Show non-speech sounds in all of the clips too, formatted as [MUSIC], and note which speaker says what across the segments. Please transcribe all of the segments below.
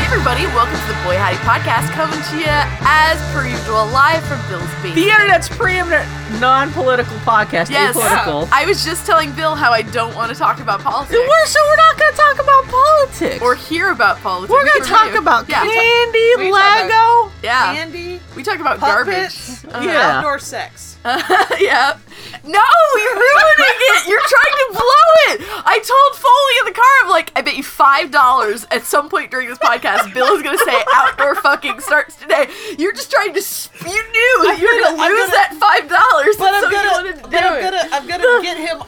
Speaker 1: everybody. Welcome to the Boy Howdy Podcast, coming to you as per usual, live from Bill's Beach.
Speaker 2: The internet's preeminent non-political podcast.
Speaker 1: yes,
Speaker 2: apolitical.
Speaker 1: I was just telling Bill how I don't want to talk about politics
Speaker 2: We're, so we're not going to talk about politics.
Speaker 1: or hear about politics.
Speaker 2: we're going to
Speaker 1: We're
Speaker 2: talk
Speaker 1: new.
Speaker 2: about
Speaker 1: yeah,
Speaker 2: candy,
Speaker 3: we talk
Speaker 2: Lego.
Speaker 1: yeah.
Speaker 3: candy,
Speaker 1: we talk about
Speaker 3: puppets,
Speaker 1: garbage. Uh,
Speaker 3: and
Speaker 2: Yeah.
Speaker 3: outdoor sex.
Speaker 1: [LAUGHS] yep. No, you're ruining it. You're trying to blow it. I told Foley in the car, I'm like, I bet you five dollars at some point during this podcast, Bill is gonna say outdoor fucking starts today. You're just trying to. s- You knew that you're gonna,
Speaker 3: gonna- I'm
Speaker 1: lose
Speaker 3: gonna-
Speaker 1: that five dollars,
Speaker 3: But I'm
Speaker 1: so you
Speaker 3: gonna,
Speaker 1: wanted to do
Speaker 3: but I'm
Speaker 1: it.
Speaker 3: gonna, I'm gonna get him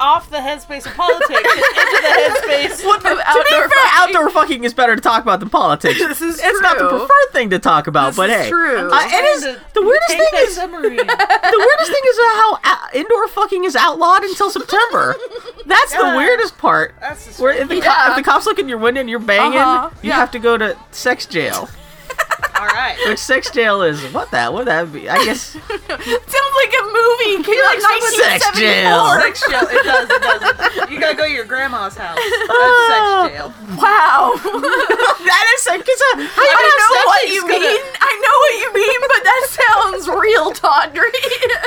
Speaker 3: off the headspace of politics and into the headspace.
Speaker 1: Of
Speaker 2: To be fair,
Speaker 1: outdoor fucking-
Speaker 2: outdoor fucking is better to talk about than politics.
Speaker 1: [LAUGHS] This is
Speaker 2: it's not the
Speaker 1: true.
Speaker 2: preferred thing to talk about,
Speaker 1: This
Speaker 2: but
Speaker 1: is
Speaker 2: hey,
Speaker 1: true.
Speaker 2: I- it is
Speaker 3: Trying to
Speaker 2: the weirdest
Speaker 3: take
Speaker 2: thing
Speaker 3: that [LAUGHS]
Speaker 2: is
Speaker 3: submarine.
Speaker 2: the weirdest thing is how ou- indoor fucking is outlawed until September. That's the
Speaker 3: Yeah.
Speaker 2: weirdest part.
Speaker 3: That's just
Speaker 2: Where if the, co-
Speaker 1: Yeah.
Speaker 2: if the cops look in your window and you're banging,
Speaker 1: Uh-huh.
Speaker 2: you
Speaker 1: Yeah.
Speaker 2: have to go to sex jail.
Speaker 1: [LAUGHS]
Speaker 3: all right.
Speaker 2: Which sex jail is what that? What that be? I guess
Speaker 1: sounds like a movie. Came out in
Speaker 2: Like someone- Sex jail.
Speaker 1: 1974.
Speaker 3: Sex jail. It does. It does. You gotta go to your grandma's house.
Speaker 1: Ah.
Speaker 3: That's sex jail. [LAUGHS]
Speaker 1: Wow.
Speaker 2: that is sex. 'cause, uh, how
Speaker 1: [LAUGHS] I
Speaker 2: you gonna have
Speaker 1: know
Speaker 2: sex
Speaker 1: what
Speaker 2: if
Speaker 1: you
Speaker 2: it's gonna-
Speaker 1: mean. I know what you mean, but that sounds real tawdry.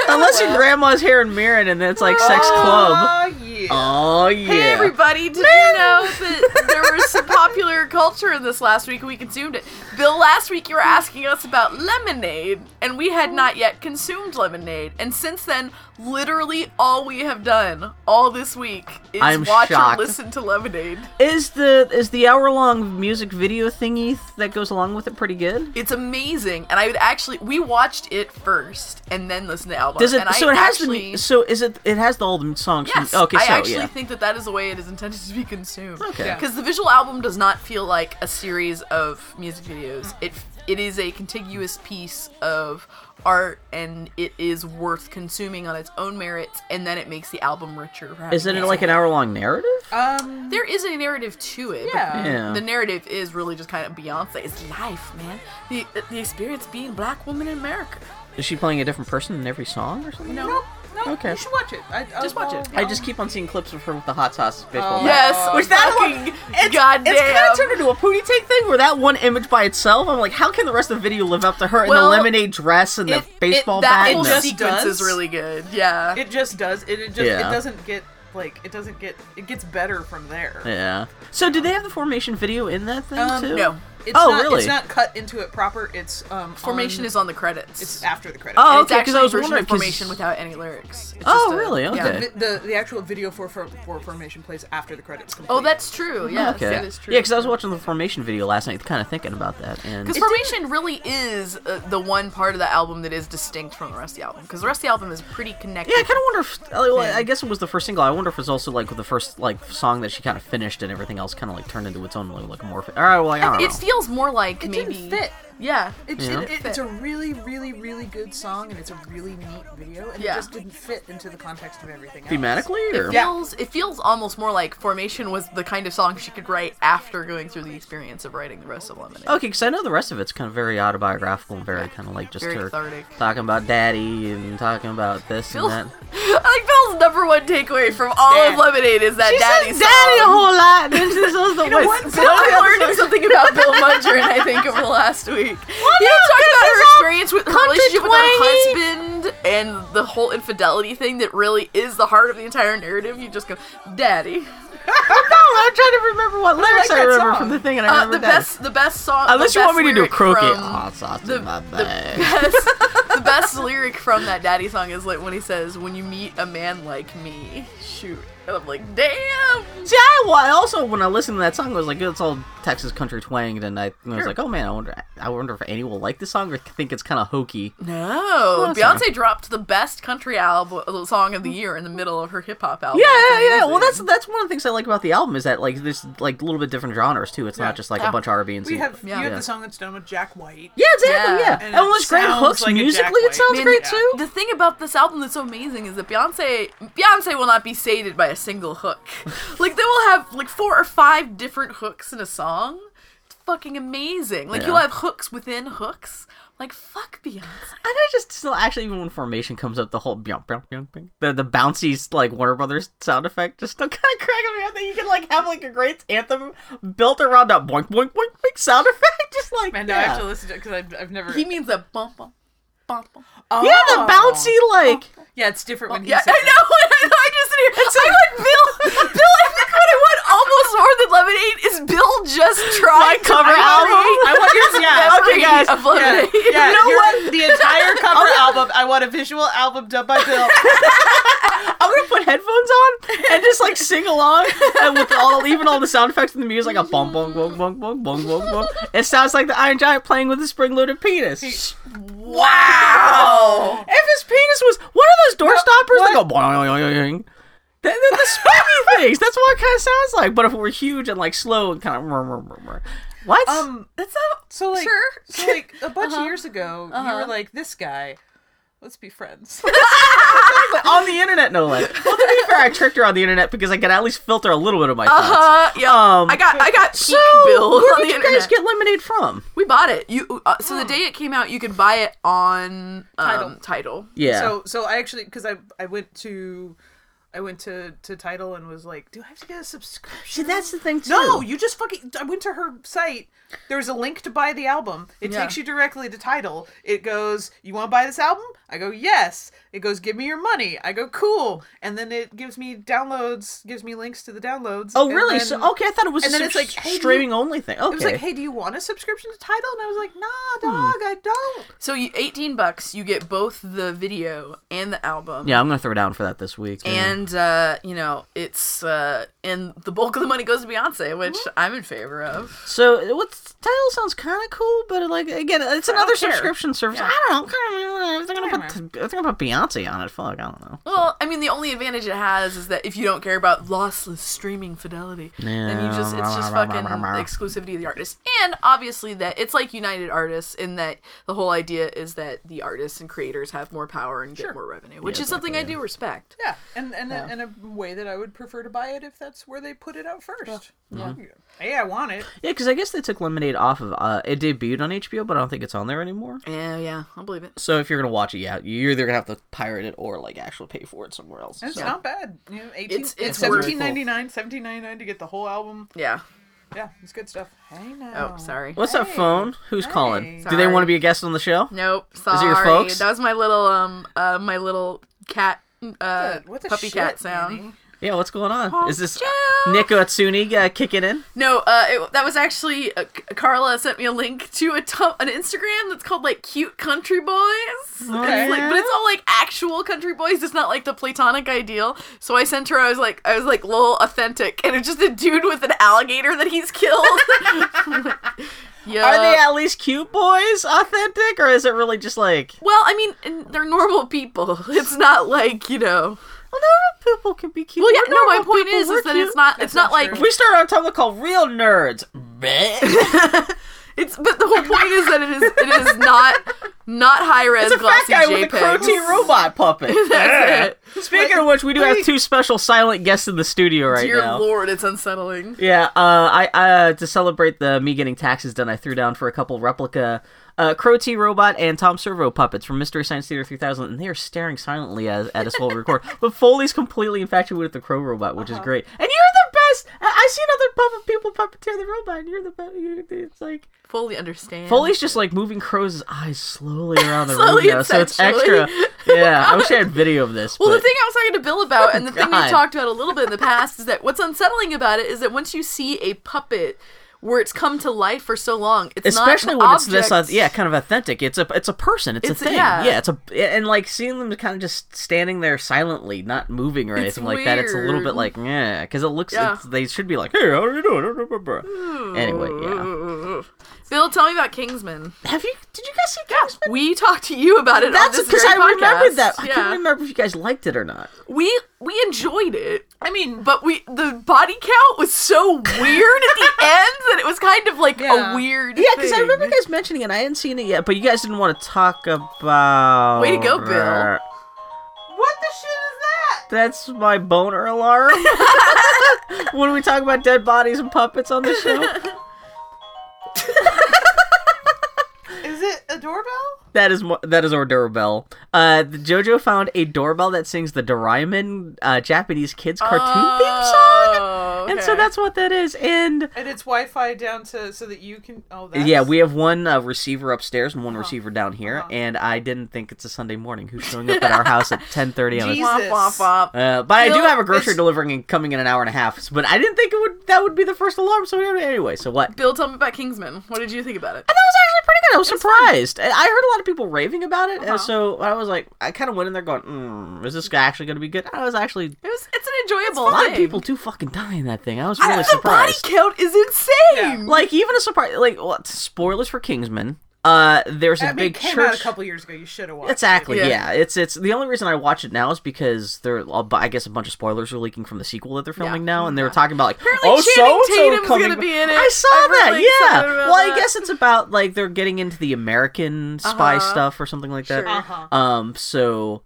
Speaker 2: Unless your grandma's here in Mirren and then it's like sex club.
Speaker 3: Oh yeah.
Speaker 2: Oh yeah.
Speaker 1: Hey everybody, did you know that there was some popular culture in this last week and we consumed it? Bill, last week you were asking us about lemonade, and we had not yet consumed lemonade. And since then, literally all we have done all this week is
Speaker 2: I'm
Speaker 1: watch
Speaker 2: shocked.
Speaker 1: or listen to lemonade.
Speaker 2: Is the is the hour long music video thingy that goes along with it pretty good?
Speaker 1: It's amazing. And I would actually we watched it first and then listened to the album.
Speaker 2: Does it?
Speaker 1: and
Speaker 2: so
Speaker 1: I
Speaker 2: it has
Speaker 1: actually,
Speaker 2: the so is it? It has the old songs. from-
Speaker 1: Yes.
Speaker 2: okay.
Speaker 1: I
Speaker 2: so
Speaker 1: actually
Speaker 2: yeah.
Speaker 1: think that that is the way it is intended to be consumed.
Speaker 2: Okay.
Speaker 3: Yeah.
Speaker 1: Because the visual album does not feel like a series of music videos. It it is a contiguous piece of art, and it is worth consuming on its own merits. And then it makes the album richer. for
Speaker 2: Isn't
Speaker 1: having
Speaker 2: it like an hour long narrative?
Speaker 1: Oh.
Speaker 3: Um.
Speaker 1: There is a narrative to it. but
Speaker 3: Yeah.
Speaker 2: Yeah.
Speaker 1: The narrative is really just kind of Beyonce. It's life, man. The the experience being black woman in America.
Speaker 2: Is she playing a different person in every song or something?
Speaker 1: No.
Speaker 3: No. No.
Speaker 2: Okay.
Speaker 3: You should watch it. I, I,
Speaker 1: Just watch it.
Speaker 2: I just keep on seeing clips of her with the hot sauce visual.
Speaker 3: Oh.
Speaker 2: back.
Speaker 1: Yes.
Speaker 3: Which
Speaker 2: that one-
Speaker 1: fucking
Speaker 2: It's,
Speaker 1: goddamn.
Speaker 2: it's kind of turned into a pooty take thing where that one image by itself, I'm like, how can the rest of the video live up to her in
Speaker 1: Well,
Speaker 2: the lemonade dress and the
Speaker 1: It- it-
Speaker 2: baseball
Speaker 1: that
Speaker 2: bat?
Speaker 1: whole
Speaker 2: and the-
Speaker 3: just
Speaker 1: sequence
Speaker 3: does.
Speaker 1: is really good. Yeah.
Speaker 3: It just does. It, it just.
Speaker 2: Yeah.
Speaker 3: It doesn't get like. It doesn't get. It gets better from there.
Speaker 2: yeah. So, do they have the formation video in that thing
Speaker 3: Um,
Speaker 2: too?
Speaker 1: no.
Speaker 3: It's
Speaker 2: Oh,
Speaker 3: not,
Speaker 2: really?
Speaker 3: It's not cut into it proper. It's um
Speaker 1: Formation
Speaker 3: on-
Speaker 1: is on the credits.
Speaker 3: It's after the credits.
Speaker 2: Oh,
Speaker 1: And it's
Speaker 2: okay. Because
Speaker 1: actually
Speaker 2: I was
Speaker 1: version
Speaker 2: wondering.
Speaker 1: of
Speaker 2: 'cause-
Speaker 1: formation without any lyrics. It's
Speaker 2: Oh,
Speaker 1: just a-
Speaker 2: really? Okay.
Speaker 3: The, the the actual video for for, for formation plays after the credits. Complete.
Speaker 1: Oh, that's true. Yes,
Speaker 2: Hmm. Okay.
Speaker 1: that is true.
Speaker 2: Yeah, because I was watching the formation video last night, kind of thinking about that. And
Speaker 1: 'Cause formation really is uh, the one part of the album that is distinct from the rest of the album. Because the rest of the album is pretty connected.
Speaker 2: yeah, I kind of wonder if uh, well, I guess it was the first single. I wonder if it's also like the first like song that she kind of finished, and everything else kind of like turned into its own like more. All right, well, like, I don't know.
Speaker 1: it feels more like
Speaker 3: It
Speaker 1: maybe.
Speaker 3: didn't fit.
Speaker 1: Yeah.
Speaker 3: It,
Speaker 2: Yeah.
Speaker 3: it, it, it's a really, really, really good song, and it's a really neat video, and
Speaker 1: Yeah.
Speaker 3: it just didn't fit into the context of everything. else.
Speaker 2: Thematically, or
Speaker 3: Yeah.
Speaker 1: feels it feels almost more like formation was the kind of song she could write after going through the experience of writing the rest of Lemonade.
Speaker 2: Okay, because I know the rest of it's kind of very autobiographical and very kind of like just
Speaker 1: Very
Speaker 2: her
Speaker 1: cathartic.
Speaker 2: talking about daddy and talking about this
Speaker 1: Bill-
Speaker 2: and that.
Speaker 1: [LAUGHS] I think Bill's number one takeaway from all of
Speaker 3: Dad.
Speaker 1: Lemonade is that daddy song.
Speaker 2: whole [LAUGHS] lot, and then she says the
Speaker 1: What? Bill, [LAUGHS] I learned something about Bill Munger, I think, over the last week. he
Speaker 2: no,
Speaker 1: talked
Speaker 2: 'cause
Speaker 1: about her
Speaker 2: it's all
Speaker 1: experience with her relationship with her
Speaker 2: contradwangy.
Speaker 1: husband and the whole infidelity thing that really is the heart of the entire narrative. You just go, Daddy.
Speaker 2: I'm trying to remember what lyrics I,
Speaker 3: that
Speaker 2: remember
Speaker 3: song.
Speaker 2: from the thing, and I
Speaker 1: Uh,
Speaker 2: remember
Speaker 1: the
Speaker 2: daddy.
Speaker 1: best, the best song.
Speaker 2: Unless
Speaker 1: the
Speaker 2: you
Speaker 1: best
Speaker 2: want me to do Oh, a
Speaker 1: lyric
Speaker 2: croquet.
Speaker 1: from
Speaker 2: Hot sauce
Speaker 1: the-
Speaker 2: in my
Speaker 1: the
Speaker 2: bag.
Speaker 1: best-
Speaker 2: [LAUGHS]
Speaker 1: the best lyric from that Daddy song is like when he says, "When you meet a man like me, shoot." And I'm like, "Damn."
Speaker 2: See, I, well, I also when I listened to that song, I was like, "It's all Texas country twanged," and I, and I was like, "Oh man, I wonder, I wonder if Annie will like this song or think it's kind of hokey."
Speaker 1: No,
Speaker 2: it's not.
Speaker 1: Beyonce dropped the best country album uh, song of the year in the middle of her hip hop album.
Speaker 2: [LAUGHS] Yeah,
Speaker 1: It's
Speaker 2: yeah, yeah. Well,
Speaker 1: amazing.
Speaker 2: that's that's one of the things I like about the album is that like there's like a little bit different genres too. It's
Speaker 3: Yeah.
Speaker 2: not just like
Speaker 1: Yeah.
Speaker 2: a bunch of R&B and
Speaker 3: We
Speaker 2: sing-
Speaker 3: have
Speaker 1: Yeah.
Speaker 3: you have
Speaker 2: Yeah.
Speaker 3: the song that's done with Jack White.
Speaker 2: Yeah, exactly.
Speaker 1: Yeah.
Speaker 2: Yeah,
Speaker 3: And
Speaker 2: and, and
Speaker 3: it
Speaker 2: what's great
Speaker 3: sounds
Speaker 2: hooks
Speaker 3: like a Jack
Speaker 2: musically, it
Speaker 3: White.
Speaker 2: sounds
Speaker 1: Man,
Speaker 2: great
Speaker 1: the-
Speaker 2: too.
Speaker 1: The thing about this album that's so amazing is that Beyonce Beyonce will not be sated by a single hook.
Speaker 2: [LAUGHS]
Speaker 1: like they will have like four or five different hooks in a song. It's fucking amazing. Like
Speaker 2: Yeah.
Speaker 1: you'll have hooks within hooks, Like fuck Beyonce.
Speaker 2: And I just still actually even when formation comes up, the whole beyonk, beyonk, beyonk, beyonk, the the bouncy like Warner Brothers sound effect just still [LAUGHS] kind of cracking me up that you can like have like a great anthem built around a boink boink boink boink sound [LAUGHS] effect, just like
Speaker 3: Man, now I have
Speaker 2: yeah.
Speaker 3: to listen to it because I've, I've never. Oh.
Speaker 1: He means a bump bump bump bump.
Speaker 2: yeah, the bouncy like
Speaker 3: Yeah, it's different when he
Speaker 1: Yeah, I
Speaker 3: says
Speaker 1: know. [LAUGHS]
Speaker 3: it.
Speaker 1: I know. I just did hear. I went [LAUGHS] Bill. Bill. I think what I went almost more than lemonade is Bill just trying to
Speaker 2: cover album.
Speaker 1: recreate
Speaker 3: I want
Speaker 1: [LAUGHS]
Speaker 3: yours, yeah.
Speaker 1: the
Speaker 2: Okay,
Speaker 1: melody
Speaker 2: guys.
Speaker 1: Of
Speaker 2: [LAUGHS]
Speaker 1: lemonade.
Speaker 3: Yeah, yeah,
Speaker 2: know
Speaker 3: you're-
Speaker 2: what?
Speaker 3: The entire
Speaker 2: [LAUGHS]
Speaker 3: cover album. I want a visual album done by Bill.
Speaker 2: I'm gonna put headphones on and just like sing along and with all even all the sound effects and the music like a bong bong bong bong bong bong bong bong. It sounds like the Iron Giant playing with a spring loaded penis.
Speaker 1: Wow.
Speaker 2: If his penis was what are those door stoppers that go boing boing boing? boing? They're, they're the springy things. That's what it kind of sounds like. But if it were huge and like slow and kind of murr, murr, murr, murr. what?
Speaker 3: Um,
Speaker 1: That's not
Speaker 3: so like,
Speaker 1: Sure.
Speaker 3: so like a bunch
Speaker 2: Uh-huh.
Speaker 3: of years ago, you
Speaker 1: Uh-huh.
Speaker 3: were like, "This guy, let's be friends." [LAUGHS]
Speaker 2: But on the internet, no less. Well, to be fair, I tricked her on the internet because I could at least filter a little bit of my
Speaker 1: Uh
Speaker 2: thoughts.
Speaker 1: huh. Yeah.
Speaker 2: Um,
Speaker 1: I got. I got.
Speaker 2: so
Speaker 1: So Bill
Speaker 2: where
Speaker 1: on
Speaker 2: did
Speaker 1: the
Speaker 2: you
Speaker 1: internet.
Speaker 2: guys get lemonade from?
Speaker 1: We bought it. You uh, so the day it came out, you could buy it on um,
Speaker 3: Tidal.
Speaker 1: title.
Speaker 2: Yeah.
Speaker 3: So so I actually because I I went to I went to to title and was like, do I have to get a subscription?
Speaker 2: See, that's the thing too.
Speaker 3: [LAUGHS] no, you just fucking. I went to her site. There's a link to buy the album. It
Speaker 1: Yeah.
Speaker 3: takes you directly to title. It goes, "You want to buy this album?" I go, "Yes." It goes, "Give me your money." I go, "Cool." And then it gives me downloads, gives me links to the downloads.
Speaker 2: Oh,
Speaker 3: and
Speaker 2: really?
Speaker 3: then
Speaker 2: so okay, I thought it was
Speaker 3: and
Speaker 2: a
Speaker 3: then it's
Speaker 2: subs-
Speaker 3: like, hey, do you-
Speaker 2: streaming only thing. Okay. Hmm.
Speaker 3: It was like, "Hey, do you want a subscription to title?" And I was like, "Nah, dog, I don't."
Speaker 1: So you, eighteen bucks, you get both the video and the album.
Speaker 2: yeah, I'm gonna throw down for that this week.
Speaker 1: And uh, you know, it's uh, and the bulk of the money goes to Beyonce, which
Speaker 2: Mm-hmm.
Speaker 1: I'm in favor of.
Speaker 2: so what's title sounds kind of cool, but like again, it's another
Speaker 3: care.
Speaker 2: subscription service.
Speaker 3: Yeah.
Speaker 2: I don't know. If they're gonna
Speaker 3: Whatever.
Speaker 2: put if they're gonna put Beyonce on it, fuck, I don't know.
Speaker 1: Well, I mean, the only advantage it has is that if you don't care about lossless streaming fidelity, then you just it's just fucking exclusivity of the artist. And obviously that it's like United Artists in that the whole idea is that the artists and creators have more power and get
Speaker 3: Sure.
Speaker 1: more revenue, which
Speaker 2: Yeah,
Speaker 1: is something
Speaker 2: exactly,
Speaker 1: I do respect.
Speaker 3: Yeah, and and a- and a way that I would prefer to buy it if that's where they put it out first.
Speaker 1: Yeah.
Speaker 3: Hey, I want it.
Speaker 2: Yeah, because I guess they took Lemonade off of. Uh, it debuted on HBO, but I don't think it's on there anymore.
Speaker 1: Yeah, yeah, I'll believe it.
Speaker 2: So if you're gonna watch it, yeah, you're either gonna have to pirate it or like actually pay for it somewhere else.
Speaker 3: It's
Speaker 2: so.
Speaker 3: not bad. You know, 18,
Speaker 1: It's-
Speaker 3: it's
Speaker 1: it's worth-
Speaker 3: seventeen ninety nine, seventeen ninety nine to get the whole album.
Speaker 1: Yeah.
Speaker 3: Yeah, it's good stuff. Hey now.
Speaker 1: Oh, sorry.
Speaker 2: What's up,
Speaker 3: Hey.
Speaker 2: phone? Who's calling?
Speaker 3: Hey.
Speaker 2: Do they
Speaker 1: Sorry.
Speaker 2: want to be a guest on the show?
Speaker 1: Nope. Sorry.
Speaker 2: Is it your folks?
Speaker 1: That was my little um uh my little cat uh
Speaker 3: What the
Speaker 1: puppy
Speaker 3: shit,
Speaker 1: cat sound.
Speaker 3: Manny?
Speaker 2: Yeah, what's going on? Is this
Speaker 1: Joe.
Speaker 2: Nick Otsuni uh, kicking in?
Speaker 1: No, uh, it, that was actually uh, C- Carla sent me a link to a tu- an Instagram that's called like Cute Country Boys.
Speaker 2: Okay.
Speaker 1: It's like, but it's all like actual country boys. It's not like the platonic ideal. So I sent her. I was like, I was like, lol, authentic, and it's just a dude with an alligator that he's killed. [LAUGHS] yeah.
Speaker 2: Are they at least cute boys authentic, or is it really just like?
Speaker 1: well, I mean, and they're normal people. [LAUGHS] It's not like you know.
Speaker 2: Well, normal people can be cute.
Speaker 1: Well, yeah.
Speaker 2: We're
Speaker 1: No, my
Speaker 2: normal
Speaker 1: point
Speaker 2: people,
Speaker 1: is,
Speaker 2: we're
Speaker 1: is that
Speaker 2: cute.
Speaker 1: it's not.
Speaker 3: That's
Speaker 1: It's not
Speaker 3: not
Speaker 1: like
Speaker 2: If we start on topic called "Real Nerds,"
Speaker 1: [LAUGHS]
Speaker 2: bleh.
Speaker 1: It's but the whole point is that it is it
Speaker 2: [LAUGHS]
Speaker 1: is not not high res
Speaker 2: it's a fat
Speaker 1: glossy
Speaker 2: guy with a crow-tee
Speaker 1: [LAUGHS] JPEG.
Speaker 2: robot puppet.
Speaker 1: That's it.
Speaker 2: Speaking of which, we do have two special silent guests in the studio right
Speaker 1: Dear
Speaker 2: now.
Speaker 1: lord, it's unsettling.
Speaker 2: Yeah, uh, I uh, to celebrate the me getting taxes done, I threw down for a couple replica uh, Crow T Robot and Tom Servo puppets from Mystery Science Theater 3000, and they are staring silently at, at us while
Speaker 1: [LAUGHS]
Speaker 2: we record. But Foley's completely infatuated with the Crow Robot,
Speaker 1: Uh-huh.
Speaker 2: which is great. And you're the best. I- I've seen other puppet people puppeteer the robot, and you're the best. you it's like
Speaker 1: Fully understand.
Speaker 2: Foley's just like moving Crow's eyes slowly
Speaker 1: [LAUGHS]
Speaker 2: around the
Speaker 1: Slowly
Speaker 2: room now,
Speaker 1: and
Speaker 2: so it's
Speaker 1: sensually.
Speaker 2: extra. Yeah, I wish
Speaker 1: [LAUGHS]
Speaker 2: I had video of this.
Speaker 1: Well,
Speaker 2: but...
Speaker 1: the thing I was talking to Bill about, and the thing
Speaker 2: God.
Speaker 1: we talked about a little bit in the past, is that what's unsettling about it is that once you see a puppet where it's come to life for so long, it's not
Speaker 2: especially
Speaker 1: an
Speaker 2: when
Speaker 1: object.
Speaker 2: it's this uh, yeah kind of authentic it's a it's a person it's,
Speaker 1: It's-
Speaker 2: a thing yeah.
Speaker 1: yeah.
Speaker 2: it's a and like seeing them kind of just standing there silently not moving or
Speaker 1: It's
Speaker 2: anything like that it's a little bit
Speaker 1: weird.
Speaker 2: like yeah because it looks
Speaker 1: Yeah.
Speaker 2: it's, they should be like hey how are you doing anyway yeah
Speaker 1: Bill, tell me about Kingsman.
Speaker 2: have you did you guys see Kingsman
Speaker 1: We talked to you about it.
Speaker 2: that's
Speaker 1: because
Speaker 2: because I remembered that I
Speaker 1: Yeah.
Speaker 2: can't remember if you guys liked it or not
Speaker 1: we we enjoyed it.
Speaker 3: I mean, but
Speaker 1: But we the body count was so weird at the end
Speaker 2: [LAUGHS]
Speaker 1: that it was kind of like
Speaker 3: Yeah.
Speaker 1: a weird.
Speaker 2: yeah because I remember you
Speaker 1: thing.
Speaker 2: guys mentioning it I hadn't seen it yet but you guys didn't want to talk about
Speaker 1: Way to go, Bill.
Speaker 3: what the shit is that?
Speaker 2: That's my boner alarm. when we talk about dead bodies and puppets on the show.
Speaker 3: Is it a doorbell?
Speaker 2: That is mo- that is our doorbell. Uh, the JoJo found a doorbell that sings the Doraemon uh, Japanese kids cartoon theme song,
Speaker 1: Oh,
Speaker 2: and so
Speaker 1: okay.
Speaker 2: that's what that is. And
Speaker 3: And it's Wi-Fi down to so that you can. Oh, that's,
Speaker 2: yeah, we have one uh, receiver upstairs and one receiver down here. And I didn't think it's a Sunday morning. Who's showing up at our house at ten thirty on a
Speaker 3: Jesus.
Speaker 1: Womp, womp, womp.
Speaker 2: Uh, but I do
Speaker 1: Bill,
Speaker 2: have a grocery
Speaker 3: it's-
Speaker 2: delivering and coming in an hour and a half. But I didn't think it would that would be the first alarm. So anyway, so what?
Speaker 1: Bill, tell me about Kingsman. What did you think about it?
Speaker 2: That was actually pretty good. I was surprised. I I heard a lot of people raving about it, and so I was like, I kind of went in there going, mm, "Is this actually going to be good?" I was actually
Speaker 1: It was. It's an enjoyable.
Speaker 2: a lot of
Speaker 1: thing.
Speaker 2: people do fucking die in that thing. I was
Speaker 1: I-
Speaker 2: really
Speaker 1: the body
Speaker 2: surprised.
Speaker 1: count is
Speaker 3: Yeah.
Speaker 1: insane.
Speaker 2: Like even a surprise, like what? Spoilers for Kingsman. Uh, there's a
Speaker 3: I mean,
Speaker 2: big
Speaker 3: it came
Speaker 2: church.
Speaker 3: out a couple years ago. You should have watched.
Speaker 2: Exactly.
Speaker 1: Yeah.
Speaker 2: Yeah. It's it's the only reason I watch it now is because there are, I guess a bunch of spoilers are leaking from the sequel that they're filming
Speaker 1: Yeah.
Speaker 2: now, and they were talking about like
Speaker 1: Apparently
Speaker 2: oh
Speaker 1: Channing
Speaker 2: so
Speaker 1: Tatum's
Speaker 2: so coming.
Speaker 1: gonna
Speaker 2: back."
Speaker 1: be in it.
Speaker 2: I saw
Speaker 1: I read,
Speaker 2: that.
Speaker 1: like,
Speaker 2: yeah.
Speaker 1: something about
Speaker 2: Well, I
Speaker 1: that.
Speaker 2: guess it's about like they're getting into the American spy
Speaker 1: Uh-huh.
Speaker 2: stuff or something like that.
Speaker 1: Sure.
Speaker 3: Uh huh.
Speaker 2: Um. So,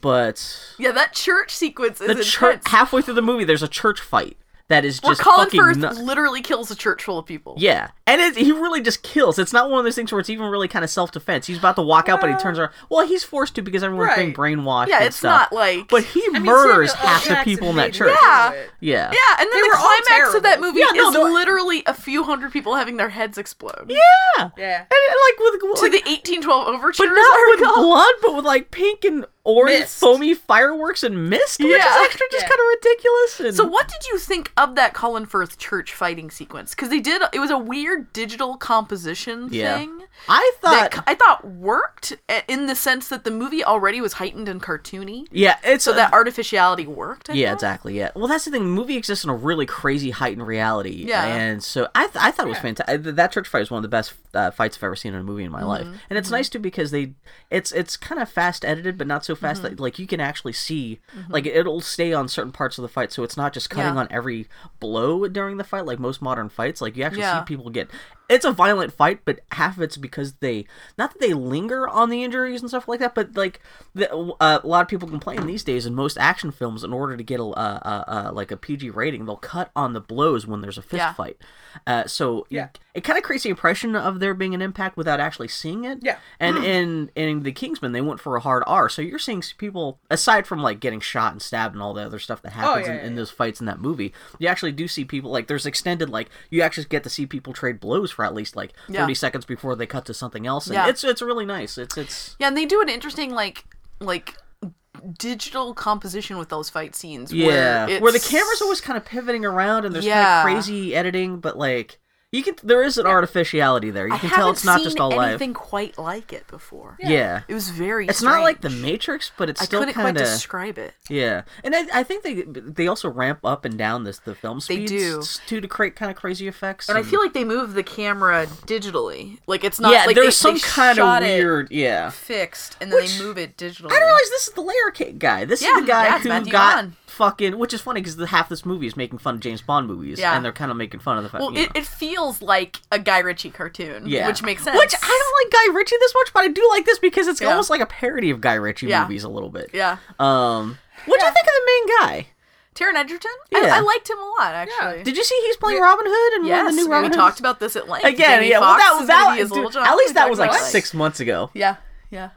Speaker 2: but
Speaker 1: Yeah, that church sequence is
Speaker 2: the church
Speaker 1: intense.
Speaker 2: halfway through the movie, there's a church fight that is
Speaker 1: Where
Speaker 2: just
Speaker 1: Colin
Speaker 2: fucking
Speaker 1: Firth
Speaker 2: nuts.
Speaker 1: literally kills a church full of people.
Speaker 2: Yeah, and it, he really just kills. It's not one of those things where it's even really kind of self defense. He's about to walk out, but he
Speaker 3: Well-
Speaker 2: turns around. Well, he's forced to because everyone's being
Speaker 3: Right.
Speaker 2: brainwashed.
Speaker 1: Uh, Yeah,
Speaker 2: and
Speaker 1: it's
Speaker 2: stuff.
Speaker 1: not like.
Speaker 2: But he
Speaker 3: I mean,
Speaker 2: murders
Speaker 3: Samuel L.
Speaker 2: half the
Speaker 3: Jackson
Speaker 2: people in that
Speaker 3: made
Speaker 2: church.
Speaker 3: me do
Speaker 1: Yeah.
Speaker 3: it.
Speaker 2: Yeah.
Speaker 1: yeah, and then
Speaker 3: They
Speaker 1: the
Speaker 3: were all
Speaker 1: climax of that
Speaker 3: terrible.
Speaker 1: movie
Speaker 2: Yeah, no,
Speaker 1: is
Speaker 2: no, I-
Speaker 1: literally a few hundred people having their heads explode.
Speaker 2: Yeah. And,
Speaker 3: Yeah.
Speaker 2: it, like with
Speaker 1: To
Speaker 2: like,
Speaker 1: the 1812 overture.
Speaker 2: but
Speaker 1: as I
Speaker 2: not with
Speaker 1: recall.
Speaker 2: blood, but with like pink and orange
Speaker 3: Mist.
Speaker 2: foamy fireworks and mist, which is
Speaker 1: Yeah.
Speaker 2: actually just
Speaker 3: Yeah.
Speaker 2: kind of ridiculous. And
Speaker 1: So what did you think of that Colin Firth church fighting sequence? Because they did it was a weird digital composition
Speaker 2: Yeah.
Speaker 1: thing
Speaker 2: I
Speaker 1: that
Speaker 2: thought.
Speaker 1: c- I thought worked uh, in the sense that the movie already was heightened and cartoony,
Speaker 2: yeah, it's
Speaker 1: so that artificiality worked. I
Speaker 2: Uh-huh. Yeah,
Speaker 1: thought.
Speaker 2: exactly. Yeah. Well, that's the thing. The movie exists in a really crazy heightened reality.
Speaker 1: Yeah.
Speaker 2: And so I, th- I thought it was
Speaker 3: Yeah.
Speaker 2: fantastic. That church fight was one of the best uh, fights I've ever seen in a movie in my life.
Speaker 1: Mm-hmm,
Speaker 2: And it's nice too because they, it's it's kind of fast edited, but not so fast that
Speaker 1: Mm-hmm.
Speaker 2: like you can actually see like it'll stay on certain parts of the fight, so it's not just cutting
Speaker 1: Yeah.
Speaker 2: on every blow during the fight like most modern fights. Like you actually
Speaker 1: Yeah.
Speaker 2: see people get. It's a violent fight, but half of it's because they not that they linger on the injuries and stuff like that, but like the, uh, a lot of people complain these days in most action films, in order to get a uh, uh, uh, like a PG rating, they'll cut on the blows when there's a fist
Speaker 1: Yeah.
Speaker 2: fight. Uh, so you-
Speaker 3: Yeah.
Speaker 2: it kind of creates the impression of there being an impact without actually seeing it.
Speaker 3: Yeah. [CLEARS THROAT]
Speaker 2: And in in the Kingsman, they went for a hard R. So you're seeing s- people aside from like getting shot and stabbed and all the other stuff that happens
Speaker 3: Oh,
Speaker 2: in,
Speaker 3: yeah, yeah,
Speaker 2: in
Speaker 3: yeah.
Speaker 2: those fights in that movie. You actually do see people like there's extended like you actually get to see people trade blows for at least like 30
Speaker 1: Yeah.
Speaker 2: seconds before they cut to something else. And
Speaker 1: Yeah.
Speaker 2: it's it's really nice. It's it's
Speaker 1: Yeah, and they do an interesting like like digital composition with those fight scenes.
Speaker 2: yeah
Speaker 1: where,
Speaker 2: where, the
Speaker 1: it's-
Speaker 2: camera's always kind of pivoting around and there's
Speaker 1: Yeah.
Speaker 2: kind of crazy editing, but like you can there is an artificiality there. You
Speaker 1: I
Speaker 2: can tell
Speaker 1: haven't
Speaker 2: it's not
Speaker 1: seen
Speaker 2: just all live.
Speaker 1: anything quite like it before.
Speaker 2: yeah.
Speaker 1: It was very.
Speaker 2: It's not like the
Speaker 1: strange.
Speaker 2: Matrix, but it's
Speaker 1: I
Speaker 2: still
Speaker 1: couldn't
Speaker 2: kind
Speaker 1: quite
Speaker 2: of
Speaker 1: describe it.
Speaker 2: yeah. And I, I think they they also ramp up and down this the film
Speaker 1: They
Speaker 2: speeds
Speaker 1: do.
Speaker 2: s- too to create kind of crazy effects.
Speaker 1: And I feel like they move the camera digitally. Like it's not
Speaker 2: yeah,
Speaker 1: like
Speaker 2: there's
Speaker 1: they-
Speaker 2: some
Speaker 1: they
Speaker 2: kind of
Speaker 1: shot it
Speaker 2: weird yeah.
Speaker 1: fixed and then
Speaker 2: Which-
Speaker 1: they move it digitally.
Speaker 2: I realize this is the layer cake guy. This
Speaker 1: Yeah,
Speaker 2: is the guy
Speaker 1: yeah, it's
Speaker 2: who
Speaker 1: Matthew
Speaker 2: got
Speaker 1: Vaughn.
Speaker 2: fucking, which is funny because half this movie is making fun of James Bond movies,
Speaker 1: Yeah.
Speaker 2: and they're kind of making fun of the fact.
Speaker 1: Well,
Speaker 2: you
Speaker 1: it,
Speaker 2: know.
Speaker 1: it feels like a Guy Ritchie cartoon,
Speaker 2: Yeah.
Speaker 1: which makes sense.
Speaker 2: Which I don't like Guy Ritchie this much, but I do like this because it's
Speaker 1: Yeah.
Speaker 2: almost like a parody of Guy Ritchie
Speaker 1: Yeah.
Speaker 2: movies a little bit.
Speaker 1: Yeah,
Speaker 2: Um, what do you
Speaker 3: Yeah.
Speaker 2: think of the main guy?
Speaker 1: Taron Egerton.
Speaker 2: Yeah.
Speaker 1: I, I liked him a lot actually.
Speaker 2: Did you see he's playing Robin Hood and one
Speaker 1: yes,
Speaker 2: of the new
Speaker 1: we
Speaker 2: Robin Hoods?
Speaker 1: talked about this at length.
Speaker 2: again.
Speaker 1: Jamie
Speaker 2: yeah,
Speaker 1: Foxx
Speaker 2: well,
Speaker 1: is
Speaker 2: that
Speaker 1: gonna
Speaker 2: was that.
Speaker 1: be his Little
Speaker 2: dude,
Speaker 1: John.
Speaker 2: at least
Speaker 1: We
Speaker 2: that
Speaker 1: talked
Speaker 2: was
Speaker 1: about
Speaker 2: like
Speaker 1: it.
Speaker 2: six months ago.
Speaker 1: Yeah, yeah.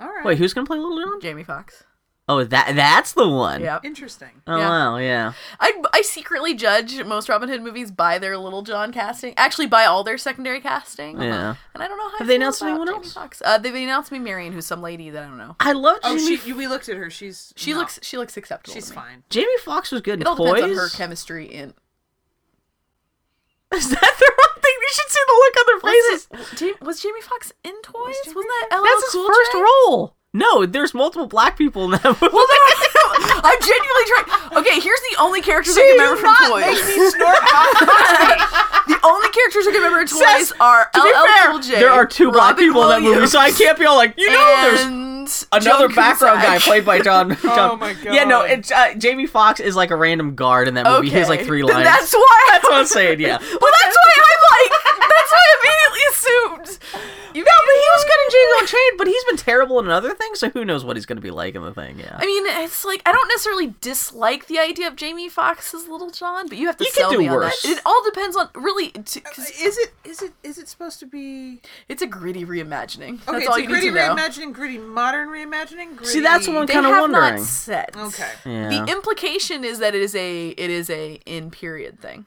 Speaker 3: All right.
Speaker 2: Wait, who's gonna play Little John?
Speaker 1: Jamie Foxx.
Speaker 2: Oh, that that's the one.
Speaker 1: Yeah,
Speaker 3: Interesting.
Speaker 2: Oh
Speaker 1: Yeah.
Speaker 2: wow, yeah.
Speaker 1: I I secretly judge most Robin Hood movies by their Little John casting. Actually, by all their secondary casting. Uh-huh.
Speaker 2: Yeah.
Speaker 1: And I don't know how. I
Speaker 2: Have they
Speaker 1: feel
Speaker 2: announced
Speaker 1: about
Speaker 2: anyone
Speaker 1: Jamie
Speaker 2: else?
Speaker 1: Foxx. Uh, they've announced me marrying who's some lady that I don't know.
Speaker 2: I love
Speaker 3: Oh,
Speaker 2: Jamie.
Speaker 3: she. You, we looked at her. She's.
Speaker 1: She
Speaker 3: no,
Speaker 1: looks she looks acceptable.
Speaker 3: She's
Speaker 1: to me.
Speaker 3: fine.
Speaker 2: Jamie Fox was good in
Speaker 1: It all
Speaker 2: Poise.
Speaker 1: depends on her chemistry in.
Speaker 2: [LAUGHS] Is that the wrong thing? You should see the look on their faces.
Speaker 1: Was, it, Jam- was Jamie Fox in Toys?
Speaker 3: Jamie
Speaker 1: Wasn't that LL
Speaker 2: That's his
Speaker 1: Oh, cool
Speaker 2: first
Speaker 1: J? [LAUGHS]
Speaker 2: role. No, there's multiple black people in that [LAUGHS] movie. Well,
Speaker 1: I'm genuinely trying. Okay, here's the only characters I
Speaker 2: See,
Speaker 1: can
Speaker 2: you're
Speaker 1: remember from
Speaker 2: not
Speaker 1: Toys. [LAUGHS]
Speaker 2: making
Speaker 1: the only characters I can remember in Toys are
Speaker 2: to
Speaker 1: LL
Speaker 2: be fair,
Speaker 1: Oh, Cool J.
Speaker 2: there are two black
Speaker 1: Robin
Speaker 2: people in that movie,
Speaker 1: Williams,
Speaker 2: so I can't be all like, you know, there's
Speaker 1: and
Speaker 2: another
Speaker 1: Joan
Speaker 2: background guy
Speaker 1: Cusack.
Speaker 2: played by John. John
Speaker 3: Oh my
Speaker 2: Yeah, no,
Speaker 3: God.
Speaker 2: it's uh, Jamie Fox is like a random guard in that movie. He has like
Speaker 1: Okay,
Speaker 2: three
Speaker 1: then
Speaker 2: lines.
Speaker 1: That's why.
Speaker 2: That's what I'm
Speaker 1: [LAUGHS]
Speaker 2: saying.
Speaker 1: Well,
Speaker 2: Yeah.
Speaker 1: that's why I'm like. That's why I immediately assumed.
Speaker 2: no, [LAUGHS] but he was good in Django Train, but he's been terrible in another thing, so who knows what he's going to be like in the thing? Yeah.
Speaker 1: I mean, it's like I don't necessarily dislike the idea of Jamie Foxx's Little John, but you have to
Speaker 2: You could
Speaker 1: sell
Speaker 2: do
Speaker 1: me on
Speaker 2: worse.
Speaker 1: that. It all depends on really because
Speaker 3: Uh, Is it is it is it supposed to be
Speaker 1: it's a gritty reimagining. That's
Speaker 3: okay?
Speaker 1: all
Speaker 3: it's a
Speaker 1: you need
Speaker 3: gritty
Speaker 1: to know.
Speaker 3: reimagining, gritty modern reimagining. Gritty...
Speaker 2: See, that's the one
Speaker 1: They
Speaker 2: kinda
Speaker 1: have not
Speaker 2: wondering.
Speaker 1: said.
Speaker 3: Okay.
Speaker 2: yeah.
Speaker 1: The implication is that it is a it is a in period thing,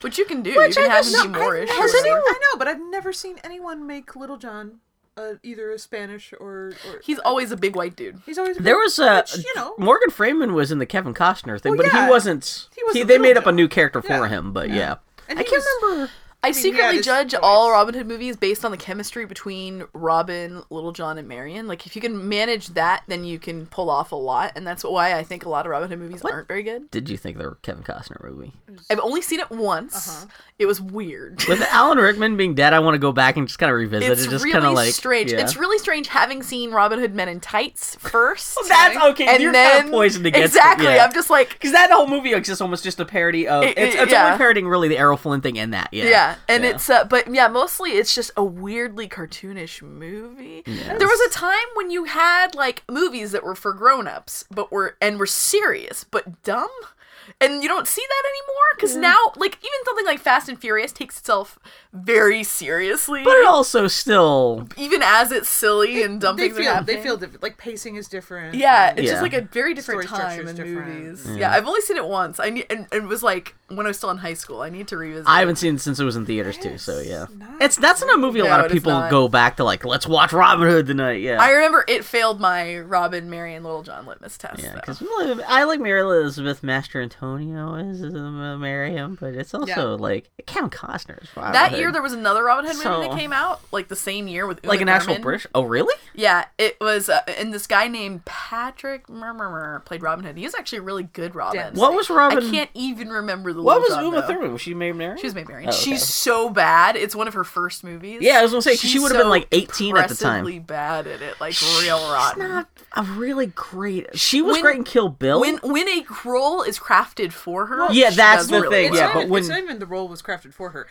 Speaker 1: which you can do.
Speaker 2: Which
Speaker 1: you
Speaker 2: I
Speaker 1: can have
Speaker 2: guess-
Speaker 1: him
Speaker 2: no,
Speaker 1: be more
Speaker 2: I've
Speaker 1: issues.
Speaker 2: never seen-
Speaker 1: or-
Speaker 3: I know, but I've never seen anyone make Little John uh, either a Spanish or, or
Speaker 1: He's always a big white dude.
Speaker 3: he's always
Speaker 2: There was a
Speaker 3: Which, you know.
Speaker 2: Morgan Freeman was in the Kevin Costner thing,
Speaker 3: Well,
Speaker 2: but
Speaker 3: yeah.
Speaker 2: he wasn't.
Speaker 3: He was
Speaker 2: he-
Speaker 3: the
Speaker 2: they
Speaker 3: little
Speaker 2: made up a
Speaker 3: John.
Speaker 2: new character for
Speaker 3: Yeah.
Speaker 2: him, but yeah.
Speaker 3: And
Speaker 2: I
Speaker 3: he
Speaker 2: can't
Speaker 3: was-
Speaker 2: remember.
Speaker 1: I,
Speaker 3: he had
Speaker 1: secretly
Speaker 3: his
Speaker 1: judge
Speaker 3: voice.
Speaker 1: all Robin Hood movies based on the chemistry between Robin, Little John, and Marion. Like, if you can manage that, then you can pull off a lot, and that's why I think a lot of Robin Hood movies aren't very good.
Speaker 2: Did you think the Kevin Costner movie
Speaker 1: I've only seen it
Speaker 2: Uh-huh.
Speaker 1: once. It was weird.
Speaker 2: with Alan Rickman being dead? I want to go back and just kind of revisit
Speaker 1: It's
Speaker 2: it. Just kind
Speaker 1: really
Speaker 2: of like
Speaker 1: strange.
Speaker 2: yeah.
Speaker 1: It's really strange having seen Robin Hood Men in
Speaker 2: [LAUGHS]
Speaker 1: Tights first.
Speaker 2: that's okay.
Speaker 1: and
Speaker 2: you're
Speaker 1: then
Speaker 2: kind of poisoned against
Speaker 1: exactly.
Speaker 2: It, yeah.
Speaker 1: I'm just like
Speaker 2: Because that whole movie is just almost just a parody of
Speaker 1: It-
Speaker 2: it's,
Speaker 1: it-
Speaker 2: it's
Speaker 1: yeah.
Speaker 2: only parodying really the Errol Flynn thing and that yeah
Speaker 1: yeah, and
Speaker 2: Yeah.
Speaker 1: it's uh, but yeah, mostly it's just a weirdly cartoonish movie. There was a time when you had like movies that were for grown-ups, but were and were serious but dumb. And you don't see that anymore because now, like even something like Fast and Furious takes itself very seriously,
Speaker 2: but it also still
Speaker 1: even as it's silly and dumb
Speaker 3: they
Speaker 1: things are
Speaker 3: feel
Speaker 1: happening.
Speaker 3: they feel different. Like pacing is different.
Speaker 1: Yeah, it's
Speaker 3: and-
Speaker 1: just
Speaker 2: Yeah.
Speaker 1: like a very different
Speaker 3: Story
Speaker 1: time
Speaker 3: structure's
Speaker 1: in
Speaker 3: different.
Speaker 1: movies. Yeah. I've only seen it once. I need and, and it was like when I was still in high school. I need to revisit.
Speaker 2: I
Speaker 1: it.
Speaker 2: haven't seen it since it was in theaters too so yeah
Speaker 3: It's not
Speaker 2: it's that's not a movie a
Speaker 1: No,
Speaker 2: lot
Speaker 1: it
Speaker 2: of
Speaker 1: is
Speaker 2: people
Speaker 1: not.
Speaker 2: go back to like let's watch Robin Hood tonight yeah
Speaker 1: I remember it failed my Robin, Mary, and Little John litmus test.
Speaker 2: Yeah,
Speaker 1: though.
Speaker 2: because I like Mary Elizabeth Master Antonio as uh, Miriam, but it's also like Count Costner is Robin
Speaker 1: That
Speaker 2: Hood.
Speaker 1: year there was another Robin Hood movie
Speaker 2: So-
Speaker 1: that came out, like the same year with
Speaker 2: like
Speaker 1: Uma
Speaker 2: an actual
Speaker 1: Thurman.
Speaker 2: British. Oh, really?
Speaker 1: Yeah, it was, uh, and this guy named Patrick Murmur played Robin Hood. He was actually a really good Robin.
Speaker 3: Damn.
Speaker 2: What was
Speaker 1: I
Speaker 2: Robin?
Speaker 1: can't even remember the.
Speaker 2: What was
Speaker 1: Little John, though.
Speaker 2: Uma Thurman? Was she Mary Mary?
Speaker 1: She was Maid Marian.
Speaker 2: Oh, okay.
Speaker 1: She's so bad. It's one of her first movies.
Speaker 2: Yeah, I was gonna say 'cause she
Speaker 1: She's
Speaker 2: would have been,
Speaker 1: so
Speaker 2: like, 18 at the time.
Speaker 1: impressively bad at it, like real rotten.
Speaker 2: not a really great. She was
Speaker 1: When-
Speaker 2: great in Kill Bill.
Speaker 1: when when a role is crafted for her,
Speaker 2: Yeah,
Speaker 1: she
Speaker 2: that's
Speaker 1: does
Speaker 2: the
Speaker 1: really
Speaker 2: thing,
Speaker 1: well.
Speaker 2: yeah,
Speaker 3: not
Speaker 2: but
Speaker 3: even-
Speaker 2: when-
Speaker 3: it's not even the role was crafted for her.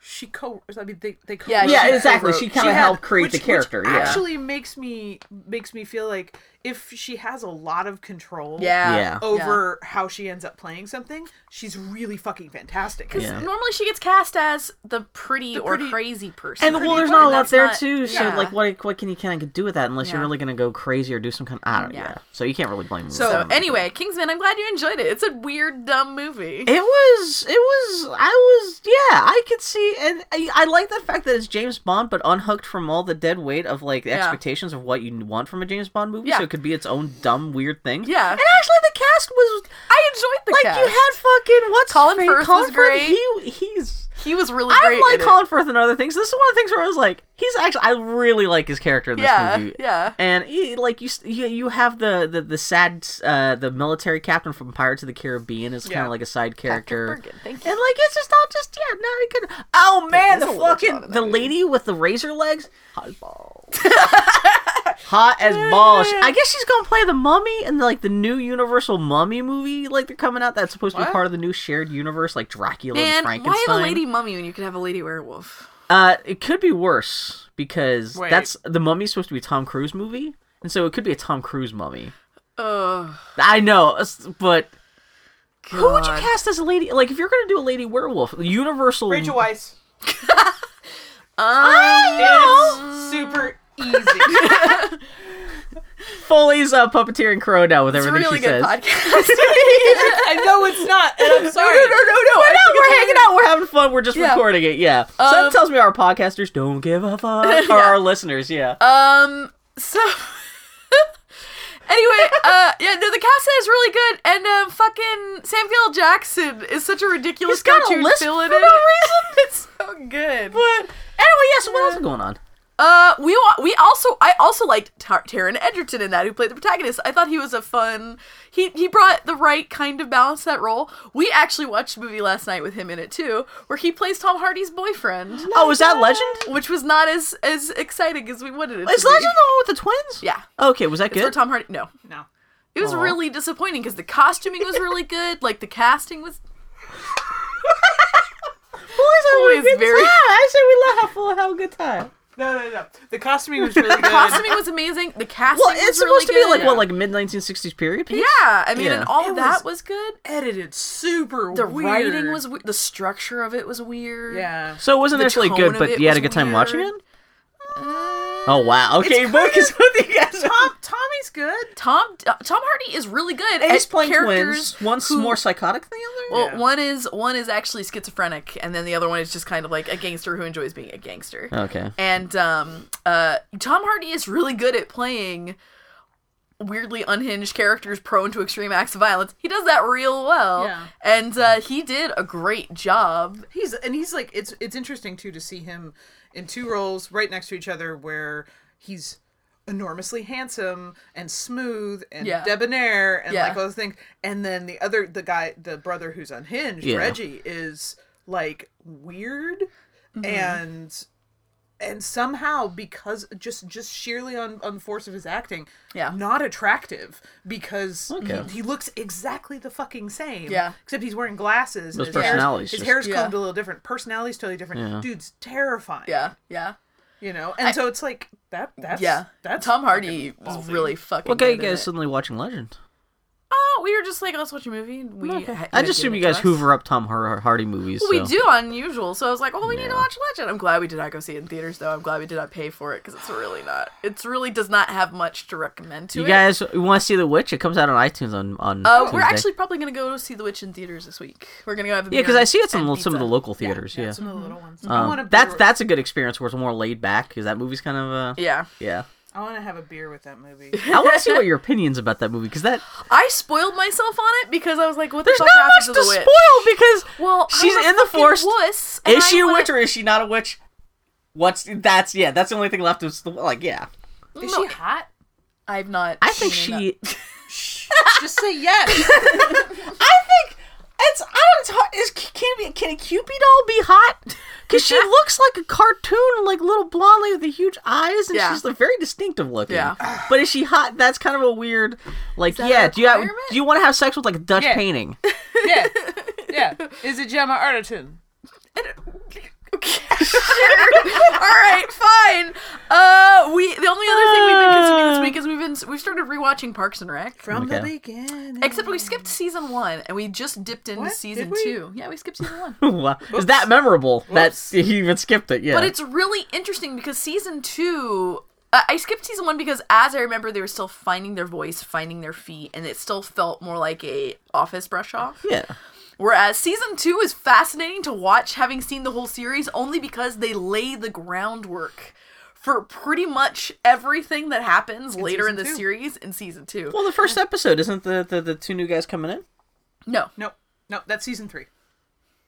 Speaker 3: She co. I mean, they they co-
Speaker 1: Yeah,
Speaker 2: yeah,
Speaker 1: she
Speaker 2: exactly.
Speaker 1: wrote-
Speaker 2: She
Speaker 3: She
Speaker 2: kind of
Speaker 3: had-
Speaker 2: helped create
Speaker 3: which-
Speaker 2: the
Speaker 3: which
Speaker 2: character. yeah.
Speaker 3: actually makes me makes me feel like if she has a lot of control,
Speaker 1: yeah.
Speaker 2: Yeah.
Speaker 3: over how she ends up playing something, she's really fucking fantastic.
Speaker 1: Because
Speaker 2: Yeah.
Speaker 1: normally she gets cast as the pretty or
Speaker 3: pretty-
Speaker 1: crazy person.
Speaker 2: and well, there's
Speaker 1: but
Speaker 2: not a lot
Speaker 1: that's
Speaker 2: there
Speaker 1: not-
Speaker 2: too. So
Speaker 1: yeah.
Speaker 2: like, what what can you kind of do with that unless you're
Speaker 1: Yeah.
Speaker 2: really gonna go crazy or do some kind? Of, I don't. Yeah.
Speaker 1: Yeah.
Speaker 2: So you can't really blame. Uma
Speaker 1: So
Speaker 2: Thurman.
Speaker 1: anyway, Kingsman. I'm glad you enjoyed it. It's a weird, dumb movie.
Speaker 2: It was, it was, I was, yeah, I could see, and I, I like the fact that it's James Bond, but unhooked from all the dead weight of like the
Speaker 1: Yeah.
Speaker 2: expectations of what you want from a James Bond movie,
Speaker 1: Yeah.
Speaker 2: so it could be its own dumb, weird thing.
Speaker 1: Yeah.
Speaker 2: and actually, the cast was
Speaker 1: I enjoyed the
Speaker 2: like
Speaker 1: cast.
Speaker 2: you had fucking what's
Speaker 1: Colin
Speaker 2: his-
Speaker 1: Firth was great.
Speaker 2: He he's.
Speaker 1: he was really great.
Speaker 2: I like
Speaker 1: in it.
Speaker 2: Colin Firth and other things. This is one of the things where I was like, he's actually I really like his character in this
Speaker 1: Yeah,
Speaker 2: movie.
Speaker 1: yeah.
Speaker 2: And he, like you, s- you, you have the the the sad uh, the military captain from Pirates of the Caribbean is kind
Speaker 3: Yeah.
Speaker 2: of like a side
Speaker 1: Patrick
Speaker 2: character.
Speaker 1: Bergen, Thank
Speaker 2: And
Speaker 1: you.
Speaker 2: like it's just not just yeah, not a good. Oh man,
Speaker 1: There's
Speaker 2: the
Speaker 1: a lot of
Speaker 2: fucking
Speaker 1: that
Speaker 2: the
Speaker 1: movie.
Speaker 2: lady with the razor legs, hot balls, [LAUGHS] hot as balls. She- I guess she's gonna play the mummy in like the new Universal Mummy movie. Like they're coming out. That's supposed to be
Speaker 3: What?
Speaker 2: part of the new shared universe, like Dracula and
Speaker 1: Man, why
Speaker 2: Frankenstein.
Speaker 1: have a lady mummy when you could have a lady werewolf?
Speaker 2: Uh, it could be worse because
Speaker 3: Wait.
Speaker 2: that's the mummy's supposed to be a Tom Cruise movie, and so it could be a Tom Cruise mummy.
Speaker 1: Ugh.
Speaker 2: I know, it's- but. Who would you
Speaker 1: God.
Speaker 2: cast as a lady? Like, if you're gonna do a lady werewolf, Universal
Speaker 3: Rachel Weisz.
Speaker 1: Um,
Speaker 3: It's super
Speaker 1: [LAUGHS]
Speaker 3: easy.
Speaker 2: Foley's uh, puppeteering crow now with
Speaker 1: it's a
Speaker 2: everything
Speaker 1: really
Speaker 2: she
Speaker 1: good [LAUGHS]
Speaker 2: says.
Speaker 1: podcast.
Speaker 3: I know it's not, and I'm sorry.
Speaker 1: No, no, no, no. I
Speaker 2: We're, not,
Speaker 1: think it's
Speaker 2: we're hanging out. We're having fun. We're just
Speaker 1: Yeah.
Speaker 2: recording it. Yeah. so that
Speaker 1: Um,
Speaker 2: tells me our podcasters don't give
Speaker 1: [LAUGHS]
Speaker 2: a fuck. Or our listeners. Yeah.
Speaker 1: Um. So. [LAUGHS] anyway, uh, yeah, no, the cast is really good, and um, fucking Samuel L. Jackson is such a ridiculous
Speaker 2: He's got a
Speaker 1: cartoon
Speaker 2: lisp
Speaker 1: villain
Speaker 2: for
Speaker 1: in [LAUGHS]
Speaker 2: no
Speaker 1: it. it's so good.
Speaker 2: but anyway, yeah. So what else is going on?
Speaker 1: Uh, we wa- we also I also liked Tar- Taron Edgerton in that, who played the protagonist. I thought he was a fun. He he brought the right kind of balance to that role. We actually watched a movie last night with him in it too, where he plays Tom Hardy's boyfriend,
Speaker 2: Oh, is that Legend?
Speaker 1: which was not as as exciting as we wanted it. to
Speaker 2: Is
Speaker 1: be.
Speaker 2: Legend the one with the twins?
Speaker 1: Yeah.
Speaker 2: Okay. Was that
Speaker 1: It's for
Speaker 2: good?
Speaker 1: Tom Hardy. No,
Speaker 3: No.
Speaker 1: It was
Speaker 2: Aw.
Speaker 1: really disappointing because the costuming was really good. Like the casting was.
Speaker 2: Boys having
Speaker 1: Always very-
Speaker 2: I said we love how full, have a good time.
Speaker 3: No, no, no. The costuming was really good.
Speaker 1: Costuming was amazing. The casting
Speaker 2: Well,
Speaker 1: was
Speaker 2: it's
Speaker 1: really
Speaker 2: supposed to be
Speaker 1: good.
Speaker 2: like what, like mid 1960s period piece?
Speaker 1: yeah. I mean,
Speaker 2: Yeah.
Speaker 1: and all
Speaker 3: It
Speaker 1: of that
Speaker 3: was-
Speaker 1: was good.
Speaker 3: edited super
Speaker 1: The
Speaker 3: weird.
Speaker 1: writing was we- the structure of it was weird.
Speaker 3: Yeah.
Speaker 2: So it wasn't
Speaker 1: The
Speaker 2: necessarily
Speaker 1: tone
Speaker 2: good,
Speaker 1: of
Speaker 2: but
Speaker 1: it
Speaker 2: you had a
Speaker 1: was
Speaker 2: good time watching it.
Speaker 1: weird.
Speaker 2: Oh wow! Okay,
Speaker 3: It's
Speaker 2: both
Speaker 3: kind
Speaker 2: is [LAUGHS] what you guys
Speaker 3: Tom Tommy's good.
Speaker 1: Tom Tom Hardy is really good.
Speaker 2: And
Speaker 1: at
Speaker 2: he's playing
Speaker 1: characters
Speaker 2: twins. One's
Speaker 1: who-
Speaker 2: more psychotic than the other.
Speaker 1: Well,
Speaker 3: Yeah.
Speaker 1: one is one is actually schizophrenic, and then the other one is just kind of like a gangster who enjoys being a gangster.
Speaker 2: okay.
Speaker 1: And um, uh, Tom Hardy is really good at playing weirdly unhinged characters prone to extreme acts of violence. He does that real well,
Speaker 3: Yeah.
Speaker 1: and uh, he did a great job.
Speaker 3: He's and he's like it's it's interesting too to see him in two roles right next to each other where he's enormously handsome and smooth and
Speaker 1: Yeah.
Speaker 3: debonair and
Speaker 1: Yeah.
Speaker 3: like all those things and then the other the guy the brother who's unhinged
Speaker 2: Yeah.
Speaker 3: Reggie is like weird
Speaker 1: Mm-hmm.
Speaker 3: and and somehow because just just sheerly on on the force of his acting
Speaker 1: Yeah.
Speaker 3: not attractive because
Speaker 2: Okay.
Speaker 3: he, he looks exactly the fucking same
Speaker 1: Yeah.
Speaker 3: except he's wearing glasses
Speaker 2: Those
Speaker 3: and his hair's-
Speaker 2: personalities
Speaker 3: his
Speaker 2: just-
Speaker 3: hair's combed
Speaker 1: Yeah.
Speaker 3: a little different. Personality's totally different.
Speaker 2: Yeah.
Speaker 3: Dude's terrifying.
Speaker 1: Yeah, yeah,
Speaker 3: You know? And so it's like that that's
Speaker 1: yeah.
Speaker 3: that's
Speaker 1: Tom Hardy
Speaker 3: fucking
Speaker 1: was
Speaker 3: ballsy.
Speaker 1: really fucking.
Speaker 2: What got you
Speaker 1: good at
Speaker 2: guys
Speaker 1: it.
Speaker 2: suddenly watching Legend?
Speaker 1: Oh, we were just like, let's watch a movie. and We had-
Speaker 2: I
Speaker 1: we
Speaker 2: just
Speaker 1: had
Speaker 2: assume you
Speaker 1: given it
Speaker 2: guys
Speaker 1: to us.
Speaker 2: hoover up Tom Har- Hardy movies.
Speaker 1: We
Speaker 2: so.
Speaker 1: do unusual, so I was like, "Well, we need
Speaker 2: Yeah.
Speaker 1: to watch Legend." I'm glad we did not go see it in theaters, though. I'm glad we did not pay for it because it's really not. It's really does not have much to recommend to
Speaker 2: You
Speaker 1: it.
Speaker 2: guys want to see The Witch? It comes out on iTunes on on.
Speaker 1: uh, we're
Speaker 2: Tuesday.
Speaker 1: actually probably gonna go see The Witch in theaters this week. We're gonna go have a
Speaker 2: yeah, because I see it's in
Speaker 1: in
Speaker 2: lo- some of the local theaters. Yeah,
Speaker 3: Some of the little ones. I
Speaker 2: Um,
Speaker 3: want a beer
Speaker 2: that's
Speaker 3: with-
Speaker 2: that's a good experience where it's more laid back because that movie's kind of uh,
Speaker 1: Yeah,
Speaker 2: yeah.
Speaker 3: I want to have a beer with that
Speaker 1: [LAUGHS]
Speaker 3: movie.
Speaker 2: I want to see what your opinions about that movie because [LAUGHS] that
Speaker 1: I spoiled myself on it because I was like, "What the
Speaker 2: there's
Speaker 1: fuck
Speaker 2: not
Speaker 1: happened
Speaker 2: much
Speaker 1: to
Speaker 2: to
Speaker 1: the witch?"
Speaker 2: spoil because
Speaker 1: Well,
Speaker 2: she's
Speaker 1: I'm a
Speaker 2: in the
Speaker 1: fucking
Speaker 2: forest.
Speaker 1: Wuss, and
Speaker 2: Is
Speaker 1: I
Speaker 2: she a
Speaker 1: wanna-
Speaker 2: witch or is she not a witch? What's that's yeah? That's the only thing left. Is the, like yeah.
Speaker 3: Is
Speaker 1: No,
Speaker 3: she hot?
Speaker 1: I've not.
Speaker 2: I think
Speaker 1: seen
Speaker 2: she.
Speaker 3: Just say
Speaker 1: [LAUGHS]
Speaker 3: yes.
Speaker 2: I think it's. I don't. It's hard. Is can be can a Cupid doll be hot? Because
Speaker 1: [LAUGHS]
Speaker 2: she looks like a cartoon, like little blonde lady with the huge eyes, and
Speaker 1: Yeah.
Speaker 2: she's like, very distinctive looking.
Speaker 1: Yeah.
Speaker 2: But is she hot? That's kind of a weird. Like
Speaker 1: that a
Speaker 2: yeah. Do you have,
Speaker 1: requirement?
Speaker 2: do you want to have sex with like a Dutch
Speaker 1: [LAUGHS]
Speaker 3: Yeah.
Speaker 2: painting? [LAUGHS]
Speaker 3: yeah. Yeah. Is it Gemma Arterton?
Speaker 2: [LAUGHS]
Speaker 1: Okay, [LAUGHS] sure. All right, fine. Uh, we the only other thing we've been consuming this week is we've been we've started rewatching Parks and Rec.
Speaker 3: From the
Speaker 2: Okay.
Speaker 3: beginning.
Speaker 1: Except we skipped season one and we just dipped into
Speaker 3: What?
Speaker 1: season
Speaker 3: Did we?
Speaker 1: two. Yeah, we skipped season one.
Speaker 2: wow. Is that memorable? That's [LAUGHS] you even skipped it. Yeah.
Speaker 1: But it's really interesting because season two. I I skipped season one because, as I remember, they were still finding their voice, finding their feet, and it still felt more like a office brush off.
Speaker 2: yeah.
Speaker 1: Whereas season two is fascinating to watch, having seen the whole series, only because they lay the groundwork for pretty much everything that happens later in the
Speaker 3: season two.
Speaker 1: series in season two.
Speaker 2: Well, the first episode isn't the, the the two new guys coming in.
Speaker 1: no,
Speaker 3: No. No, that's season three.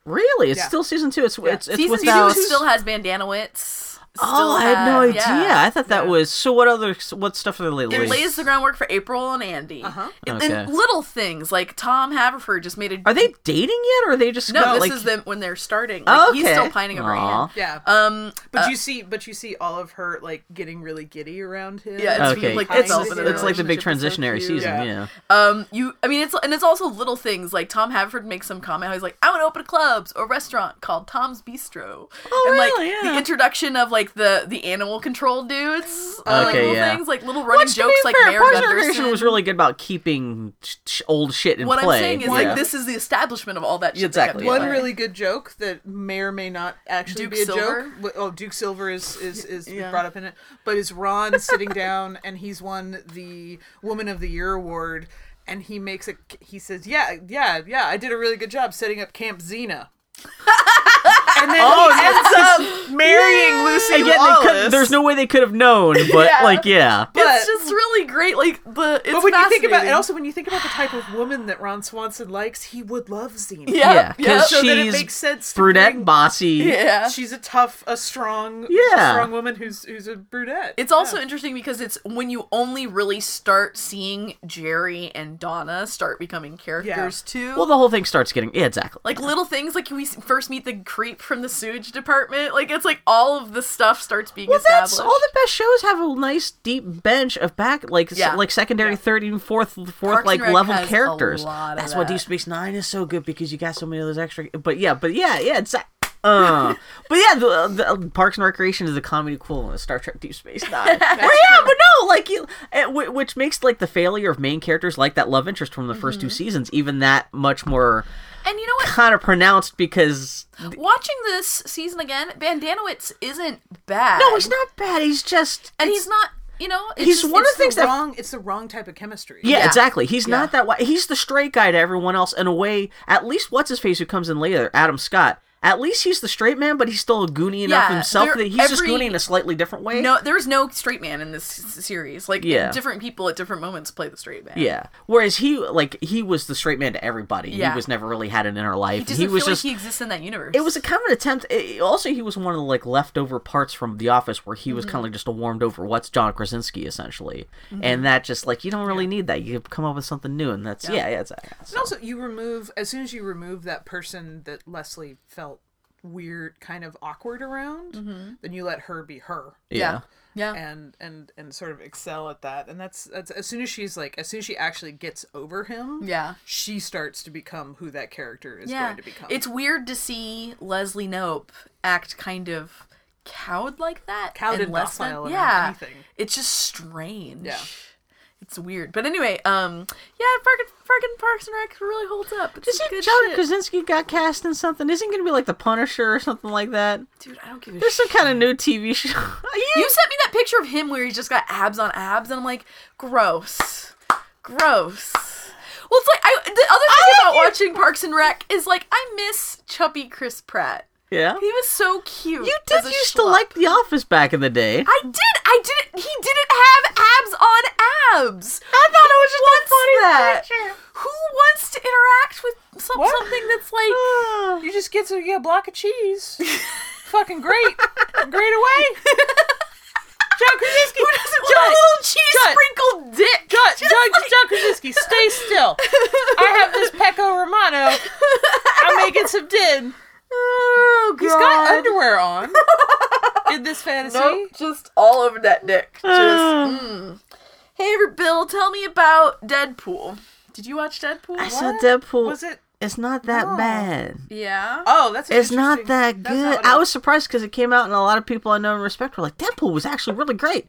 Speaker 2: Really? It's
Speaker 3: Yeah.
Speaker 2: still season two. It's it's, it's
Speaker 1: season
Speaker 2: without.
Speaker 1: two still has Bandanowitz.
Speaker 2: Oh,
Speaker 1: still
Speaker 2: I had no idea.
Speaker 1: yeah.
Speaker 2: I thought that was so. What other what stuff are they
Speaker 1: It
Speaker 2: lazy?
Speaker 1: lays the groundwork for April and Andy. Uh-huh. And, and
Speaker 2: Okay.
Speaker 1: little things like Tom Haverford just made a.
Speaker 2: Are they dating yet, or are they just
Speaker 1: No,
Speaker 2: got,
Speaker 1: this
Speaker 2: like,
Speaker 1: is them when they're starting. Like,
Speaker 2: Oh,
Speaker 1: He's still
Speaker 2: okay.
Speaker 1: pining over
Speaker 2: Aw.
Speaker 1: Anne.
Speaker 3: Yeah.
Speaker 1: Um,
Speaker 3: but you see but you see all of her like getting really giddy around him.
Speaker 1: Yeah, it's
Speaker 2: Okay,
Speaker 1: like
Speaker 2: it's,
Speaker 1: itself
Speaker 2: it's,
Speaker 1: in a
Speaker 2: it's like the big
Speaker 1: relationship is so
Speaker 2: transitionary
Speaker 1: cute.
Speaker 2: season. Yeah.
Speaker 3: Yeah.
Speaker 1: um, you. I mean, it's and it's also little things like Tom Haverford makes some comment. How he's like, I want to open a clubs or restaurant called Tom's Bistro.
Speaker 2: Oh,
Speaker 1: and like
Speaker 2: really? Yeah.
Speaker 1: the introduction of like the the animal control dudes. are, like
Speaker 2: Okay,
Speaker 1: little
Speaker 2: yeah.
Speaker 1: things like little running
Speaker 2: Which, to
Speaker 1: jokes
Speaker 2: be
Speaker 1: like
Speaker 2: fair,
Speaker 1: Mayor
Speaker 2: Parks and
Speaker 1: Gunderson.
Speaker 2: Recreation was really good about keeping sh- sh- old shit in
Speaker 1: what
Speaker 2: play.
Speaker 1: I'm saying is
Speaker 2: yeah.
Speaker 1: like this is the establishment of all that. Shit
Speaker 2: Exactly.
Speaker 1: That kept
Speaker 3: One
Speaker 1: going.
Speaker 3: really good joke that may or may not actually
Speaker 1: Duke
Speaker 3: be a
Speaker 1: Silver?
Speaker 3: joke. w- Oh, Duke Silver is is, is
Speaker 1: Yeah.
Speaker 3: brought up in it, but is Ron sitting down [LAUGHS] and he's won the Woman of the Year award, and he makes a he says, "Yeah, yeah, yeah, I did a really good job setting up Camp
Speaker 1: [LAUGHS]
Speaker 3: Xena." and then
Speaker 2: Oh,
Speaker 3: he ends up marrying Lucy
Speaker 2: Again, they could,
Speaker 3: Lawless.
Speaker 2: there's no way they could have known, but
Speaker 1: Yeah.
Speaker 2: like, yeah,
Speaker 1: it's
Speaker 3: but-
Speaker 1: just really great. Like the it's
Speaker 3: but when you think about,
Speaker 1: fascinating.
Speaker 3: and also when you think about the type of woman that Ron Swanson likes, he would love Xena.
Speaker 1: Yeah,
Speaker 2: yeah,
Speaker 1: yeah.
Speaker 2: because
Speaker 1: So
Speaker 3: then it
Speaker 2: she's
Speaker 3: makes sense to
Speaker 2: brunette,
Speaker 3: bring-
Speaker 2: bossy.
Speaker 1: yeah.
Speaker 3: She's a tough, a strong,
Speaker 2: Yeah.
Speaker 3: a strong woman who's who's a brunette.
Speaker 1: It's also interesting because it's when you only really start seeing Jerry and Donna start becoming characters too.
Speaker 2: Well, the whole thing starts getting yeah, exactly.
Speaker 1: like little things like we s- first meet the creep from the sewage department. Like it's like all of the stuff starts being
Speaker 2: Well,
Speaker 1: established.
Speaker 2: that's all the best shows have a nice deep bench of back, like s-
Speaker 1: Yeah.
Speaker 2: like secondary, third, and fourth, fourth
Speaker 1: and
Speaker 2: like
Speaker 1: Rec
Speaker 2: level
Speaker 1: has a
Speaker 2: characters.
Speaker 1: lot of
Speaker 2: That's why
Speaker 1: that.
Speaker 2: Deep Space Nine is so good because you got so many of those extra. But yeah, but yeah, yeah, it's
Speaker 1: [LAUGHS]
Speaker 2: Uh, but yeah, the, the Parks and Recreation is the comedy equivalent of Star Trek: Deep Space
Speaker 1: [LAUGHS]
Speaker 2: Nine. Or yeah, but no, like you, eh, whi- which makes like the failure of main characters like that love interest from the 1st
Speaker 1: Mm-hmm.
Speaker 2: two seasons even that much more
Speaker 1: And you know what?
Speaker 2: kind of pronounced because
Speaker 1: Watching this season again, Bandanowitz isn't bad.
Speaker 2: no, he's not bad. He's just
Speaker 1: And he's not, you know, it's
Speaker 2: He's
Speaker 1: just-
Speaker 2: one
Speaker 1: it's
Speaker 2: of the things
Speaker 3: the
Speaker 2: that-
Speaker 3: wrong. It's the wrong type of chemistry.
Speaker 2: Yeah,
Speaker 1: Yeah.
Speaker 2: exactly. He's not that. Wi- he's the straight guy to everyone else in a way. At least what's his face who comes in later, Adam Scott. At least he's the straight man, but he's still a goonie enough
Speaker 1: Yeah,
Speaker 2: himself
Speaker 1: there-
Speaker 2: that he's just
Speaker 1: every-
Speaker 2: goonie in a slightly different way.
Speaker 1: No, there's no straight man in this s- series. Like,
Speaker 2: Yeah.
Speaker 1: different people at different moments play the straight man.
Speaker 2: Yeah. Whereas he, like, he was the straight man to everybody.
Speaker 1: Yeah.
Speaker 2: He was never really had an inner life.
Speaker 1: He doesn't
Speaker 2: was
Speaker 1: feel
Speaker 2: just.
Speaker 1: like he exists in that universe.
Speaker 2: it was a kind of an attempt. It, also, he was one of the like leftover parts from The Office, where he was
Speaker 1: Mm-hmm.
Speaker 2: kind of like just a warmed over what's John Krasinski essentially,
Speaker 1: Mm-hmm.
Speaker 2: and that just like you don't really need that. You come up with something new, and that's yeah, yeah, it's,
Speaker 3: And also, you remove as soon as you remove that person that Leslie felt weird, kind of awkward around, then you let her be her.
Speaker 2: yeah.
Speaker 1: Yeah.
Speaker 3: and and and sort of excel at that and that's that's as soon as she's like as soon as she actually gets over him
Speaker 1: Yeah.
Speaker 3: she starts to become who that character is
Speaker 1: yeah.
Speaker 3: going to become
Speaker 1: It's weird to see Leslie Nope act kind of cowed like that.
Speaker 3: Cowed and
Speaker 1: less than-
Speaker 3: docile and
Speaker 1: yeah.
Speaker 3: anything.
Speaker 1: It's just strange.
Speaker 3: Yeah.
Speaker 1: It's weird. But anyway, um, yeah, Parkin, Parkin, Parks and Rec really holds up. It's some
Speaker 2: Isn't
Speaker 1: good
Speaker 2: John
Speaker 1: shit.
Speaker 2: Krasinski got cast in something? Isn't he gonna be like the Punisher or something like that?
Speaker 1: Dude, I don't give a
Speaker 2: There's
Speaker 1: shit.
Speaker 2: some kind of new TV [LAUGHS] show.
Speaker 1: You sent me that picture of him where he's just got abs on abs, and I'm like, gross, gross. Well, it's like I, the other thing about watching Parks and Rec is like I miss chubby Chris Pratt.
Speaker 2: yeah.
Speaker 1: He was so cute.
Speaker 2: You did
Speaker 1: as a
Speaker 2: used to
Speaker 1: schlub.
Speaker 2: like The Office back in the day.
Speaker 1: I did. I didn't. He didn't have abs on abs. I thought it was just wants that? Who wants to interact with some,
Speaker 3: What?
Speaker 1: something that's like?
Speaker 2: Ah.
Speaker 3: you just get to get a block of [LAUGHS] cheese fucking great great away john krasinski
Speaker 1: Who doesn't
Speaker 3: John,
Speaker 1: want a little cheese
Speaker 3: Shut.
Speaker 1: sprinkled dick?
Speaker 3: john,
Speaker 1: Just
Speaker 3: john,
Speaker 1: like-
Speaker 3: john krasinski stay still i have this peco romano i'm making some din
Speaker 1: Oh god.
Speaker 3: he's got underwear [LAUGHS] on in this fantasy
Speaker 1: Nope, just all over that dick.
Speaker 2: Ah.
Speaker 1: Just, mm. Hey, Bill, tell me about Deadpool. Did you watch Deadpool?
Speaker 2: I saw
Speaker 3: What?
Speaker 2: Deadpool.
Speaker 3: was it
Speaker 2: It's not that
Speaker 3: No.
Speaker 2: bad.
Speaker 1: Yeah.
Speaker 3: oh that's an
Speaker 2: It's not
Speaker 3: interesting-
Speaker 2: that
Speaker 3: that's
Speaker 2: good.
Speaker 3: not what
Speaker 2: I
Speaker 3: it-
Speaker 2: was surprised because it came out, and a lot of people I know and respect were like, "Deadpool was actually really great,"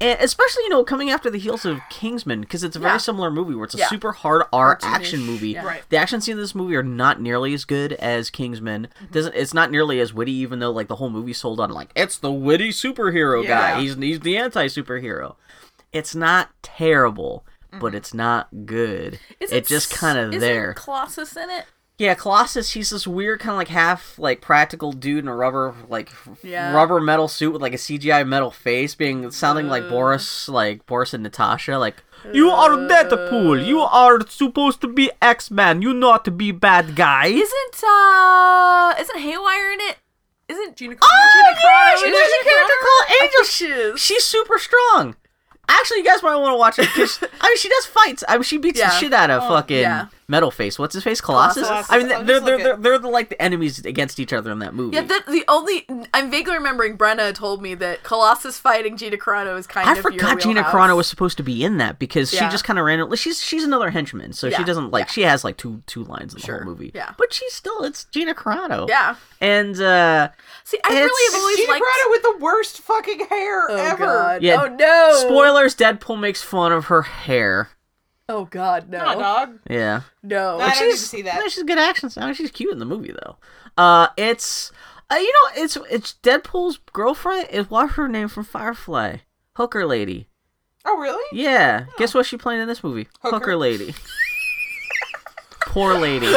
Speaker 2: and especially you know coming after the heels of Kingsman because it's a very
Speaker 1: Yeah.
Speaker 2: similar movie where it's a
Speaker 1: Yeah.
Speaker 2: super hard R action movie.
Speaker 1: yeah.
Speaker 3: Right.
Speaker 2: The action scenes in this movie are not nearly as good as Kingsman. Doesn't it's not nearly as witty, even though like the whole movie sold on like it's the witty superhero
Speaker 3: Yeah.
Speaker 2: guy. He's he's the anti superhero. It's not terrible. But it's not good. It's
Speaker 1: Isn't
Speaker 2: just
Speaker 1: s-
Speaker 2: kind of
Speaker 1: isn't
Speaker 2: there.
Speaker 1: Colossus in it.
Speaker 2: Yeah, Colossus. He's this weird kind of like half like practical dude in a rubber like
Speaker 1: Yeah.
Speaker 2: rubber metal suit with like a CGI metal face, being sounding like Boris, like Boris and Natasha. Like you are Deadpool. You are supposed to be X Man. You not be bad guy.
Speaker 1: Isn't uh? Isn't Haywire in it? Isn't Gina?
Speaker 2: oh
Speaker 1: Gina
Speaker 2: yeah,
Speaker 1: Carano
Speaker 2: she-
Speaker 1: in
Speaker 2: there's
Speaker 1: it?
Speaker 2: a character called Angel.
Speaker 1: she is.
Speaker 2: She's super strong. Actually, you guys might want to watch it
Speaker 1: [LAUGHS]
Speaker 2: because I mean, she does fights. I mean, she beats
Speaker 1: Yeah. Oh,
Speaker 2: the shit out of fucking
Speaker 1: yeah.
Speaker 2: Metal Face. What's his face? Colossus.
Speaker 3: Colossus.
Speaker 2: I mean,
Speaker 3: I'll
Speaker 2: they're
Speaker 3: just
Speaker 2: they're,
Speaker 3: look
Speaker 2: they're
Speaker 3: at-
Speaker 2: they're the, like the enemies against each other in that movie.
Speaker 1: Yeah, that the only I'm vaguely remembering. Brenna told me that Colossus fighting Gina Carano is kind
Speaker 2: I
Speaker 1: of.
Speaker 2: forgot
Speaker 1: your
Speaker 2: Gina
Speaker 1: wheelhouse.
Speaker 2: Carano was supposed to be in that because
Speaker 1: Yeah.
Speaker 2: she just kind of randomly she's she's another henchman, so
Speaker 1: Yeah,
Speaker 2: she doesn't like she has like two two lines in the
Speaker 1: Sure,
Speaker 2: whole movie.
Speaker 1: yeah.
Speaker 2: But she's still it's Gina Carano.
Speaker 1: Yeah.
Speaker 2: And uh
Speaker 1: See, I
Speaker 2: It's-
Speaker 1: really have
Speaker 2: it's
Speaker 1: always
Speaker 3: Gina
Speaker 1: liked.
Speaker 3: Carano with the worst fucking hair
Speaker 1: oh
Speaker 3: ever.
Speaker 1: god.
Speaker 2: Yeah.
Speaker 1: Oh no.
Speaker 2: spoilers, Deadpool makes fun of her hair.
Speaker 1: Oh god. No.
Speaker 3: Nah, dog.
Speaker 2: Yeah.
Speaker 1: No.
Speaker 2: But
Speaker 3: I don't need to
Speaker 2: she's-
Speaker 3: see that.
Speaker 2: No, she's good action. I mean, she's cute in the movie though. Uh it's uh, you know, it's it's Deadpool's girlfriend is what's her name from Firefly? Hooker lady.
Speaker 3: Oh really?
Speaker 2: Yeah. Guess what she played in this movie? Hooker,
Speaker 1: [LAUGHS]
Speaker 3: Hooker.
Speaker 2: lady. Poor lady.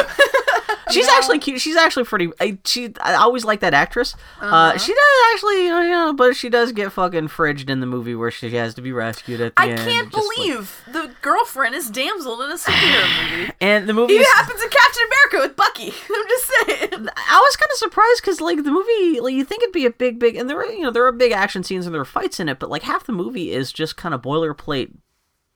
Speaker 2: She's actually cute. She's actually pretty. I, she. I always like that actress. uh
Speaker 1: Uh-huh.
Speaker 2: she does actually, you know, you know, but she does get fucking fridged in the movie where she has to be rescued at the
Speaker 1: I
Speaker 2: end.
Speaker 1: can't
Speaker 2: just like-
Speaker 1: believe the girlfriend is damseled in a
Speaker 2: [SIGHS]
Speaker 1: superhero movie.
Speaker 2: and the movie.
Speaker 1: It
Speaker 2: is-
Speaker 1: happens in Captain America with Bucky. [LAUGHS] I'm just saying.
Speaker 2: I was kind of surprised because like the movie, like you think it'd be a big, big, and there are you know there are big action scenes and there are fights in it, but like half the movie is just kind of boilerplate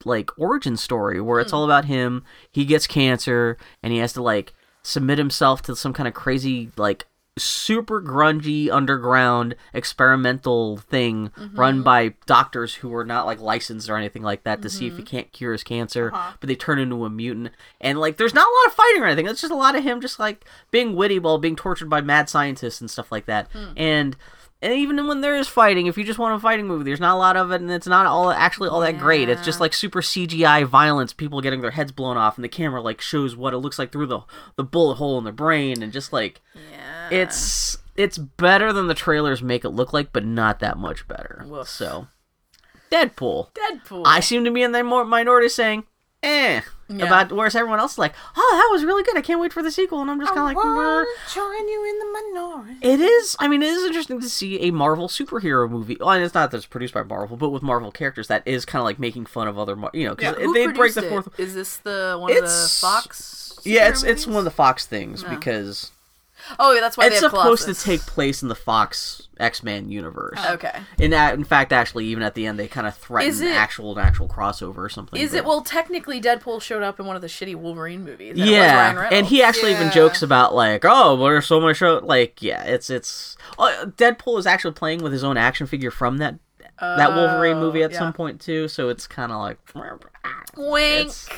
Speaker 2: like origin story where it's all about him. He gets cancer and he has to like submit himself to some kind of crazy like super grungy underground experimental thing run by doctors who are not like licensed or anything like that to see if he can't cure his cancer but they turn into a mutant and like there's not a lot of fighting or anything it's just a lot of him just like being witty while being tortured by mad scientists and stuff like that and and even when there is fighting, if you just want a fighting movie, there's not a lot of it, and it's not all actually all that great. It's just like super CGI violence, people getting their heads blown off, and the camera like shows what it looks like through the the bullet hole in their brain, and just like
Speaker 1: Yeah.
Speaker 2: it's it's better than the trailers make it look like, but not that much better.
Speaker 1: Woof.
Speaker 2: So, Deadpool.
Speaker 1: Deadpool.
Speaker 2: I seem to be in the more minority saying, eh,
Speaker 1: Yeah.
Speaker 2: about whereas everyone else is like, oh, that was really good. I can't wait for the sequel, and I'm just kind of like, "Meh."
Speaker 3: join you in the minority.
Speaker 2: It is. I mean, it is interesting to see a Marvel superhero movie. Well, and it's not that it's produced by Marvel, but with Marvel characters, that is kind of like making fun of other, Mar- you know, because
Speaker 1: Who
Speaker 2: they break
Speaker 1: produced
Speaker 2: the fourth.
Speaker 1: It? Is this the one of the
Speaker 2: It's-
Speaker 1: Fox?
Speaker 2: Yeah, it's
Speaker 1: superhero
Speaker 2: it's one of
Speaker 1: movies?
Speaker 2: the Fox things because
Speaker 1: Oh, yeah, that's why they
Speaker 2: it's
Speaker 1: have
Speaker 2: supposed to
Speaker 1: Colossus. Oh,
Speaker 2: take place in the Fox X Men universe.
Speaker 1: Okay.
Speaker 2: In that, in fact, actually, even at the end, they kind of threaten
Speaker 1: Is it-
Speaker 2: actual and actual crossover or something.
Speaker 1: Is it
Speaker 2: but-
Speaker 1: well? Technically, Deadpool showed up in one of the shitty Wolverine movies. and it was
Speaker 2: yeah,
Speaker 1: Ryan
Speaker 2: and he
Speaker 1: Reynolds.
Speaker 2: actually even
Speaker 3: Yeah.
Speaker 2: jokes about like, oh, well, there's so much show. Like, yeah, it's it's uh, Deadpool is actually playing with his own action figure from that that Wolverine
Speaker 1: Oh,
Speaker 2: movie at
Speaker 1: yeah.
Speaker 2: some point too. So it's kind of like
Speaker 1: wink.
Speaker 2: it's-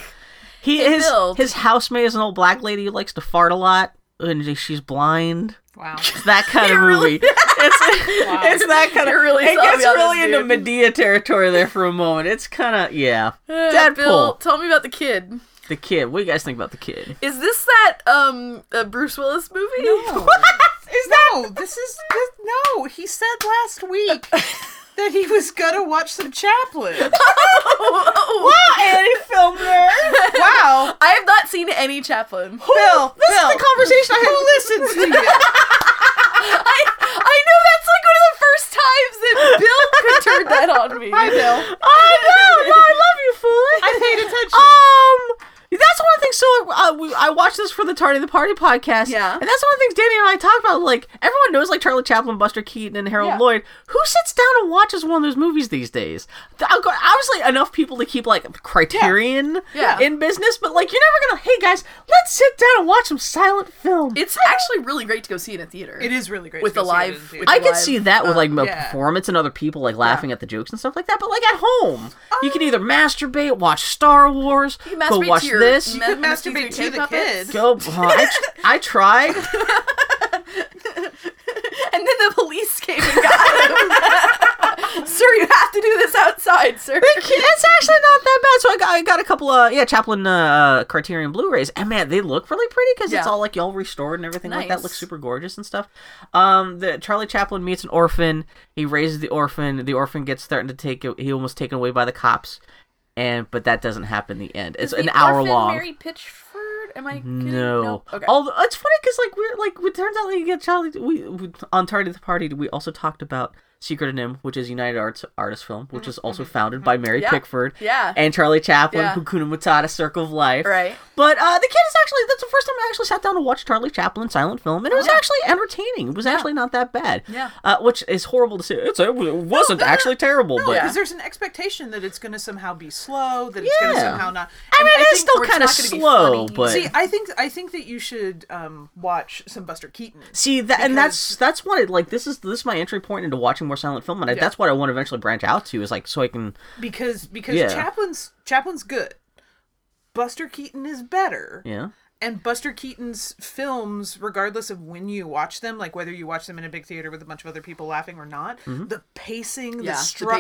Speaker 2: he
Speaker 1: They
Speaker 2: his
Speaker 1: build.
Speaker 2: his housemate is an old black lady who likes to fart a lot and she's blind.
Speaker 3: Wow.
Speaker 2: It's that
Speaker 1: [LAUGHS]
Speaker 2: kind of movie. It's, it's that kind
Speaker 1: It
Speaker 2: of
Speaker 1: really
Speaker 2: It
Speaker 1: saw me
Speaker 2: gets
Speaker 1: on
Speaker 2: really
Speaker 1: this,
Speaker 2: into
Speaker 1: dude.
Speaker 2: Medea territory there for a moment. It's kind of yeah.
Speaker 1: Uh,
Speaker 2: Deadpool,
Speaker 1: Bill, tell me about the kid.
Speaker 2: the kid. What do you guys think about the kid?
Speaker 1: Is this that um uh, Bruce Willis movie? [LAUGHS]
Speaker 2: [LAUGHS]
Speaker 3: Is no, this is this, no. He said last week
Speaker 2: [LAUGHS]
Speaker 3: that he was gonna watch some Chaplin.
Speaker 1: Oh,
Speaker 2: Any film [LAUGHS] nerd.
Speaker 3: Wow,
Speaker 1: I have not seen any
Speaker 2: [LAUGHS]
Speaker 1: Chaplin.
Speaker 3: Bill,
Speaker 2: This is the conversation I
Speaker 3: who
Speaker 2: had.
Speaker 3: listens to
Speaker 2: [LAUGHS]
Speaker 3: you?
Speaker 1: I I know that's like one of the first times that
Speaker 2: [LAUGHS]
Speaker 1: Bill could turn that on me.
Speaker 3: Hi, Bill.
Speaker 2: I know. No, I love you, fool.
Speaker 3: I paid attention.
Speaker 2: Um, that's one of the things. So uh, we, I watched this for the Tardy the Party podcast.
Speaker 1: Yeah.
Speaker 2: and that's one of the things Danny and I talked about. Like everyone knows, like Charlie Chaplin, Buster Keaton, and Harold
Speaker 1: Yeah.
Speaker 2: Lloyd. Who sits down and watches one of those movies these days? Th- I've got- Obviously, enough people to keep like Criterion
Speaker 1: Yeah.
Speaker 2: in business, but like you're never gonna. Hey guys, let's sit down and watch some silent film.
Speaker 1: It's actually really great to go see in a theater.
Speaker 3: It is really great
Speaker 1: With
Speaker 3: to go
Speaker 1: the
Speaker 3: see it
Speaker 1: live-
Speaker 3: in theater.
Speaker 1: with
Speaker 2: I could
Speaker 1: live.
Speaker 2: see that with like a
Speaker 3: yeah.
Speaker 2: performance and other people like laughing at the jokes and stuff like that. But like at home, you can either masturbate, watch Star Wars,
Speaker 1: Oh. You
Speaker 2: go
Speaker 1: masturbate to
Speaker 2: watch
Speaker 1: your
Speaker 2: this,
Speaker 1: ma-
Speaker 3: could
Speaker 1: Masters
Speaker 3: masturbate
Speaker 1: and
Speaker 3: to the
Speaker 1: K-puppets. [LAUGHS]
Speaker 3: kid.
Speaker 2: go. oh, I, tr- I tried. [LAUGHS]
Speaker 1: And then the police came and got him. [LAUGHS] sir, you have to do this outside, sir.
Speaker 2: It's actually not that bad. So I got, I got a couple of yeah Chaplin uh, Criterion Blu-rays, and man, they look really pretty because it's
Speaker 1: Yeah.
Speaker 2: all like all restored and everything like that.
Speaker 1: Nice.
Speaker 2: Looks super gorgeous and stuff. Um, the Charlie Chaplin meets an orphan. He raises the orphan. The orphan gets threatened to take. He almost taken away by the cops, and but that doesn't happen. In the end. It's
Speaker 1: Is the
Speaker 2: an hour
Speaker 1: orphan
Speaker 2: long.
Speaker 1: Mary Pitchford? Am I kidding?
Speaker 2: No.
Speaker 1: Okay.
Speaker 2: Although it's funny because like we're like it turns out like yeah, Charlie we, we on Tardy the Party we also talked about Secret and Him, which is United Arts artist film, which is also founded by Mary
Speaker 1: Mm-hmm. Yeah.
Speaker 2: Pickford.
Speaker 1: Yeah.
Speaker 2: And Charlie Chaplin,
Speaker 1: Yeah.
Speaker 2: Hakuna Matata, Circle of Life.
Speaker 1: Right.
Speaker 2: But uh, the kid is actually that's the first time I actually sat down to watch Charlie Chaplin silent film, and it was actually entertaining. It was actually not that bad.
Speaker 1: Oh, Yeah.
Speaker 2: Uh, which is horrible to say. It's, it wasn't actually terrible, but
Speaker 1: Yeah.
Speaker 3: because there's an expectation that it's going to somehow be slow, that it's going to
Speaker 2: Yeah.
Speaker 3: somehow not.
Speaker 2: I mean,
Speaker 3: And
Speaker 2: it's
Speaker 3: think-
Speaker 2: still
Speaker 1: or it's
Speaker 2: kind of
Speaker 1: not gonna be
Speaker 2: slow,
Speaker 1: funny.
Speaker 2: but
Speaker 3: See, I think I think that you should um, watch some Buster Keaton.
Speaker 2: See that, and that's
Speaker 3: Because-
Speaker 2: that's what it like. This is this is my entry point into watching more silent film, and I,
Speaker 3: Yeah.
Speaker 2: that's what I want to eventually branch out to is like so I can.
Speaker 3: because because
Speaker 2: Yeah.
Speaker 3: Chaplin's Chaplin's good. Buster Keaton is better.
Speaker 2: Yeah,
Speaker 3: And Buster Keaton's films, regardless of when you watch them, like whether you watch them in a big theater with a bunch of other people laughing or not, the pacing,
Speaker 1: Yeah,
Speaker 3: the
Speaker 1: the pacing is a little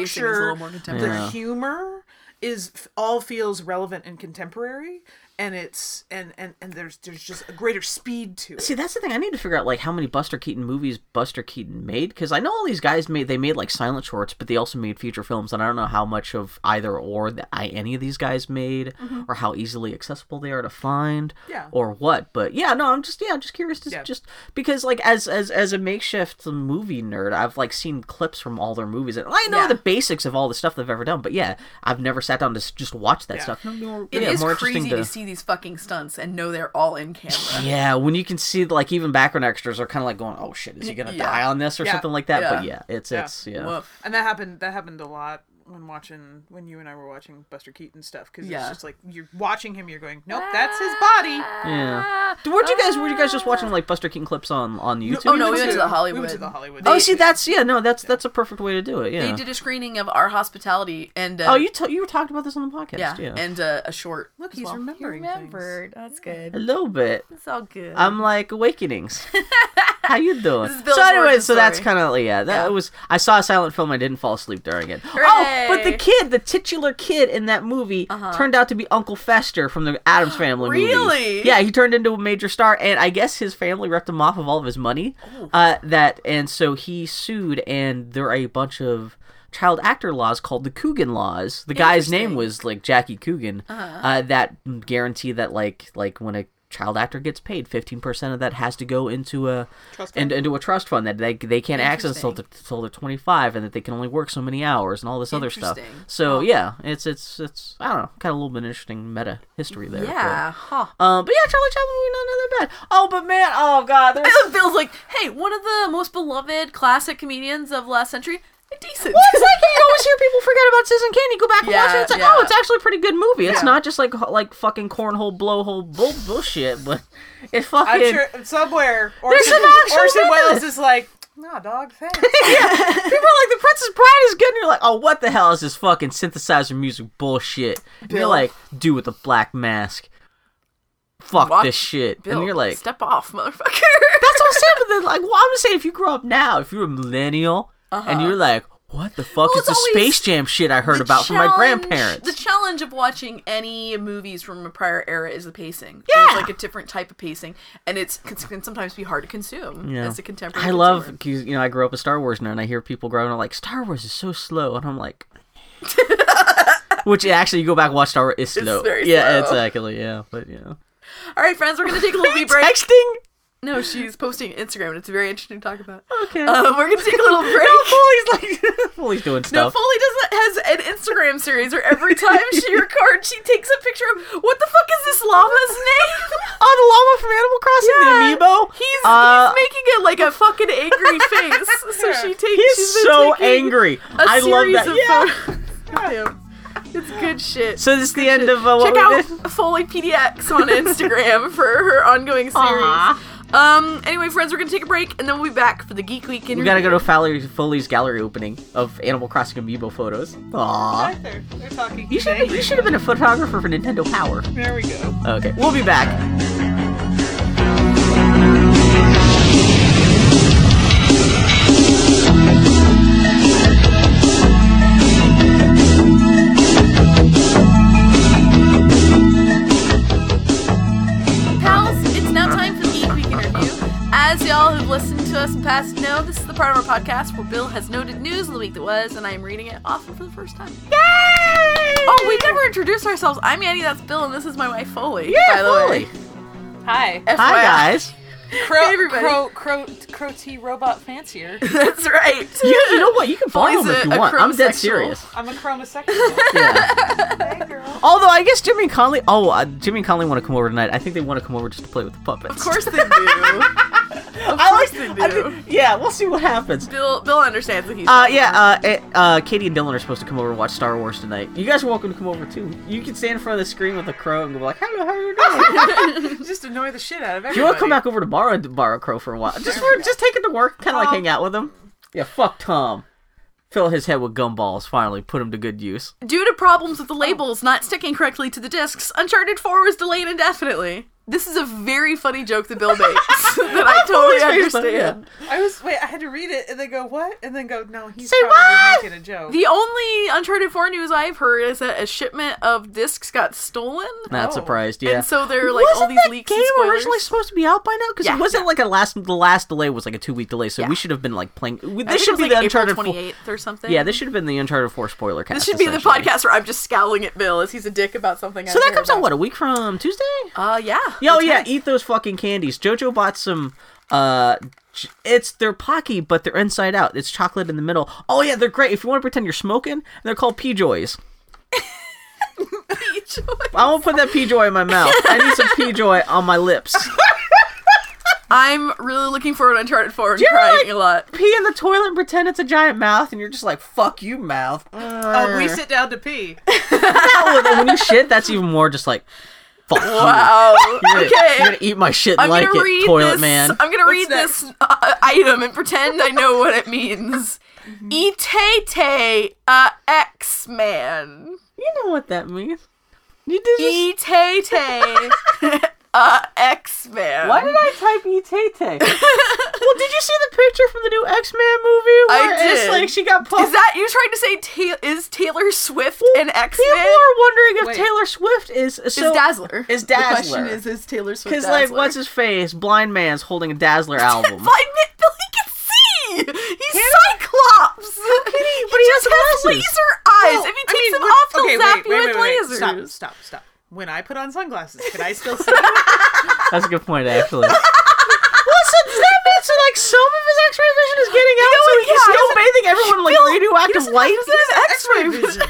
Speaker 3: structure,
Speaker 1: more
Speaker 3: the,
Speaker 1: contemporary.
Speaker 2: Yeah.
Speaker 3: humor is all feels relevant and contemporary and it's and and and there's there's just a greater speed to it.
Speaker 2: see that's the thing. I need to figure out like how many Buster Keaton movies Buster Keaton made because I know all these guys made they made like silent shorts, but they also made feature films, and I don't know how much of either or that I, any of these guys made,
Speaker 1: Mm-hmm.
Speaker 2: or how easily accessible they are to find,
Speaker 3: Yeah.
Speaker 2: or what. But yeah, no, I'm just yeah, I'm just curious to
Speaker 3: Yeah.
Speaker 2: just because like as as as a makeshift movie nerd, I've like seen clips from all their movies, and I know
Speaker 1: Yeah.
Speaker 2: the basics of all the stuff they've ever done. But yeah, I've never sat down to s- just watch that stuff.
Speaker 1: It
Speaker 2: yeah,
Speaker 1: is crazy to... see these fucking stunts and know they're all in camera.
Speaker 2: Yeah, when you can see like even background extras are kind of like going, "Oh shit, is he gonna
Speaker 1: Yeah.
Speaker 2: die on this or
Speaker 3: Yeah.
Speaker 2: something like that?" But
Speaker 1: Yeah.
Speaker 2: yeah, it's it's yeah.
Speaker 1: Woof.
Speaker 3: And that happened that happened a lot when watching when you and I were watching Buster Keaton stuff because
Speaker 1: Yeah. Ah."
Speaker 3: it's just like you're watching him, you're going, nope, that's his body.
Speaker 2: Yeah. Weren't you guys? Were you guys just watching like Buster Keaton clips on on YouTube?
Speaker 1: oh, Ah. no, we went to the
Speaker 3: We
Speaker 1: Hollywood.
Speaker 3: went to the Hollywood.
Speaker 2: Oh, see, that's yeah. No, that's that's a perfect way to do it.
Speaker 1: They
Speaker 2: Yeah.
Speaker 1: did a screening of Our Hospitality and uh,
Speaker 2: Oh, you t- you talked about this on the podcast.
Speaker 1: yeah,
Speaker 2: Yeah.
Speaker 1: and uh, a short.
Speaker 3: Look,
Speaker 1: as
Speaker 3: he's
Speaker 1: well.
Speaker 4: He
Speaker 3: remembering. Things.
Speaker 4: remembered. That's
Speaker 2: a
Speaker 4: good.
Speaker 2: little bit.
Speaker 1: It's all good.
Speaker 2: I'm
Speaker 1: [LAUGHS]
Speaker 2: like awakenings. How you doing?
Speaker 1: This is Bill's
Speaker 2: so anyway,
Speaker 1: origin
Speaker 2: so that's
Speaker 1: story.
Speaker 2: kind of yeah. That
Speaker 1: Yeah.
Speaker 2: was I saw a silent film. I didn't fall asleep during it. Oh, but
Speaker 1: Hooray. Uh-huh.
Speaker 2: the kid, the titular kid in that movie, turned out to be Uncle Fester from the
Speaker 1: [GASPS]
Speaker 2: Adams Family. movie.
Speaker 1: Really?
Speaker 2: Yeah, he turned into a major star, and I guess his family ripped him off of all of his money. Uh, that and so he sued, and there are a bunch of. Child actor laws called the Coogan laws. The guy's name was like Jackie Coogan. uh
Speaker 1: Uh-huh.
Speaker 2: that guarantee that like like when a child actor gets paid, fifteen percent of that has to go into a
Speaker 3: Trust
Speaker 2: and into a trust fund that they, they can't access until,
Speaker 1: Interesting.
Speaker 2: until they're 25 and that they can only work so many hours and all this other stuff
Speaker 1: Interesting.
Speaker 2: so yeah it's it's it's i don't know kind of a little bit interesting meta history there but-
Speaker 1: yeah, huh.
Speaker 2: um but yeah charlie chaplin movie, not, not that bad oh but man oh god there's
Speaker 1: Bill's like, hey, one of the most beloved classic comedians of last century. Decent.
Speaker 2: it's like you always hear people forget about Citizen Kane. You go back and watch it.
Speaker 1: Yeah,
Speaker 2: It's like,
Speaker 1: yeah.
Speaker 2: oh, it's actually a pretty good movie. It's
Speaker 1: Yeah.
Speaker 2: not just like like fucking cornhole, blowhole, bull bullshit. But it fucking [LAUGHS]
Speaker 3: I'm sure somewhere
Speaker 2: There's
Speaker 3: Orson,
Speaker 2: an actual
Speaker 3: Orson
Speaker 2: method.
Speaker 3: Welles is like, nah,
Speaker 2: [LAUGHS]
Speaker 3: dog, thanks.
Speaker 2: People are like, The Princess Bride is good, and you're like, oh, what the hell is this fucking synthesizer music bullshit? And you're
Speaker 3: Bill.
Speaker 2: like, dude with the black mask. Fuck
Speaker 1: Watch
Speaker 2: this shit.
Speaker 1: Bill,
Speaker 2: and you're like,
Speaker 1: step off, motherfucker.
Speaker 2: that's what I'm saying. But then, like, well, I'm just saying, if you grow up now, if you're a millennial, and you're like, what the fuck
Speaker 1: Uh-huh. Well,
Speaker 2: is the
Speaker 1: it's always
Speaker 2: Space Jam shit I heard
Speaker 1: The
Speaker 2: about from my
Speaker 1: challenge-
Speaker 2: grandparents?
Speaker 1: The challenge of watching any movies from a prior era is the pacing.
Speaker 2: Yeah.
Speaker 1: There's like a different type of pacing, and it's it can sometimes be hard to consume
Speaker 2: Yeah.
Speaker 1: as a contemporary.
Speaker 2: I love,
Speaker 1: consumer.
Speaker 2: 'cause, you know, I grew up a Star Wars nerd, and I hear people growing up like, Star Wars is so slow, and
Speaker 1: [LAUGHS]
Speaker 2: I'm like, which actually, you go back and watch Star Wars is slow.
Speaker 1: very
Speaker 2: yeah,
Speaker 1: slow.
Speaker 2: exactly. Yeah, but yeah.
Speaker 1: All right, friends, we're gonna take a little wee break.
Speaker 2: Texting.
Speaker 1: No, she's posting Instagram, and it's very interesting to talk about.
Speaker 2: Okay.
Speaker 1: Uh, we're gonna take a little break. [LAUGHS]
Speaker 2: [LAUGHS] Foley's like [LAUGHS] Foley's doing
Speaker 1: No,
Speaker 2: stuff.
Speaker 1: Foley does has an Instagram series where every time
Speaker 2: [LAUGHS]
Speaker 1: she records, she takes a picture of what the fuck is this llama's
Speaker 2: [LAUGHS]
Speaker 1: name?
Speaker 2: oh, the llama from
Speaker 1: Yeah.
Speaker 2: Animal Crossing, the amiibo.
Speaker 1: He's,
Speaker 2: Uh,
Speaker 1: he's making it like a fucking angry face.
Speaker 2: [LAUGHS]
Speaker 1: So she takes. she's
Speaker 2: He's
Speaker 1: been
Speaker 2: so
Speaker 1: taking
Speaker 2: angry.
Speaker 1: A
Speaker 2: I love
Speaker 1: series
Speaker 2: that.
Speaker 1: Of
Speaker 2: Yeah.
Speaker 1: photos. It's good shit.
Speaker 2: So this is the end of uh,
Speaker 1: Check
Speaker 2: what we
Speaker 1: out
Speaker 2: did.
Speaker 1: Foley PDX on
Speaker 2: [LAUGHS]
Speaker 1: Instagram for her ongoing series.
Speaker 2: Aw.
Speaker 1: Um. Anyway, friends, we're gonna take a break and then we'll be back for the Geek Week.
Speaker 2: We gotta go to Foley, Foley's gallery opening of Animal Crossing amiibo photos. Aww.
Speaker 3: They're, they're talking.
Speaker 2: You should
Speaker 3: Thank
Speaker 2: you should have been a photographer for Nintendo Power.
Speaker 3: There we go.
Speaker 2: Okay, we'll be back.
Speaker 1: pals. It's now time for the Geek Week interview. As y'all who've listened to us in the past know, this is the part of our podcast where Bill has noted news of the week that was, and I am reading it often for the first time. Oh, we never introduced ourselves. I'm Annie, that's Bill, and this is my wife Foley.
Speaker 2: Yeah,
Speaker 1: by the
Speaker 2: Foley.
Speaker 1: way.
Speaker 3: Hi,
Speaker 2: Hi
Speaker 1: FYI.
Speaker 2: guys.
Speaker 3: Crow,
Speaker 1: Hey, everybody.
Speaker 3: Crow, Crow, Crow T Robot
Speaker 1: [LAUGHS]
Speaker 3: Fancier.
Speaker 1: That's right.
Speaker 2: You, you know what? You can follow
Speaker 1: Foley's
Speaker 2: him if
Speaker 1: a-
Speaker 2: you
Speaker 1: a
Speaker 2: want. I'm dead
Speaker 1: chromosexual. [LAUGHS]
Speaker 2: serious.
Speaker 3: I'm
Speaker 2: [LAUGHS]
Speaker 3: a chromosexual.
Speaker 2: Yeah.
Speaker 3: hey, girl.
Speaker 2: Although I guess Jimmy and Conley. Oh, uh, Jimmy and Conley want to come over tonight. I think they want to come over just to play with the puppets.
Speaker 1: Of
Speaker 2: [LAUGHS]
Speaker 1: course they do. of course they do.
Speaker 2: yeah, we'll see what happens.
Speaker 1: Bill Bill understands that he's
Speaker 2: Uh, yeah, uh, eh, uh, Katie and Dylan are supposed to come over and watch Star Wars tonight. You guys are welcome to come over too. You can stand in front of the screen with a crow and go like, "Hello, how are you doing?"
Speaker 3: [LAUGHS] Just annoy the shit out of everybody.
Speaker 2: Do you want to come back over tomorrow and borrow crow for a while? Just for just take it to work, kind of like
Speaker 3: Tom.
Speaker 2: hang out with him. Yeah, fuck Tom. Fill his head with gumballs. Finally, put him to good use.
Speaker 1: Due to problems
Speaker 2: Oh.
Speaker 1: with the labels not sticking correctly to the discs, Uncharted 4 was delayed indefinitely. This is a very funny joke that Bill makes
Speaker 2: [LAUGHS]
Speaker 1: [LAUGHS] that I totally
Speaker 2: Always
Speaker 1: understand.
Speaker 2: funny, Oh, yeah.
Speaker 3: I was wait. I had to read it and then go what? And then go no. He's
Speaker 2: Say
Speaker 3: probably
Speaker 2: what?
Speaker 3: making a joke.
Speaker 1: The only Uncharted 4 news I've heard is that a shipment of discs got stolen.
Speaker 2: Not
Speaker 3: Oh.
Speaker 2: surprised. Yeah.
Speaker 1: And so there are like
Speaker 2: wasn't
Speaker 1: all these
Speaker 2: that
Speaker 1: leaks
Speaker 2: game
Speaker 1: and spoilers.
Speaker 2: originally supposed to be out by now? Because
Speaker 1: Yeah,
Speaker 2: it wasn't
Speaker 1: yeah.
Speaker 2: like a last. The last delay was like a two week delay, so
Speaker 1: Yeah.
Speaker 2: we should have been like playing. We,
Speaker 1: I
Speaker 2: this should
Speaker 1: think
Speaker 2: be
Speaker 1: it was
Speaker 2: the
Speaker 1: like
Speaker 2: Uncharted.
Speaker 1: April
Speaker 2: 4,
Speaker 1: 28th or something.
Speaker 2: yeah, this should have been the Uncharted Four spoiler cast.
Speaker 1: This should be the
Speaker 2: essentially.
Speaker 1: podcast where I'm just scowling at Bill as he's a dick about something. I
Speaker 2: So that
Speaker 1: care
Speaker 2: comes out
Speaker 1: about.
Speaker 2: what a week from Tuesday.
Speaker 1: Uh, yeah.
Speaker 2: Yeah, oh
Speaker 1: That's
Speaker 2: yeah,
Speaker 1: right.
Speaker 2: eat those fucking candies. JoJo bought some. Uh, j- it's they're pocky, but they're inside out. It's chocolate in the middle. Oh yeah, they're great. If you want to pretend you're smoking, they're called P joys.
Speaker 1: [LAUGHS]
Speaker 2: I won't put that P joy in my mouth. I need some P joy on my lips.
Speaker 1: I'm really looking forward to Uncharted 4 and
Speaker 2: you ever,
Speaker 1: crying
Speaker 2: like-
Speaker 1: a
Speaker 2: [LAUGHS]
Speaker 1: lot.
Speaker 2: Pee in the toilet and pretend it's a giant mouth, and you're just like, "Fuck you, mouth."
Speaker 1: Uh,
Speaker 3: Oh, we sit down
Speaker 2: [LAUGHS]
Speaker 3: to pee.
Speaker 2: Oh, and when you shit, that's even more just like, "Fuck
Speaker 1: Wow.
Speaker 2: you." You're gonna, you're
Speaker 1: Oh, okay.
Speaker 2: gonna eat my shit
Speaker 1: I'm
Speaker 2: like
Speaker 1: gonna
Speaker 2: it,
Speaker 1: read
Speaker 2: toilet
Speaker 1: this.
Speaker 2: man.
Speaker 1: I'm gonna read
Speaker 3: next?
Speaker 1: this uh, item and pretend I know what it means.
Speaker 2: Mm-hmm.
Speaker 1: E Itete a X man.
Speaker 2: You know what that means? You did. Just...
Speaker 1: E
Speaker 2: [LAUGHS]
Speaker 1: Itete a X man.
Speaker 2: Why did I type E Itete? [LAUGHS] well, did you see the picture from the new X Men movie? Where It's
Speaker 1: did.
Speaker 2: like she got
Speaker 1: Is
Speaker 2: puffed.
Speaker 1: that you trying to say? Ta- is Taylor Swift an X
Speaker 2: People
Speaker 1: man?
Speaker 2: are wondering if
Speaker 3: Wait.
Speaker 2: Taylor Swift is so
Speaker 1: is Dazzler?
Speaker 2: Is
Speaker 1: The
Speaker 2: Dazzler?
Speaker 1: question is, is Taylor Swift?
Speaker 2: Because like,
Speaker 1: Dazzler?
Speaker 2: what's his face? Blind man's holding a Dazzler album.
Speaker 1: Blind man, Bill, he can see. He's Cyclops.
Speaker 2: But he
Speaker 1: just
Speaker 2: has
Speaker 1: has
Speaker 2: glasses.
Speaker 1: laser eyes.
Speaker 3: Well,
Speaker 1: if he
Speaker 3: Oh, I
Speaker 1: takes
Speaker 3: mean,
Speaker 1: them
Speaker 3: when-
Speaker 1: off, he'll
Speaker 3: okay,
Speaker 1: zap
Speaker 3: wait,
Speaker 1: you
Speaker 3: wait,
Speaker 1: with
Speaker 3: wait, wait.
Speaker 1: lasers.
Speaker 3: Stop, stop, stop. When I put on sunglasses, can I
Speaker 2: [LAUGHS]
Speaker 3: still see?
Speaker 2: That's a good point, actually. [LAUGHS] well, so does that mean so like some of his X-ray vision is getting out, so
Speaker 1: what?
Speaker 2: he's
Speaker 1: Yeah,
Speaker 2: still
Speaker 1: he
Speaker 2: bathing everyone in, like radioactive light?
Speaker 1: He has X-ray vision.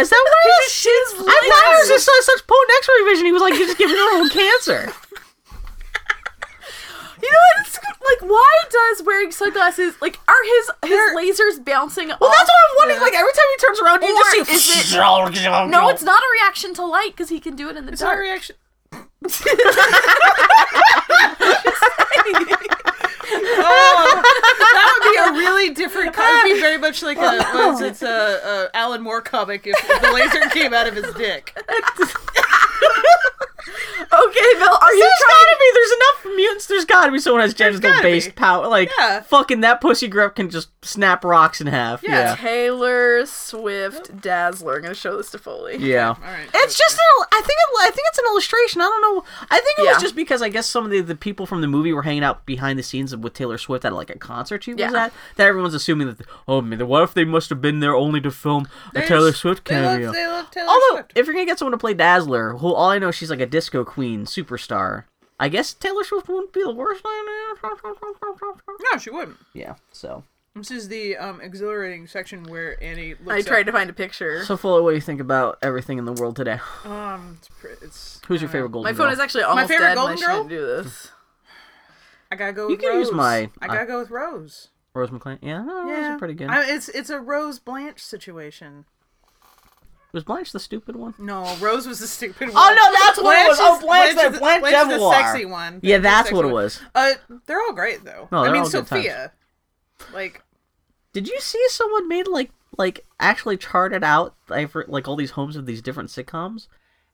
Speaker 2: Is that what it is?
Speaker 1: Shit's
Speaker 2: I thought it was just uh, such potent X-ray vision. He was like just giving everyone cancer.
Speaker 1: You know what? It's like, why does wearing sunglasses like are his his lasers bouncing off?
Speaker 2: Well, that's what I'm wondering. Like every time he turns around, you
Speaker 1: Or
Speaker 2: just see. [LAUGHS]
Speaker 1: is it? No, it's not a reaction to light because he can do it in the
Speaker 3: My
Speaker 1: dark.
Speaker 2: [LAUGHS]
Speaker 3: reaction. Oh, that would be a really different comic. It'd be very much like a, what is it? it's a, a Alan Moore comic if, if the laser came out of his dick.
Speaker 1: Okay, Bill, are you
Speaker 2: There's
Speaker 1: trying?
Speaker 2: gotta be. There's enough mutants. There's gotta be someone who has genital
Speaker 3: be.
Speaker 2: based power. Like
Speaker 3: Yeah.
Speaker 2: fucking that pussy grip can just snap rocks in half. Yeah.
Speaker 1: Taylor Swift Dazzler. I'm gonna show this to Foley.
Speaker 2: Yeah.
Speaker 3: All right.
Speaker 2: It's just an. I think. It, I think it's an illustration. I don't know. I think it
Speaker 1: Yeah.
Speaker 2: was just because I guess some of the, the people from the movie were hanging out behind the scenes with Taylor Swift at like a concert she was
Speaker 1: Yeah.
Speaker 2: at. That everyone's assuming that. Oh man, what if they must have been there only to film a
Speaker 3: They
Speaker 2: Taylor
Speaker 3: just-
Speaker 2: Swift
Speaker 3: they love,
Speaker 2: cameo?
Speaker 3: they love Taylor
Speaker 2: Although,
Speaker 3: Swift.
Speaker 2: if you're gonna get someone to play Dazzler, who all I know is she's like a disco queen superstar. I guess Taylor Swift wouldn't be the worst.
Speaker 3: No, she wouldn't.
Speaker 2: Yeah. So.
Speaker 3: This is the um, exhilarating section where Annie looks
Speaker 1: I
Speaker 3: up-
Speaker 1: tried to find a picture.
Speaker 2: So, Fuller, what do you think about everything in the world today?
Speaker 3: Um, it's, pre- it's
Speaker 2: Who's your favorite golden
Speaker 1: Uh, my phone
Speaker 2: girl?
Speaker 1: is actually almost
Speaker 3: favorite
Speaker 1: dead. and I
Speaker 3: Golden Girl?
Speaker 1: shouldn't do this.
Speaker 3: I gotta go. with
Speaker 2: can
Speaker 3: Rose.
Speaker 2: use my-
Speaker 3: I gotta go with Rose.
Speaker 2: Rose McLean. Yeah, no, Rose is pretty good.
Speaker 3: I, it's it's a Rose Blanche situation.
Speaker 2: Was Blanche the stupid one?
Speaker 3: No, Rose was the stupid one.
Speaker 2: Oh, no, that's what it was. Oh, Blanche
Speaker 3: Blanche,
Speaker 2: the-
Speaker 3: is-
Speaker 2: Blanche
Speaker 3: Blanche is the
Speaker 2: Devoir.
Speaker 3: sexy one.
Speaker 2: Yeah,
Speaker 3: Blanche is the
Speaker 2: that's
Speaker 3: sexy
Speaker 2: what it
Speaker 3: one.
Speaker 2: was.
Speaker 3: Uh, they're all great though.
Speaker 2: No,
Speaker 3: I
Speaker 2: they're
Speaker 3: mean
Speaker 2: all good times.
Speaker 3: Sophia. Like
Speaker 2: Did you see someone made like like actually charted out like, for- like all these homes of these different sitcoms,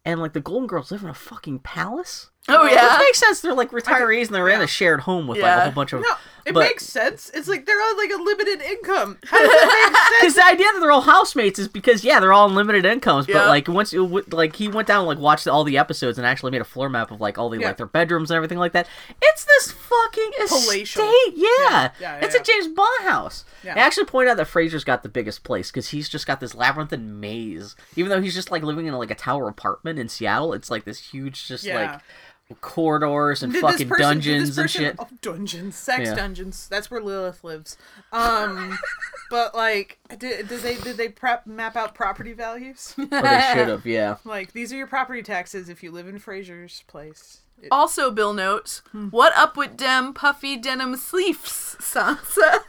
Speaker 2: and like the Golden Girls live in a fucking palace?
Speaker 1: Oh yeah.
Speaker 2: Which makes sense. They're like retirees and they're in a shared home with like a
Speaker 1: Yeah.
Speaker 2: whole bunch of.
Speaker 3: no, it
Speaker 2: but-
Speaker 3: makes sense. It's like they're on like a limited income. How
Speaker 2: [LAUGHS]
Speaker 3: does that make sense?
Speaker 2: Because the idea that they're all housemates is because yeah they're all on limited incomes, but
Speaker 1: Yeah.
Speaker 2: like once it w- like he went down and like watched all the episodes and actually made a floor map of like all the
Speaker 3: Yeah.
Speaker 2: like their bedrooms and everything like that. It's this fucking
Speaker 3: Palatial.
Speaker 2: estate, yeah.
Speaker 3: yeah,
Speaker 2: it's
Speaker 3: yeah.
Speaker 2: a James Bond house.
Speaker 3: Yeah.
Speaker 2: I actually pointed out that Fraser's got the biggest place because he's just got this labyrinthine maze. Even though he's just like living in like a tower apartment in Seattle, it's like this huge just
Speaker 3: Yeah.
Speaker 2: like corridors and
Speaker 3: Did this
Speaker 2: fucking
Speaker 3: person- did this
Speaker 2: dungeons and
Speaker 3: person- [LAUGHS]
Speaker 2: shit.
Speaker 3: Oh, dungeons, sex
Speaker 2: Yeah.
Speaker 3: dungeons. That's where Lilith lives. Um, but like, did, did they did they prep map out
Speaker 2: [LAUGHS]
Speaker 3: property values?
Speaker 2: Or they should have, yeah.
Speaker 3: like, these are your property taxes if you live in Fraser's place. It-
Speaker 1: Also, Bill notes, "What up with dem puffy denim sleeves, [LAUGHS] Sansa?"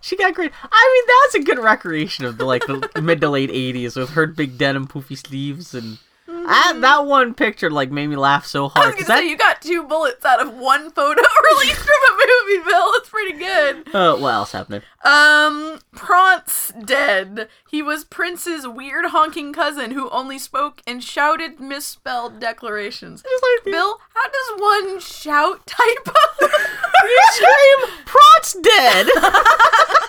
Speaker 2: She got great. I mean, that's a good recreation of the like
Speaker 3: [LAUGHS]
Speaker 2: the mid to late '80s with her big denim poofy sleeves and
Speaker 3: Mm-hmm.
Speaker 2: I, that one picture like made me laugh so
Speaker 1: I was
Speaker 2: hard
Speaker 1: gonna
Speaker 2: because
Speaker 1: say you got two bullets out of one photo [LAUGHS] released from a movie, Bill. That's pretty good.
Speaker 2: uh, what else happened?
Speaker 1: Um, Prance dead. He was Prince's weird honking cousin who only spoke and shouted misspelled declarations.
Speaker 2: Just like
Speaker 1: Bill, how does one shout typo? [LAUGHS]
Speaker 2: you scream, "Prawn's dead."
Speaker 3: [LAUGHS]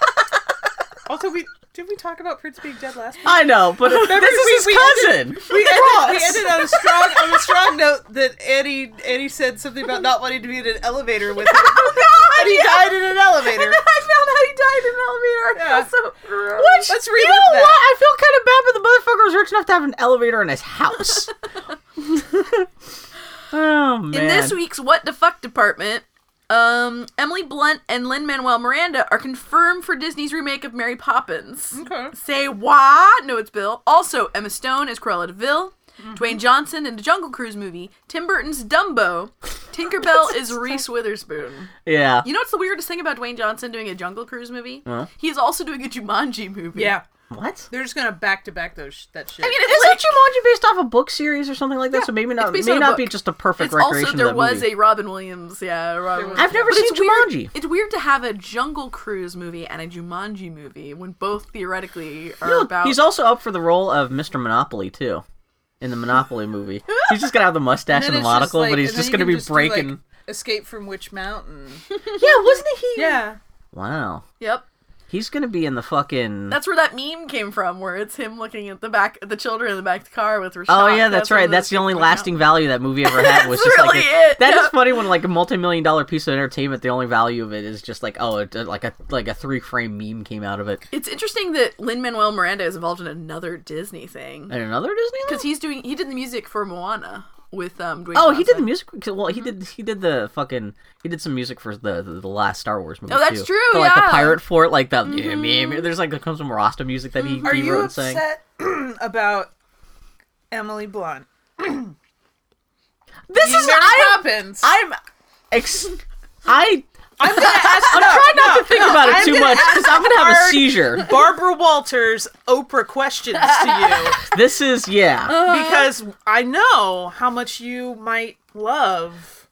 Speaker 3: Also, we did we talk about Prince being dead last week?
Speaker 2: I know, but this is
Speaker 3: we-
Speaker 2: his
Speaker 3: we
Speaker 2: cousin.
Speaker 3: We
Speaker 2: Prawn.
Speaker 3: ended, we ended on a strong on a strong note that Annie Annie said something about not wanting to be in an elevator with him.
Speaker 2: Oh,
Speaker 3: and [LAUGHS] he died in an elevator.
Speaker 1: I found out he died in an elevator. I
Speaker 3: Yeah.
Speaker 1: felt so gross.
Speaker 2: Which,
Speaker 3: Let's
Speaker 2: you
Speaker 3: relive
Speaker 2: know
Speaker 3: that.
Speaker 2: what? I feel kind of bad, but the motherfucker was rich enough to have an elevator in his
Speaker 3: [LAUGHS]
Speaker 2: house. [LAUGHS] oh man!
Speaker 1: In this week's What the Fuck department, um, Emily Blunt and Lin Manuel Miranda are confirmed for Disney's remake of Mary Poppins.
Speaker 3: Okay.
Speaker 1: Say what? No, it's Bill. Also, Emma Stone as Cruella de Vil.
Speaker 2: Mm-hmm.
Speaker 1: Dwayne Johnson in the Jungle Cruise movie, Tim Burton's Dumbo, Tinkerbell
Speaker 2: [LAUGHS]
Speaker 1: is Reese Witherspoon.
Speaker 2: Yeah.
Speaker 1: You know what's the weirdest thing about Dwayne Johnson doing a Jungle Cruise movie? He's also doing a Jumanji movie.
Speaker 3: Yeah.
Speaker 2: What?
Speaker 3: They're just gonna back to back those sh- that shit.
Speaker 1: I mean, it's
Speaker 2: Isn't
Speaker 1: like,
Speaker 2: Jumanji based off a book series or something like that? so maybe not.
Speaker 1: based
Speaker 2: May
Speaker 1: on a
Speaker 2: not
Speaker 1: book.
Speaker 2: be just a perfect
Speaker 1: it's
Speaker 2: recreation
Speaker 1: also there
Speaker 2: of that
Speaker 1: was
Speaker 2: movie.
Speaker 1: a Robin Williams. Yeah, Robin.
Speaker 3: was-
Speaker 1: Williams.
Speaker 2: I've never
Speaker 1: But
Speaker 2: seen
Speaker 1: it's weird-
Speaker 2: Jumanji.
Speaker 1: It's weird to have a Jungle Cruise movie and a Jumanji movie when both theoretically are
Speaker 2: Look,
Speaker 1: about.
Speaker 2: He's also up for the role of Mr. Monopoly too, in the
Speaker 1: [LAUGHS]
Speaker 2: Monopoly movie. he's just gonna have the mustache and,
Speaker 3: then
Speaker 2: the
Speaker 3: it's just
Speaker 2: monocle,
Speaker 3: like-
Speaker 2: but he's
Speaker 3: and then
Speaker 2: just
Speaker 3: you
Speaker 2: gonna
Speaker 3: can
Speaker 2: be
Speaker 3: just do, like,
Speaker 2: breaking.
Speaker 3: Escape from Witch Mountain.
Speaker 1: [LAUGHS]
Speaker 2: Yeah, wasn't he?
Speaker 3: yeah.
Speaker 2: Wow,
Speaker 1: yep.
Speaker 2: he's gonna be in the fucking.
Speaker 1: That's where that meme came from, where it's him looking at the back, the children in the back of the car with Rashad.
Speaker 2: Oh yeah, that's,
Speaker 1: one
Speaker 2: right.
Speaker 1: of
Speaker 2: That's
Speaker 1: those
Speaker 2: the only
Speaker 1: things that
Speaker 2: lasting value that movie ever had was
Speaker 1: [LAUGHS] That's
Speaker 2: just like
Speaker 1: really
Speaker 2: a-
Speaker 1: it,
Speaker 2: that is
Speaker 1: yeah.
Speaker 2: funny when like a multi-million dollar piece of entertainment, the only value of it is just like oh, it, like a like a three frame meme came out of it.
Speaker 1: It's interesting that Lin Manuel Miranda is involved in another Disney thing
Speaker 2: And another Disney.
Speaker 1: because he's doing. He did the music for Moana with um. Dwayne
Speaker 2: Oh, he did the
Speaker 1: Johnson.
Speaker 2: music. Well, he did. He did the fucking. He did some music for the the, the last Star Wars movie.
Speaker 1: Oh, that's
Speaker 2: too.
Speaker 1: true,
Speaker 2: For, like the
Speaker 1: yeah.
Speaker 2: pirate fort, like that. There's like comes some Rasta music that he,
Speaker 3: Are
Speaker 2: he
Speaker 3: you
Speaker 2: wrote and sang.
Speaker 3: upset [CLEARS THROAT] about Emily Blunt?
Speaker 2: This
Speaker 3: Mary
Speaker 2: is I am.
Speaker 3: Poppins.
Speaker 2: I'm. [LAUGHS] Ex- I.
Speaker 3: I'm [LAUGHS] gonna ask.
Speaker 2: I'm
Speaker 3: no,
Speaker 2: trying not
Speaker 3: no,
Speaker 2: to think
Speaker 3: no,
Speaker 2: about it
Speaker 3: I'm
Speaker 2: too
Speaker 3: gonna
Speaker 2: much
Speaker 3: ask
Speaker 2: because I'm gonna have a
Speaker 3: hard
Speaker 2: seizure.
Speaker 3: Barbara Walters Oprah questions [LAUGHS] to
Speaker 2: This is [LAUGHS] yeah.
Speaker 3: you because I know how much you might love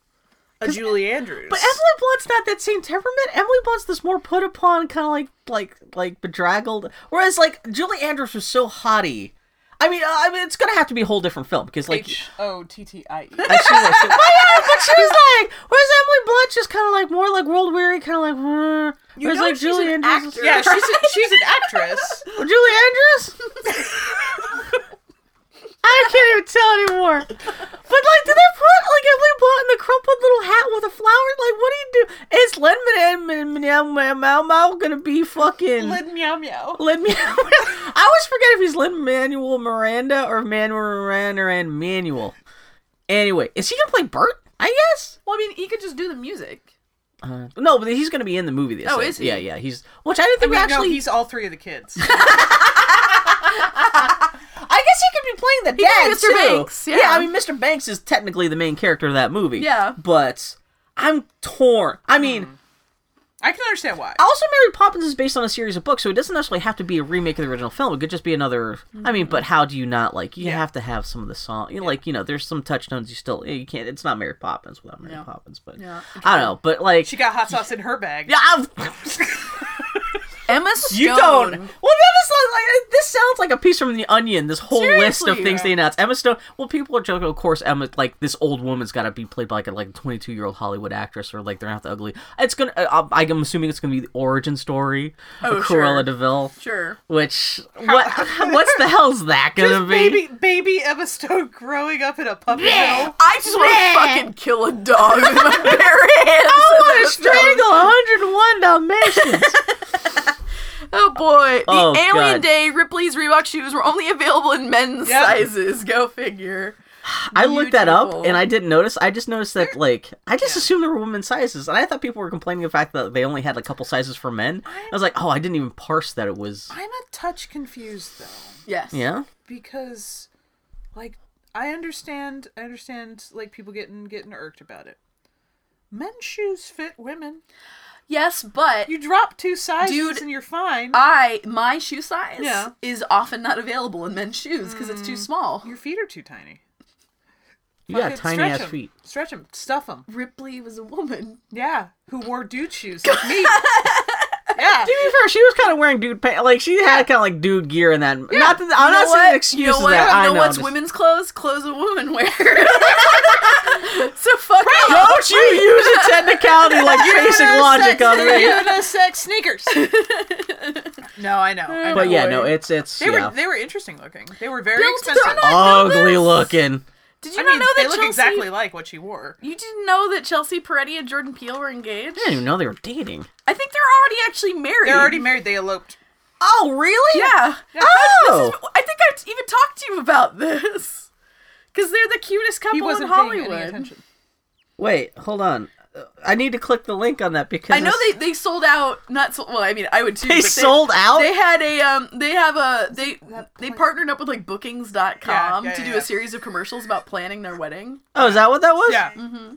Speaker 3: a Julie Andrews.
Speaker 2: But Emily Blunt's not that same temperament. Emily Blunt's this more put upon, kind of like like like bedraggled. Whereas like Julie Andrews was so haughty. I mean, uh, I mean, it's gonna have to be a whole different film because like
Speaker 3: H O T T I E.
Speaker 2: And she was like, "Oh, yeah," but she was like, whereas Emily Blunt just kind of like more like world weary, kind of like, "Hmm." whereas
Speaker 1: know
Speaker 2: like
Speaker 1: she's
Speaker 2: Julie
Speaker 1: an
Speaker 2: Andrews.
Speaker 1: actor.
Speaker 3: [LAUGHS] Yeah, she's a, she's an actress.
Speaker 2: Julie Andrews? I can't even tell anymore. But like, did they put like Emily Blunt in the crumpled little hat with a flower? Like, what do you do? Is Len Meow Mao Mao gonna be fucking
Speaker 3: Lin meow meow.
Speaker 2: Lin Manuel? I always forget if he's Lin Manuel Miranda or Manuel Miranda and Manuel. Anyway, is he gonna play Bert? I guess.
Speaker 1: Well, I mean, he could just do the music.
Speaker 2: Uh, no, but he's going to be in the movie. They
Speaker 1: Oh,
Speaker 2: said.
Speaker 1: is he?
Speaker 2: Yeah, yeah. He's which I didn't think
Speaker 3: Wait,
Speaker 2: we actually.
Speaker 3: no, he's all three of the [LAUGHS] kids.
Speaker 2: I guess he could be playing the dad
Speaker 1: could be Mr.
Speaker 2: too.
Speaker 1: Banks, yeah.
Speaker 2: I mean, Mr. Banks is technically the main character of that movie.
Speaker 1: Yeah.
Speaker 2: but I'm torn. I mean,
Speaker 3: I can understand why.
Speaker 2: also Mary Poppins is based on a series of books, so it doesn't necessarily have to be a remake of the original film. It could just be another. I mean, but how do you not like? You have to have some of the song. You know, Like you know, there's some touchstones you still you can't. It's not Mary Poppins without Mary Poppins, but
Speaker 1: Yeah.
Speaker 2: I don't know. But like,
Speaker 3: She got hot sauce in her bag.
Speaker 2: yeah. I'm- [LAUGHS]
Speaker 1: Emma Stone.
Speaker 2: You don't. Well, that is like, like, this sounds like a piece from The Onion. This whole list of
Speaker 1: Seriously.
Speaker 2: things they announced. Emma Stone. Well, people are joking. Of course, Emma, like this old woman's got to be played by like a like twenty two year old Hollywood actress, or like they're not the ugly. It's gonna. Uh, I- I'm assuming it's gonna be the origin story
Speaker 1: Oh,
Speaker 2: of
Speaker 1: sure.
Speaker 2: Cruella Deville.
Speaker 1: Sure.
Speaker 2: Which what?
Speaker 1: [LAUGHS]
Speaker 2: what's the hell's that gonna
Speaker 3: Just
Speaker 2: be?
Speaker 3: baby, baby Emma Stone [LAUGHS] growing up in a puppy mill.
Speaker 1: I just want to fucking kill a dog with my [LAUGHS] bare hands.
Speaker 2: I'm gonna strangle 101 Dalmatians.
Speaker 1: Oh boy. The
Speaker 2: Oh,
Speaker 1: Alien
Speaker 2: God.
Speaker 1: Day Ripley's Reebok shoes were only available in men's
Speaker 3: Yep.
Speaker 1: sizes. Go figure.
Speaker 2: I looked that up
Speaker 1: Beautiful.
Speaker 2: and I didn't notice. I just noticed that like I just assumed there were women's sizes, and I thought people were complaining the fact that they only had a couple sizes for men. I was like, oh, I didn't even parse that it was.
Speaker 3: I'm a touch confused though
Speaker 1: Yes.
Speaker 2: Yeah,
Speaker 3: because like I understand I understand like people getting getting irked about it. Men's shoes fit women.
Speaker 1: Yes, but
Speaker 3: You drop two sizes
Speaker 1: Dude,
Speaker 3: and you're fine.
Speaker 1: I my shoe size
Speaker 3: Yeah.
Speaker 1: is often not available in men's shoes because it's too small.
Speaker 3: your feet are too tiny.
Speaker 2: you got
Speaker 3: Fucking
Speaker 2: tiny
Speaker 3: stretch
Speaker 2: ass
Speaker 3: 'em.
Speaker 2: feet.
Speaker 3: Stretch them. Stuff them.
Speaker 1: Ripley was a woman.
Speaker 3: Yeah. Who wore
Speaker 1: [LAUGHS]
Speaker 3: dude shoes like me. yeah.
Speaker 2: To be fair, she was kind of wearing dude pants. Like she had kind of like dude gear in that. Not that I'm not saying an excuse
Speaker 1: You know
Speaker 2: is
Speaker 1: what?
Speaker 2: that. I
Speaker 1: You know
Speaker 2: know
Speaker 1: what's
Speaker 2: just-
Speaker 1: women's clothes? Clothes a woman [LAUGHS] wears. so fuck off.
Speaker 2: [LAUGHS] Don't you use a technicality like basic logic on
Speaker 3: [LAUGHS]
Speaker 2: me.
Speaker 1: [LAUGHS]
Speaker 3: Unisex sneakers. no, I
Speaker 1: Oh,
Speaker 3: know. I
Speaker 2: [LAUGHS]
Speaker 3: know.
Speaker 2: But yeah, no, it's it's
Speaker 3: They
Speaker 2: yeah.
Speaker 3: were they were interesting looking. They were very
Speaker 1: Built- they're
Speaker 3: expensive.
Speaker 1: not-
Speaker 2: ugly looking.
Speaker 1: Did you
Speaker 3: I
Speaker 1: not
Speaker 3: mean,
Speaker 1: know that
Speaker 3: they look
Speaker 1: Chelsea?
Speaker 3: exactly like what she wore.
Speaker 1: You didn't know that Chelsea Peretti and Jordan Peele were engaged.
Speaker 2: I didn't even know they were dating.
Speaker 1: I think they're already actually married.
Speaker 3: They're already married. They eloped.
Speaker 2: Oh really?
Speaker 1: Yeah.
Speaker 2: Oh.
Speaker 1: I think I even talked to you about [LAUGHS] this. Because they're the cutest couple
Speaker 3: He
Speaker 1: in
Speaker 3: wasn't paying any
Speaker 1: [LAUGHS] Hollywood.
Speaker 3: attention.
Speaker 2: Wait, hold on. I need to click the link on that because
Speaker 1: I know they, they sold out. Not sold, well. I mean, I would too.
Speaker 2: they
Speaker 1: but
Speaker 2: sold out.
Speaker 1: They had a um. They have a they they
Speaker 3: point-
Speaker 1: partnered up with like Bookings.com
Speaker 3: Yeah, yeah,
Speaker 1: to do
Speaker 3: yeah.
Speaker 1: a series of commercials about planning their wedding.
Speaker 2: oh, is that what that was?
Speaker 1: [LAUGHS]
Speaker 3: Yeah.
Speaker 1: Mm-hmm.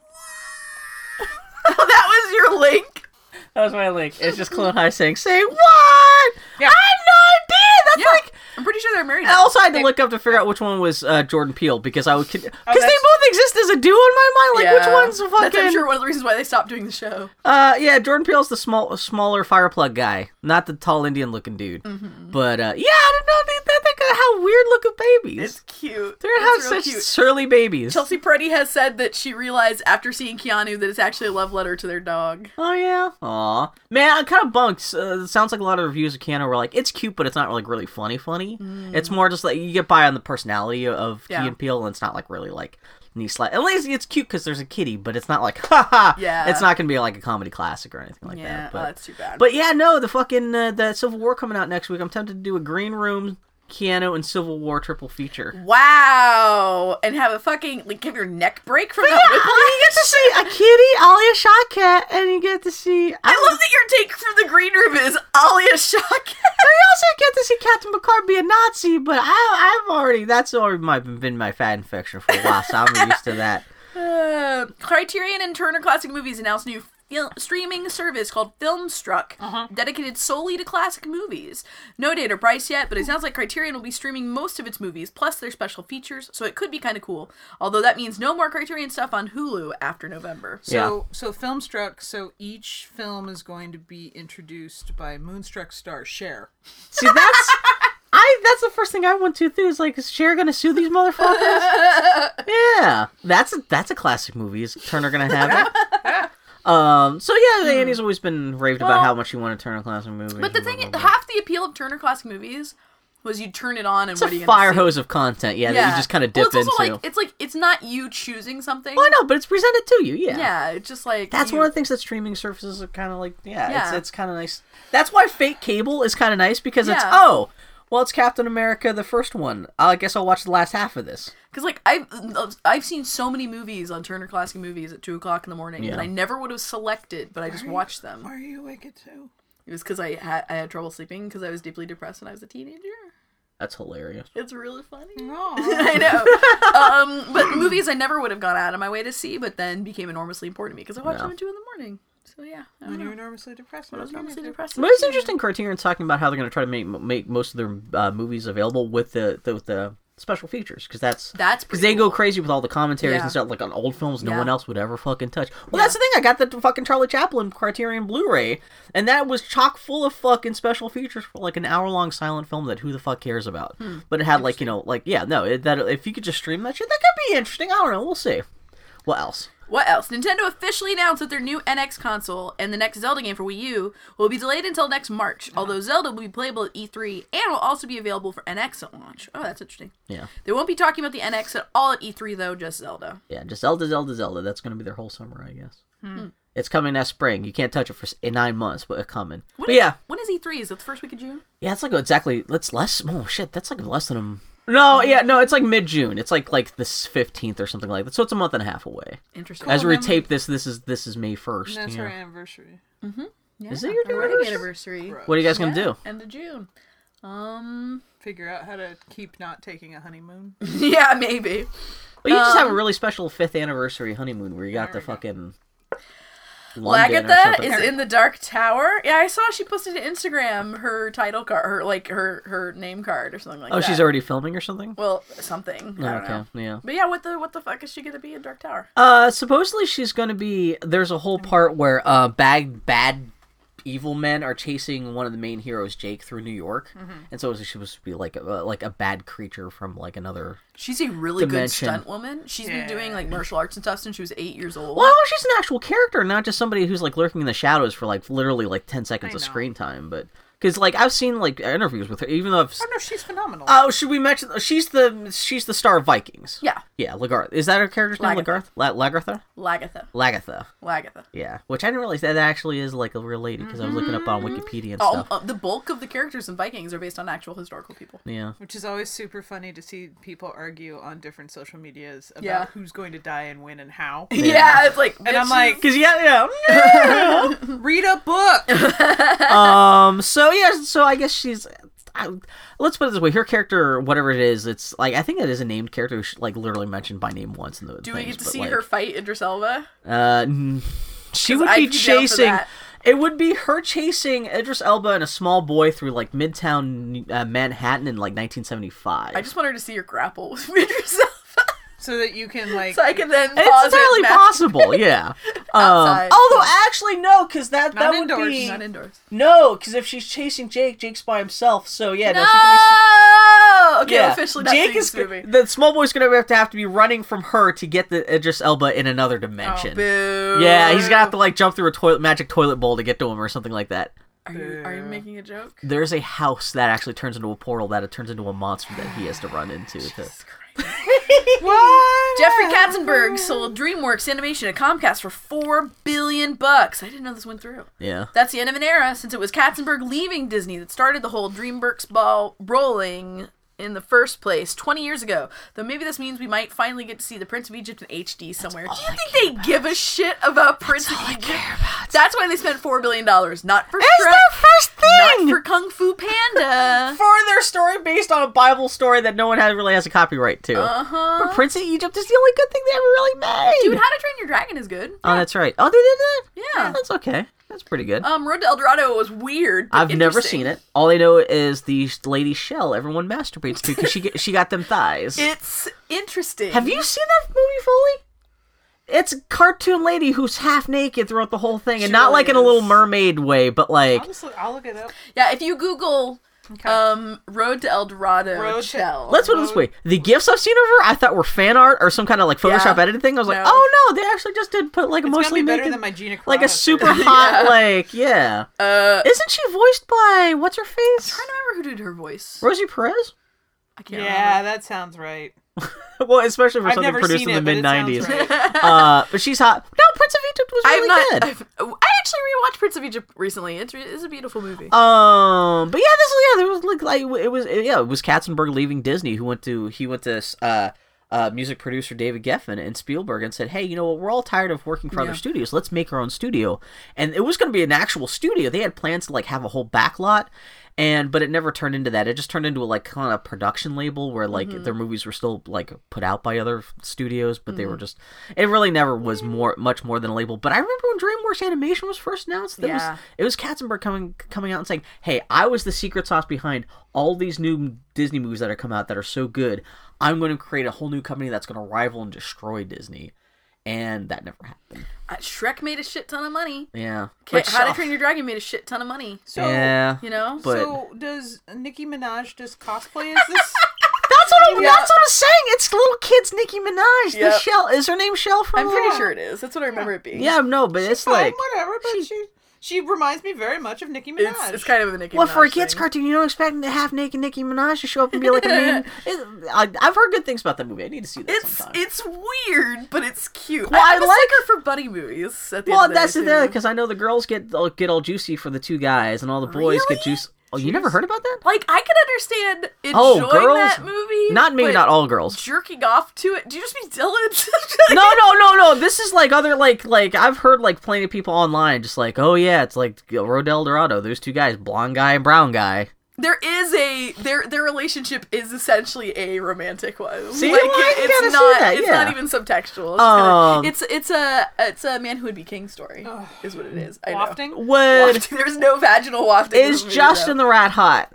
Speaker 1: Oh, that was your link.
Speaker 2: that was my link. It's just Clone High saying, "Say what?
Speaker 3: Yeah.
Speaker 2: I have no idea." That's
Speaker 1: Yeah,
Speaker 2: like.
Speaker 1: I'm pretty sure they're married.
Speaker 2: I
Speaker 1: now.
Speaker 2: also had to look up to figure out which one was uh, Jordan Peele because I would because they
Speaker 3: that's-
Speaker 2: both exist as a duo in my mind. Like
Speaker 1: Yeah.
Speaker 2: which one's fucking?
Speaker 1: That's I'm sure one of the reasons why they stopped doing the show.
Speaker 2: Uh, yeah, Jordan Peele's the small, smaller fireplug guy, not the tall Indian-looking dude.
Speaker 1: Mm-hmm.
Speaker 2: But uh, yeah, I don't know. They, they, they got how weird-looking babies.
Speaker 1: It's cute.
Speaker 2: They're gonna have
Speaker 1: It's real
Speaker 2: such
Speaker 1: cute.
Speaker 2: surly babies.
Speaker 1: Chelsea Peretti has said that she realized after seeing Keanu that it's actually a love letter to their dog.
Speaker 2: Oh yeah. Aw. Man, I'm kind of bunked. Uh, it sounds like a lot of reviews of Keanu were like, it's cute, but it's not like really funny. Funny. It's more just like you get by on the personality of
Speaker 1: Mm. Yeah.
Speaker 2: Key and Peele, and it's not like really like knee slap. At least it's cute because there's a kitty, but it's not like [LAUGHS] ha ha.
Speaker 1: Yeah.
Speaker 2: It's not gonna be like a comedy classic or anything like
Speaker 1: yeah,
Speaker 2: that.
Speaker 1: oh,
Speaker 2: But
Speaker 1: that's too bad.
Speaker 2: but yeah, no, the fucking uh, the Civil War coming out next week. I'm tempted to do a Green Room, Keanu, and Civil War
Speaker 1: [LAUGHS]
Speaker 2: triple feature.
Speaker 1: wow, and have a fucking like give your neck break from that. [LAUGHS]
Speaker 2: Yeah, [LAUGHS]
Speaker 1: whiplash?
Speaker 2: you get to see a kitty, Alia Shawkat, and you get to see. I,
Speaker 1: I love that your take from the green room is Alia Shock. [LAUGHS]
Speaker 2: I also get to see Captain Picard be a Nazi, but I, I've already that's already my, been my fat infection for a while, so I'm used
Speaker 1: [LAUGHS]
Speaker 2: to that.
Speaker 1: Uh, Criterion and Turner Classic Movies announced a new fil- streaming service called Filmstruck,
Speaker 2: Uh-huh.
Speaker 1: dedicated solely to classic movies. No date or price yet, but it sounds like Criterion will be streaming most of its movies plus their special features, so it could be kind of cool. Although that means no more Criterion stuff on Hulu after November.
Speaker 2: yeah,
Speaker 3: So so Filmstruck. So each film is going to be introduced by Moonstruck star Cher.
Speaker 2: see that's I that's the first thing I went to too. Is like, is Cher gonna sue these motherfuckers?
Speaker 1: [LAUGHS]
Speaker 2: yeah, that's a, that's a classic movie. Is Turner gonna have it? Um. So yeah, Annie's always been raved about
Speaker 1: Hmm. Well-
Speaker 2: how much she wanted Turner classic movies.
Speaker 1: But the
Speaker 2: and blah,
Speaker 1: thing,
Speaker 2: blah,
Speaker 1: is,
Speaker 2: blah.
Speaker 1: half the appeal of Turner Classic Movies was you turn it on and
Speaker 2: it's
Speaker 1: what are you
Speaker 2: a
Speaker 1: gonna
Speaker 2: fire
Speaker 1: see?
Speaker 2: hose of content. Yeah, that you just kind of
Speaker 1: Well,
Speaker 2: dip
Speaker 1: it's also
Speaker 2: into.
Speaker 1: Like, it's like it's not you choosing something.
Speaker 2: I know, but it's presented to you.
Speaker 1: Yeah, it's just like
Speaker 2: That's
Speaker 1: you-
Speaker 2: one of the things that streaming services are kind of like, yeah, it's
Speaker 1: Yeah.
Speaker 2: it's kind of nice. That's why fake cable is kind of nice because it's
Speaker 1: Yeah.
Speaker 2: oh, well, it's Captain America the first one. I guess I'll watch the last half of this.
Speaker 1: Because like I've I've seen so many movies on Turner Classic Movies at two o'clock in the morning
Speaker 2: Yeah.
Speaker 1: that I never would have selected, but I just watched them.
Speaker 3: [LAUGHS] Why are you awake at two?
Speaker 1: It was because I had I had trouble sleeping because I was deeply depressed when I was a teenager.
Speaker 2: That's hilarious.
Speaker 1: It's really
Speaker 2: Mm.
Speaker 1: funny.
Speaker 3: Aw.
Speaker 1: [LAUGHS]
Speaker 3: [LAUGHS]
Speaker 1: I
Speaker 2: [LAUGHS]
Speaker 1: know, um, but movies I never would have gone out of my way to see, but then became enormously important to me because I watched
Speaker 2: Yeah.
Speaker 1: them at two in the morning. So yeah, I don't
Speaker 3: When you're
Speaker 1: know.
Speaker 3: enormously depressed.
Speaker 1: I was enormously depressed.
Speaker 2: But it's interesting. Criterion's talking about how they're going to try to make make most of their uh, movies available with the, the with the special features because that's
Speaker 1: That's
Speaker 2: because
Speaker 1: pretty
Speaker 2: they go crazy with all the commentaries
Speaker 1: Yeah.
Speaker 2: and stuff like on old films no
Speaker 1: Yeah.
Speaker 2: one else would ever fucking touch well that's the thing i got the fucking charlie chaplin criterion blu-ray and that was chock full of fucking special features for like an hour-long silent film that who the fuck cares about
Speaker 1: Hmm.
Speaker 2: but it had like you know like yeah no it, that if you could just stream that shit that could be interesting i don't know we'll see what else
Speaker 1: What else? Nintendo officially announced that their new NX console and the next Zelda game for Wii U will be delayed until next March, although Zelda will be playable at E3 and will also be available for NX at launch. Oh, that's interesting.
Speaker 2: yeah
Speaker 1: They won't be talking about the NX at all at E3 though, just Zelda.
Speaker 2: yeah just zelda zelda zelda that's going to be their whole summer i guess
Speaker 1: Hmm.
Speaker 2: it's coming next spring you can't touch it for s- in nine months but it's coming
Speaker 1: When
Speaker 2: but
Speaker 1: is-
Speaker 2: yeah
Speaker 1: When is E3? Is it the first week of June?
Speaker 2: Yeah, it's like exactly. That's less. Oh shit, that's like less than a. No, yeah, no, it's like mid June. It's like like this fifteenth or something like that. So it's a month and a half away.
Speaker 1: Interesting.
Speaker 2: As we
Speaker 3: remember-
Speaker 2: tape this, this is this is May first.
Speaker 3: That's
Speaker 2: yeah.
Speaker 3: her anniversary.
Speaker 1: Yeah,
Speaker 2: Is it your
Speaker 1: our
Speaker 2: anniversary?
Speaker 1: wedding anniversary?
Speaker 2: What are you guys gonna
Speaker 1: Yeah,
Speaker 2: do?
Speaker 1: End of June.
Speaker 2: [LAUGHS]
Speaker 1: Um.
Speaker 3: Figure out how to keep not taking a honeymoon. Oh,
Speaker 1: Yeah, maybe.
Speaker 2: Well, you
Speaker 1: Um,
Speaker 2: just have a really special fifth anniversary honeymoon where you got the fucking. London or
Speaker 1: Lagatha
Speaker 2: something.
Speaker 1: is in the Dark Tower. Yeah, I saw she posted to Instagram her title card, her like her her name card or something like
Speaker 2: Oh,
Speaker 1: that.
Speaker 2: she's already filming or something.
Speaker 1: Well, something. I don't
Speaker 2: okay,
Speaker 1: know.
Speaker 2: yeah.
Speaker 1: But yeah, what the what the fuck is she gonna be in Dark Tower?
Speaker 2: Uh, supposedly she's gonna be. There's a whole part where uh, bad, bad, evil men are chasing one of the main heroes, Jake, through New York, and so she's supposed to be like a, uh, like a bad creature from like another.
Speaker 1: She's a really good
Speaker 2: Dimension.
Speaker 1: stunt woman. She's been doing like martial arts and stuff since she was eight years old.
Speaker 2: Well, oh, she's an actual character, not just somebody who's like lurking in the shadows for like literally like ten seconds of
Speaker 3: know.
Speaker 2: screen time. But Because like I've seen like interviews with her, even though I've. s-
Speaker 3: Oh no, she's phenomenal.
Speaker 2: Oh, should we mention she's the she's the star of Vikings?
Speaker 1: Yeah.
Speaker 2: yeah. Lagarth is that her character's name?
Speaker 1: Lagartha.
Speaker 2: Lagarth, La- Lagartha,
Speaker 1: Lagatha.
Speaker 2: Lagatha.
Speaker 1: Lagatha.
Speaker 2: Yeah, which I didn't realize that actually is like a real lady because I was looking up on Wikipedia and
Speaker 1: Oh,
Speaker 2: stuff.
Speaker 1: uh, the bulk of the characters in Vikings are based on actual historical people.
Speaker 2: Yeah,
Speaker 3: Which is always super funny to see people argue on different social medias about
Speaker 1: Yeah.
Speaker 3: who's going to die and when and
Speaker 2: [LAUGHS]
Speaker 3: how.
Speaker 1: Yeah, it's like.
Speaker 3: And I'm like,
Speaker 2: because yeah,
Speaker 1: [LAUGHS]
Speaker 2: yeah.
Speaker 3: Read a
Speaker 2: [LAUGHS]
Speaker 3: book.
Speaker 2: um so yeah so i guess she's I, let's put it this way her character whatever it is it's like i think it is a named character who's like literally mentioned by name once in the
Speaker 1: do we get to see
Speaker 2: like,
Speaker 1: her fight Idris Elba?
Speaker 2: uh n- she
Speaker 1: 'Cause
Speaker 2: would
Speaker 1: I'd
Speaker 2: be
Speaker 1: be down for
Speaker 2: chasing
Speaker 1: that.
Speaker 2: it would be her chasing Idris Elba and a small boy through like midtown uh, Manhattan in like 1975.
Speaker 1: I just want her to see her grapple with [LAUGHS] Idris Elba,
Speaker 3: so that you can like
Speaker 1: so I can then.
Speaker 2: And
Speaker 1: pause
Speaker 2: it's entirely
Speaker 1: it and- [LAUGHS]
Speaker 2: possible, yeah. um,
Speaker 1: Outside.
Speaker 2: although actually no, because that
Speaker 3: Not
Speaker 2: that would
Speaker 3: indoors,
Speaker 2: be
Speaker 1: Not indoors.
Speaker 2: no, because if she's chasing Jake, Jake's by himself. So yeah, no, she can be
Speaker 1: No. Okay, officially not
Speaker 2: Jake
Speaker 1: seeing
Speaker 2: is
Speaker 1: this movie.
Speaker 2: the small boy's gonna have to have to be running from her to get the Idris Elba in another dimension.
Speaker 1: Oh, Boo.
Speaker 2: yeah, he's gonna have to like jump through a toilet magic toilet bowl to get to him or something like that.
Speaker 1: Are you, are you making a joke?
Speaker 2: There's a house that actually turns into a portal that it turns into a monster that he has to run into. To... [LAUGHS]
Speaker 3: what?
Speaker 1: Jeffrey Katzenberg sold DreamWorks Animation to Comcast for four billion bucks. I didn't know this went through.
Speaker 2: Yeah.
Speaker 1: That's the end of an era, since it was Katzenberg leaving Disney that started the whole DreamWorks ball rolling in the first place 20 years ago. Though maybe this means we might finally get to see the Prince of Egypt in HD somewhere. Do you think they give a shit about Prince of Egypt? That's why they spent four billion dollars, not for Shrek,
Speaker 2: first
Speaker 1: not for Kung Fu Panda.
Speaker 2: for their story based on a Bible story that no one has, really has a copyright to. Uh-huh. But Prince of Egypt is the only good thing they ever really made.
Speaker 1: Dude, How to Train Your Dragon is good.
Speaker 2: oh, that's right. Oh, they did that.
Speaker 1: Yeah.
Speaker 2: that's okay. That's pretty good.
Speaker 1: Um, Road to El Dorado was weird. but
Speaker 2: I've never
Speaker 1: interesting.
Speaker 2: seen it. All I know is the sh- lady shell everyone masturbates to because she get, she got
Speaker 1: [LAUGHS]
Speaker 2: them thighs.
Speaker 1: It's interesting.
Speaker 2: Have you seen that movie fully? It's a cartoon lady who's half naked throughout the whole thing, and
Speaker 1: She
Speaker 2: not
Speaker 1: really
Speaker 2: like in a Little
Speaker 1: is.
Speaker 2: Mermaid way, but like
Speaker 3: I'll, just look, I'll look it up.
Speaker 1: Yeah, if you Google
Speaker 3: Okay.
Speaker 1: um Road to El Dorado
Speaker 3: Road to-
Speaker 1: Chell.
Speaker 2: let's put it this way: the gifs I've seen of her, I thought were fan art or some kind of like Photoshop
Speaker 1: Yeah.
Speaker 2: edited thing. I was like,
Speaker 1: No.
Speaker 2: oh no, they actually just did put like a
Speaker 3: it's gonna
Speaker 2: mostly
Speaker 3: be better
Speaker 2: naked,
Speaker 3: than my Gina
Speaker 2: like a [LAUGHS]
Speaker 3: Carano [LAUGHS]
Speaker 2: super
Speaker 3: series.
Speaker 2: hot
Speaker 1: Yeah.
Speaker 2: like yeah.
Speaker 1: uh
Speaker 2: Isn't she voiced by what's her face?
Speaker 1: I don't remember who did her voice.
Speaker 2: Rosie
Speaker 3: [LAUGHS]
Speaker 2: Perez?
Speaker 1: I can't
Speaker 3: Yeah, that sounds right.
Speaker 2: Well, especially for
Speaker 3: I've
Speaker 2: something
Speaker 3: never
Speaker 2: produced
Speaker 3: seen
Speaker 2: in
Speaker 3: it,
Speaker 2: the
Speaker 3: but
Speaker 2: mid
Speaker 3: it sounds
Speaker 2: '90s.
Speaker 3: right. [LAUGHS]
Speaker 2: uh, but she's hot. No, Prince of Egypt was
Speaker 1: I've
Speaker 2: really
Speaker 1: not.
Speaker 2: good.
Speaker 1: I've, I actually rewatched Prince of Egypt recently. It's, re- it's a beautiful movie.
Speaker 2: Um, but yeah, this yeah, there was like, like it was yeah, it was Katzenberg leaving Disney, who went to he went to uh, uh, music producer David Geffen and Spielberg and said, hey, you know what? We're all tired of working for other
Speaker 1: Yeah.
Speaker 2: studios. Let's make our own studio. And it was going to be an actual studio. They had plans to like have a whole back lot. And but it never turned into that. It just turned into a like kind of production label where like their movies were still like put out by other studios, but they were just it really never was more much more than a label. But I remember when DreamWorks Animation was first announced, there
Speaker 1: Yeah.
Speaker 2: was it was Katzenberg coming coming out and saying, "Hey, I was the secret sauce behind all these new Disney movies that are come out that are so good. I'm going to create a whole new company that's going to rival and destroy Disney." And that never happened.
Speaker 1: Uh, Shrek made a shit ton of money.
Speaker 2: Yeah.
Speaker 1: K-
Speaker 2: But
Speaker 1: How to
Speaker 2: so-
Speaker 1: Train Your Dragon made a shit ton of money.
Speaker 3: So,
Speaker 2: yeah.
Speaker 1: You know,
Speaker 2: But-
Speaker 3: so does Nicki Minaj just cosplay as this?
Speaker 2: That's what I'm,
Speaker 3: Yeah.
Speaker 2: that's what I'm saying. It's little kids Nicki Minaj. The
Speaker 1: Yep.
Speaker 2: shell is her name Shell from
Speaker 1: I'm pretty
Speaker 2: the-
Speaker 1: sure it is. That's what I remember it being.
Speaker 2: Yeah, no, but it's [LAUGHS]
Speaker 3: Fine,
Speaker 2: like
Speaker 3: whatever, but she, she reminds me very much of Nicki Minaj.
Speaker 1: it's, it's kind of a Nicki.
Speaker 2: Well, for a
Speaker 1: Minaj
Speaker 2: kids'
Speaker 1: thing.
Speaker 2: cartoon, you don't expect the half naked Nicki Minaj to show up and be like
Speaker 1: [LAUGHS]
Speaker 2: a main. It, I, I've heard good things about that movie. I need to see that
Speaker 1: It's
Speaker 2: sometime.
Speaker 1: it's weird, but it's cute.
Speaker 2: Well,
Speaker 1: I,
Speaker 2: I
Speaker 1: am a
Speaker 2: like-
Speaker 1: sucker for buddy movies. At the
Speaker 2: well,
Speaker 1: end of
Speaker 2: that's
Speaker 1: the
Speaker 2: the
Speaker 1: day,
Speaker 2: thing
Speaker 1: too.
Speaker 2: because I know the girls get all- get all juicy for the two guys, and all the boys get juice. Oh, you never heard about that?
Speaker 1: Like I can understand enjoying
Speaker 2: Oh, girls-
Speaker 1: that movie.
Speaker 2: Not maybe
Speaker 1: but
Speaker 2: not all
Speaker 1: [LAUGHS]
Speaker 2: girls.
Speaker 1: jerking off to it. Do you just mean Dylan? [LAUGHS]
Speaker 2: no, no, no, no. This is like other like like I've heard like plenty of people online just like, oh yeah, it's like Rodel Dorado. Those two guys, blonde guy and brown guy.
Speaker 1: there is a their their relationship is essentially a romantic one.
Speaker 2: See,
Speaker 1: like
Speaker 2: well, I
Speaker 1: it-
Speaker 2: gotta
Speaker 1: it's
Speaker 2: see
Speaker 1: not
Speaker 2: that,
Speaker 1: it's
Speaker 2: yeah.
Speaker 1: not even subtextual. It's, just
Speaker 2: Um,
Speaker 1: gonna, it's it's a it's a man who would be king story is what it is. I know.
Speaker 3: wafting. [LAUGHS]
Speaker 1: [LAUGHS]
Speaker 2: What
Speaker 1: Wafting. There's no vaginal wafting. in
Speaker 2: is
Speaker 1: this movie,
Speaker 2: Justin
Speaker 1: though.
Speaker 2: the Rat hot?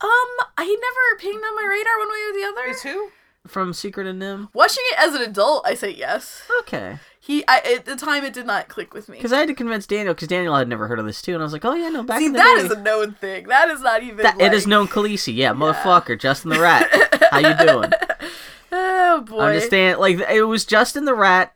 Speaker 1: Um, I never pinged on my radar one way or the other.
Speaker 3: Is who?
Speaker 2: from Secret and Nim.
Speaker 1: Watching it as an adult, I say yes.
Speaker 2: Okay,
Speaker 1: He I, at the time it did not click with me.
Speaker 2: because I had to convince Daniel because Daniel had never heard of this too, and I was like, oh yeah, no, back
Speaker 1: See,
Speaker 2: in the
Speaker 1: that
Speaker 2: day,
Speaker 1: is a known thing. That is not even.
Speaker 2: that-
Speaker 1: like,
Speaker 2: it is known Khaleesi. Yeah, motherfucker, Justin the Rat.
Speaker 1: [LAUGHS]
Speaker 2: How you doing?
Speaker 1: Oh boy.
Speaker 2: Understand? Like it was Justin the Rat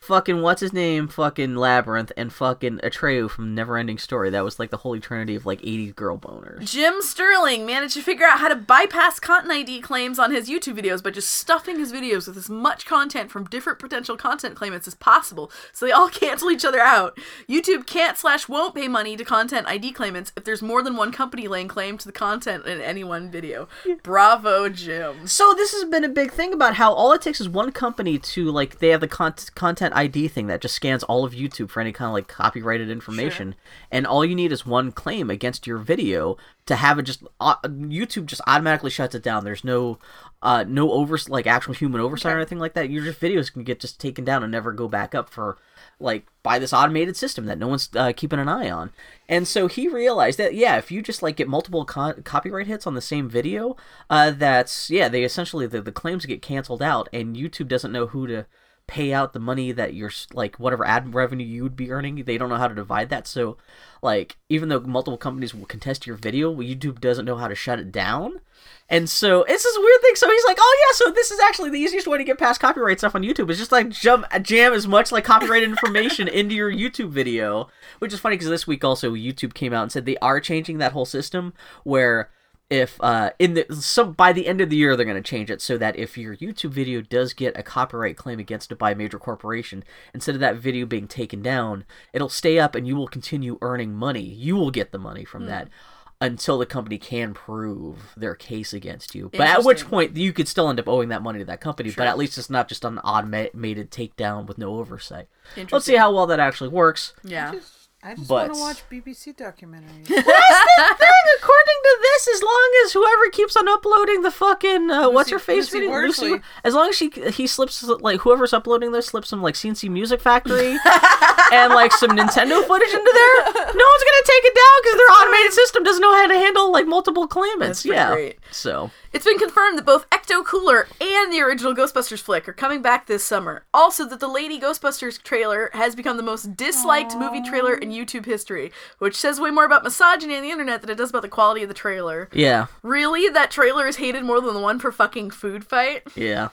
Speaker 2: fucking what's his name, fucking Labyrinth, and fucking Atreyu from Neverending Story. That was like the holy trinity of like 80s girl boners.
Speaker 1: Jim Sterling managed to figure out how to bypass content ID claims on his YouTube videos by just stuffing his videos with as much content from different potential content claimants as possible, so they all [LAUGHS] cancel each other out. YouTube can't slash won't pay money to content ID claimants if there's more than one company laying claim to the content in any one
Speaker 3: [LAUGHS]
Speaker 1: video. Bravo, Jim.
Speaker 2: So this has been a big thing about how all it takes is one company to like they have the con- content ID thing that just scans all of YouTube for any kind of like copyrighted information, and all you need is one claim against your video to have it just uh, YouTube just automatically shuts it down. There's no uh no over like actual human oversight or anything like that. Your just videos can get just taken down and never go back up for like by this automated system that no one's uh, keeping an eye on. And so he realized that yeah, if you just like get multiple co- copyright hits on the same video, uh, that's yeah, they essentially the, the claims get canceled out, and YouTube doesn't know who to pay out the money that you're s- like whatever ad revenue you would be earning. They don't know how to divide that. So like even though multiple companies will contest your video, YouTube doesn't know how to shut it down. And so it's this weird thing. So he's like, "Oh yeah, so this is actually the easiest way to get past copyright stuff on YouTube is just like jump jam as much like copyrighted information into your YouTube video." Which is funny because this week also YouTube came out and said they are changing that whole system where if uh in the some by the end of the year they're going to change it so that if your YouTube video does get a copyright claim against it by a major corporation instead of that video being taken down it'll stay up and you will continue earning money you will get the money from that until the company can prove their case against you but at which
Speaker 1: Interesting.
Speaker 2: point you could still end up owing that money to that company but at least it's not just an automated takedown with no oversight let's see
Speaker 1: Interesting.
Speaker 2: how well that
Speaker 1: [LAUGHS]
Speaker 2: actually works
Speaker 1: Yeah.
Speaker 3: I just
Speaker 2: But-
Speaker 3: want to watch BBC
Speaker 2: [LAUGHS]
Speaker 3: documentaries.
Speaker 2: thing, according to this, as long as whoever keeps on uploading the fucking uh, what's her face
Speaker 3: Lucy
Speaker 2: video,
Speaker 3: Worsley.
Speaker 2: Lucy, as long as she he slips like whoever's uploading this slips some like CNC
Speaker 1: [LAUGHS]
Speaker 2: Music Factory and like some Nintendo footage into there, no one's gonna take it down because their automated system doesn't know how to handle like multiple
Speaker 1: That's
Speaker 2: claimants.
Speaker 1: pretty
Speaker 2: yeah,
Speaker 1: great.
Speaker 2: so
Speaker 1: It's been confirmed that both Ecto Cooler and the original Ghostbusters flick are coming back this summer. Also, that the Lady Ghostbusters trailer has become the most disliked movie trailer in YouTube history, which says way more about misogyny on the internet than it does about the quality of the trailer.
Speaker 2: yeah,
Speaker 1: Really? That trailer is hated more than the one for fucking Food Fight?
Speaker 2: yeah.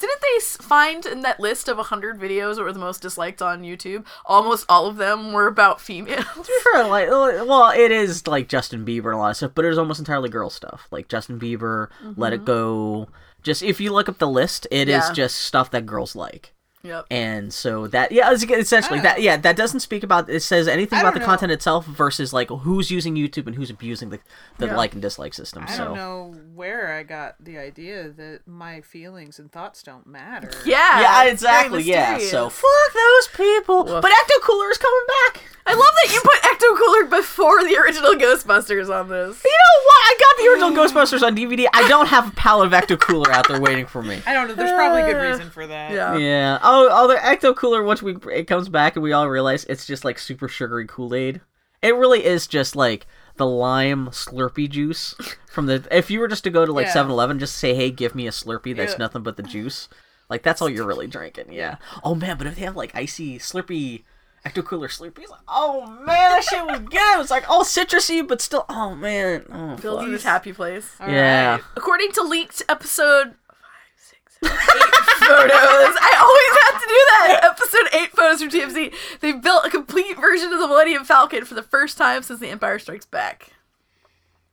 Speaker 1: Didn't they s- find in that list of 100 videos that were the most disliked on YouTube, almost all of them were about females? [LAUGHS]
Speaker 2: Sure, like well, it is like Justin Bieber and a lot of stuff, but it was almost entirely girl stuff, like Justin Bieber, Let It Go. Just if you look up the list, it is
Speaker 1: Yeah.
Speaker 2: just stuff that girls like.
Speaker 1: yep.
Speaker 2: and so that yeah it's- essentially
Speaker 3: I
Speaker 2: that yeah that doesn't speak about it says anything
Speaker 3: I
Speaker 2: about
Speaker 3: don't
Speaker 2: the
Speaker 3: know.
Speaker 2: content itself versus like who's using youtube and who's abusing the, the
Speaker 1: Yeah.
Speaker 2: like and dislike system
Speaker 3: I
Speaker 2: so
Speaker 3: don't know where I got the idea that my feelings and thoughts don't matter.
Speaker 1: Yeah.
Speaker 2: yeah
Speaker 1: it's very
Speaker 2: exactly yeah so
Speaker 1: mysterious.
Speaker 2: fuck those people
Speaker 1: Woof.
Speaker 2: but ecto cooler is coming back
Speaker 1: I love that you put Ecto Cooler before the original Ghostbusters on this.
Speaker 2: you know what i got the original ghostbusters on dvd i don't have a pallet of ecto cooler out there waiting for me
Speaker 3: I don't know. There's probably good
Speaker 1: Uh,
Speaker 3: reason for that.
Speaker 1: Yeah.
Speaker 2: yeah oh oh the ecto cooler once we it comes back and we all realize it's just like super sugary kool-aid it really is just like the lime slurpee juice from the if you were just to go to like
Speaker 3: Yeah.
Speaker 2: 7-eleven just say hey give me a slurpee that's
Speaker 3: Yeah.
Speaker 2: nothing but the juice like that's all you're
Speaker 3: [LAUGHS]
Speaker 2: really drinking yeah oh man but if they have like icy slurpee ecto cooler slurpees like, oh man that shit was good it was like all citrusy but still oh man oh,
Speaker 1: Builds
Speaker 2: fuck.
Speaker 1: this happy place.
Speaker 3: All
Speaker 2: yeah
Speaker 3: right.
Speaker 1: According to leaked episode five, six, seven, eight photos, I always have to do that. Episode eight photos from TMZ. They built a complete version of the Millennium Falcon for the first time since The Empire Strikes Back.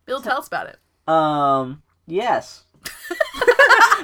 Speaker 1: Bill, tell us about it.
Speaker 2: Um. [LAUGHS] Yes.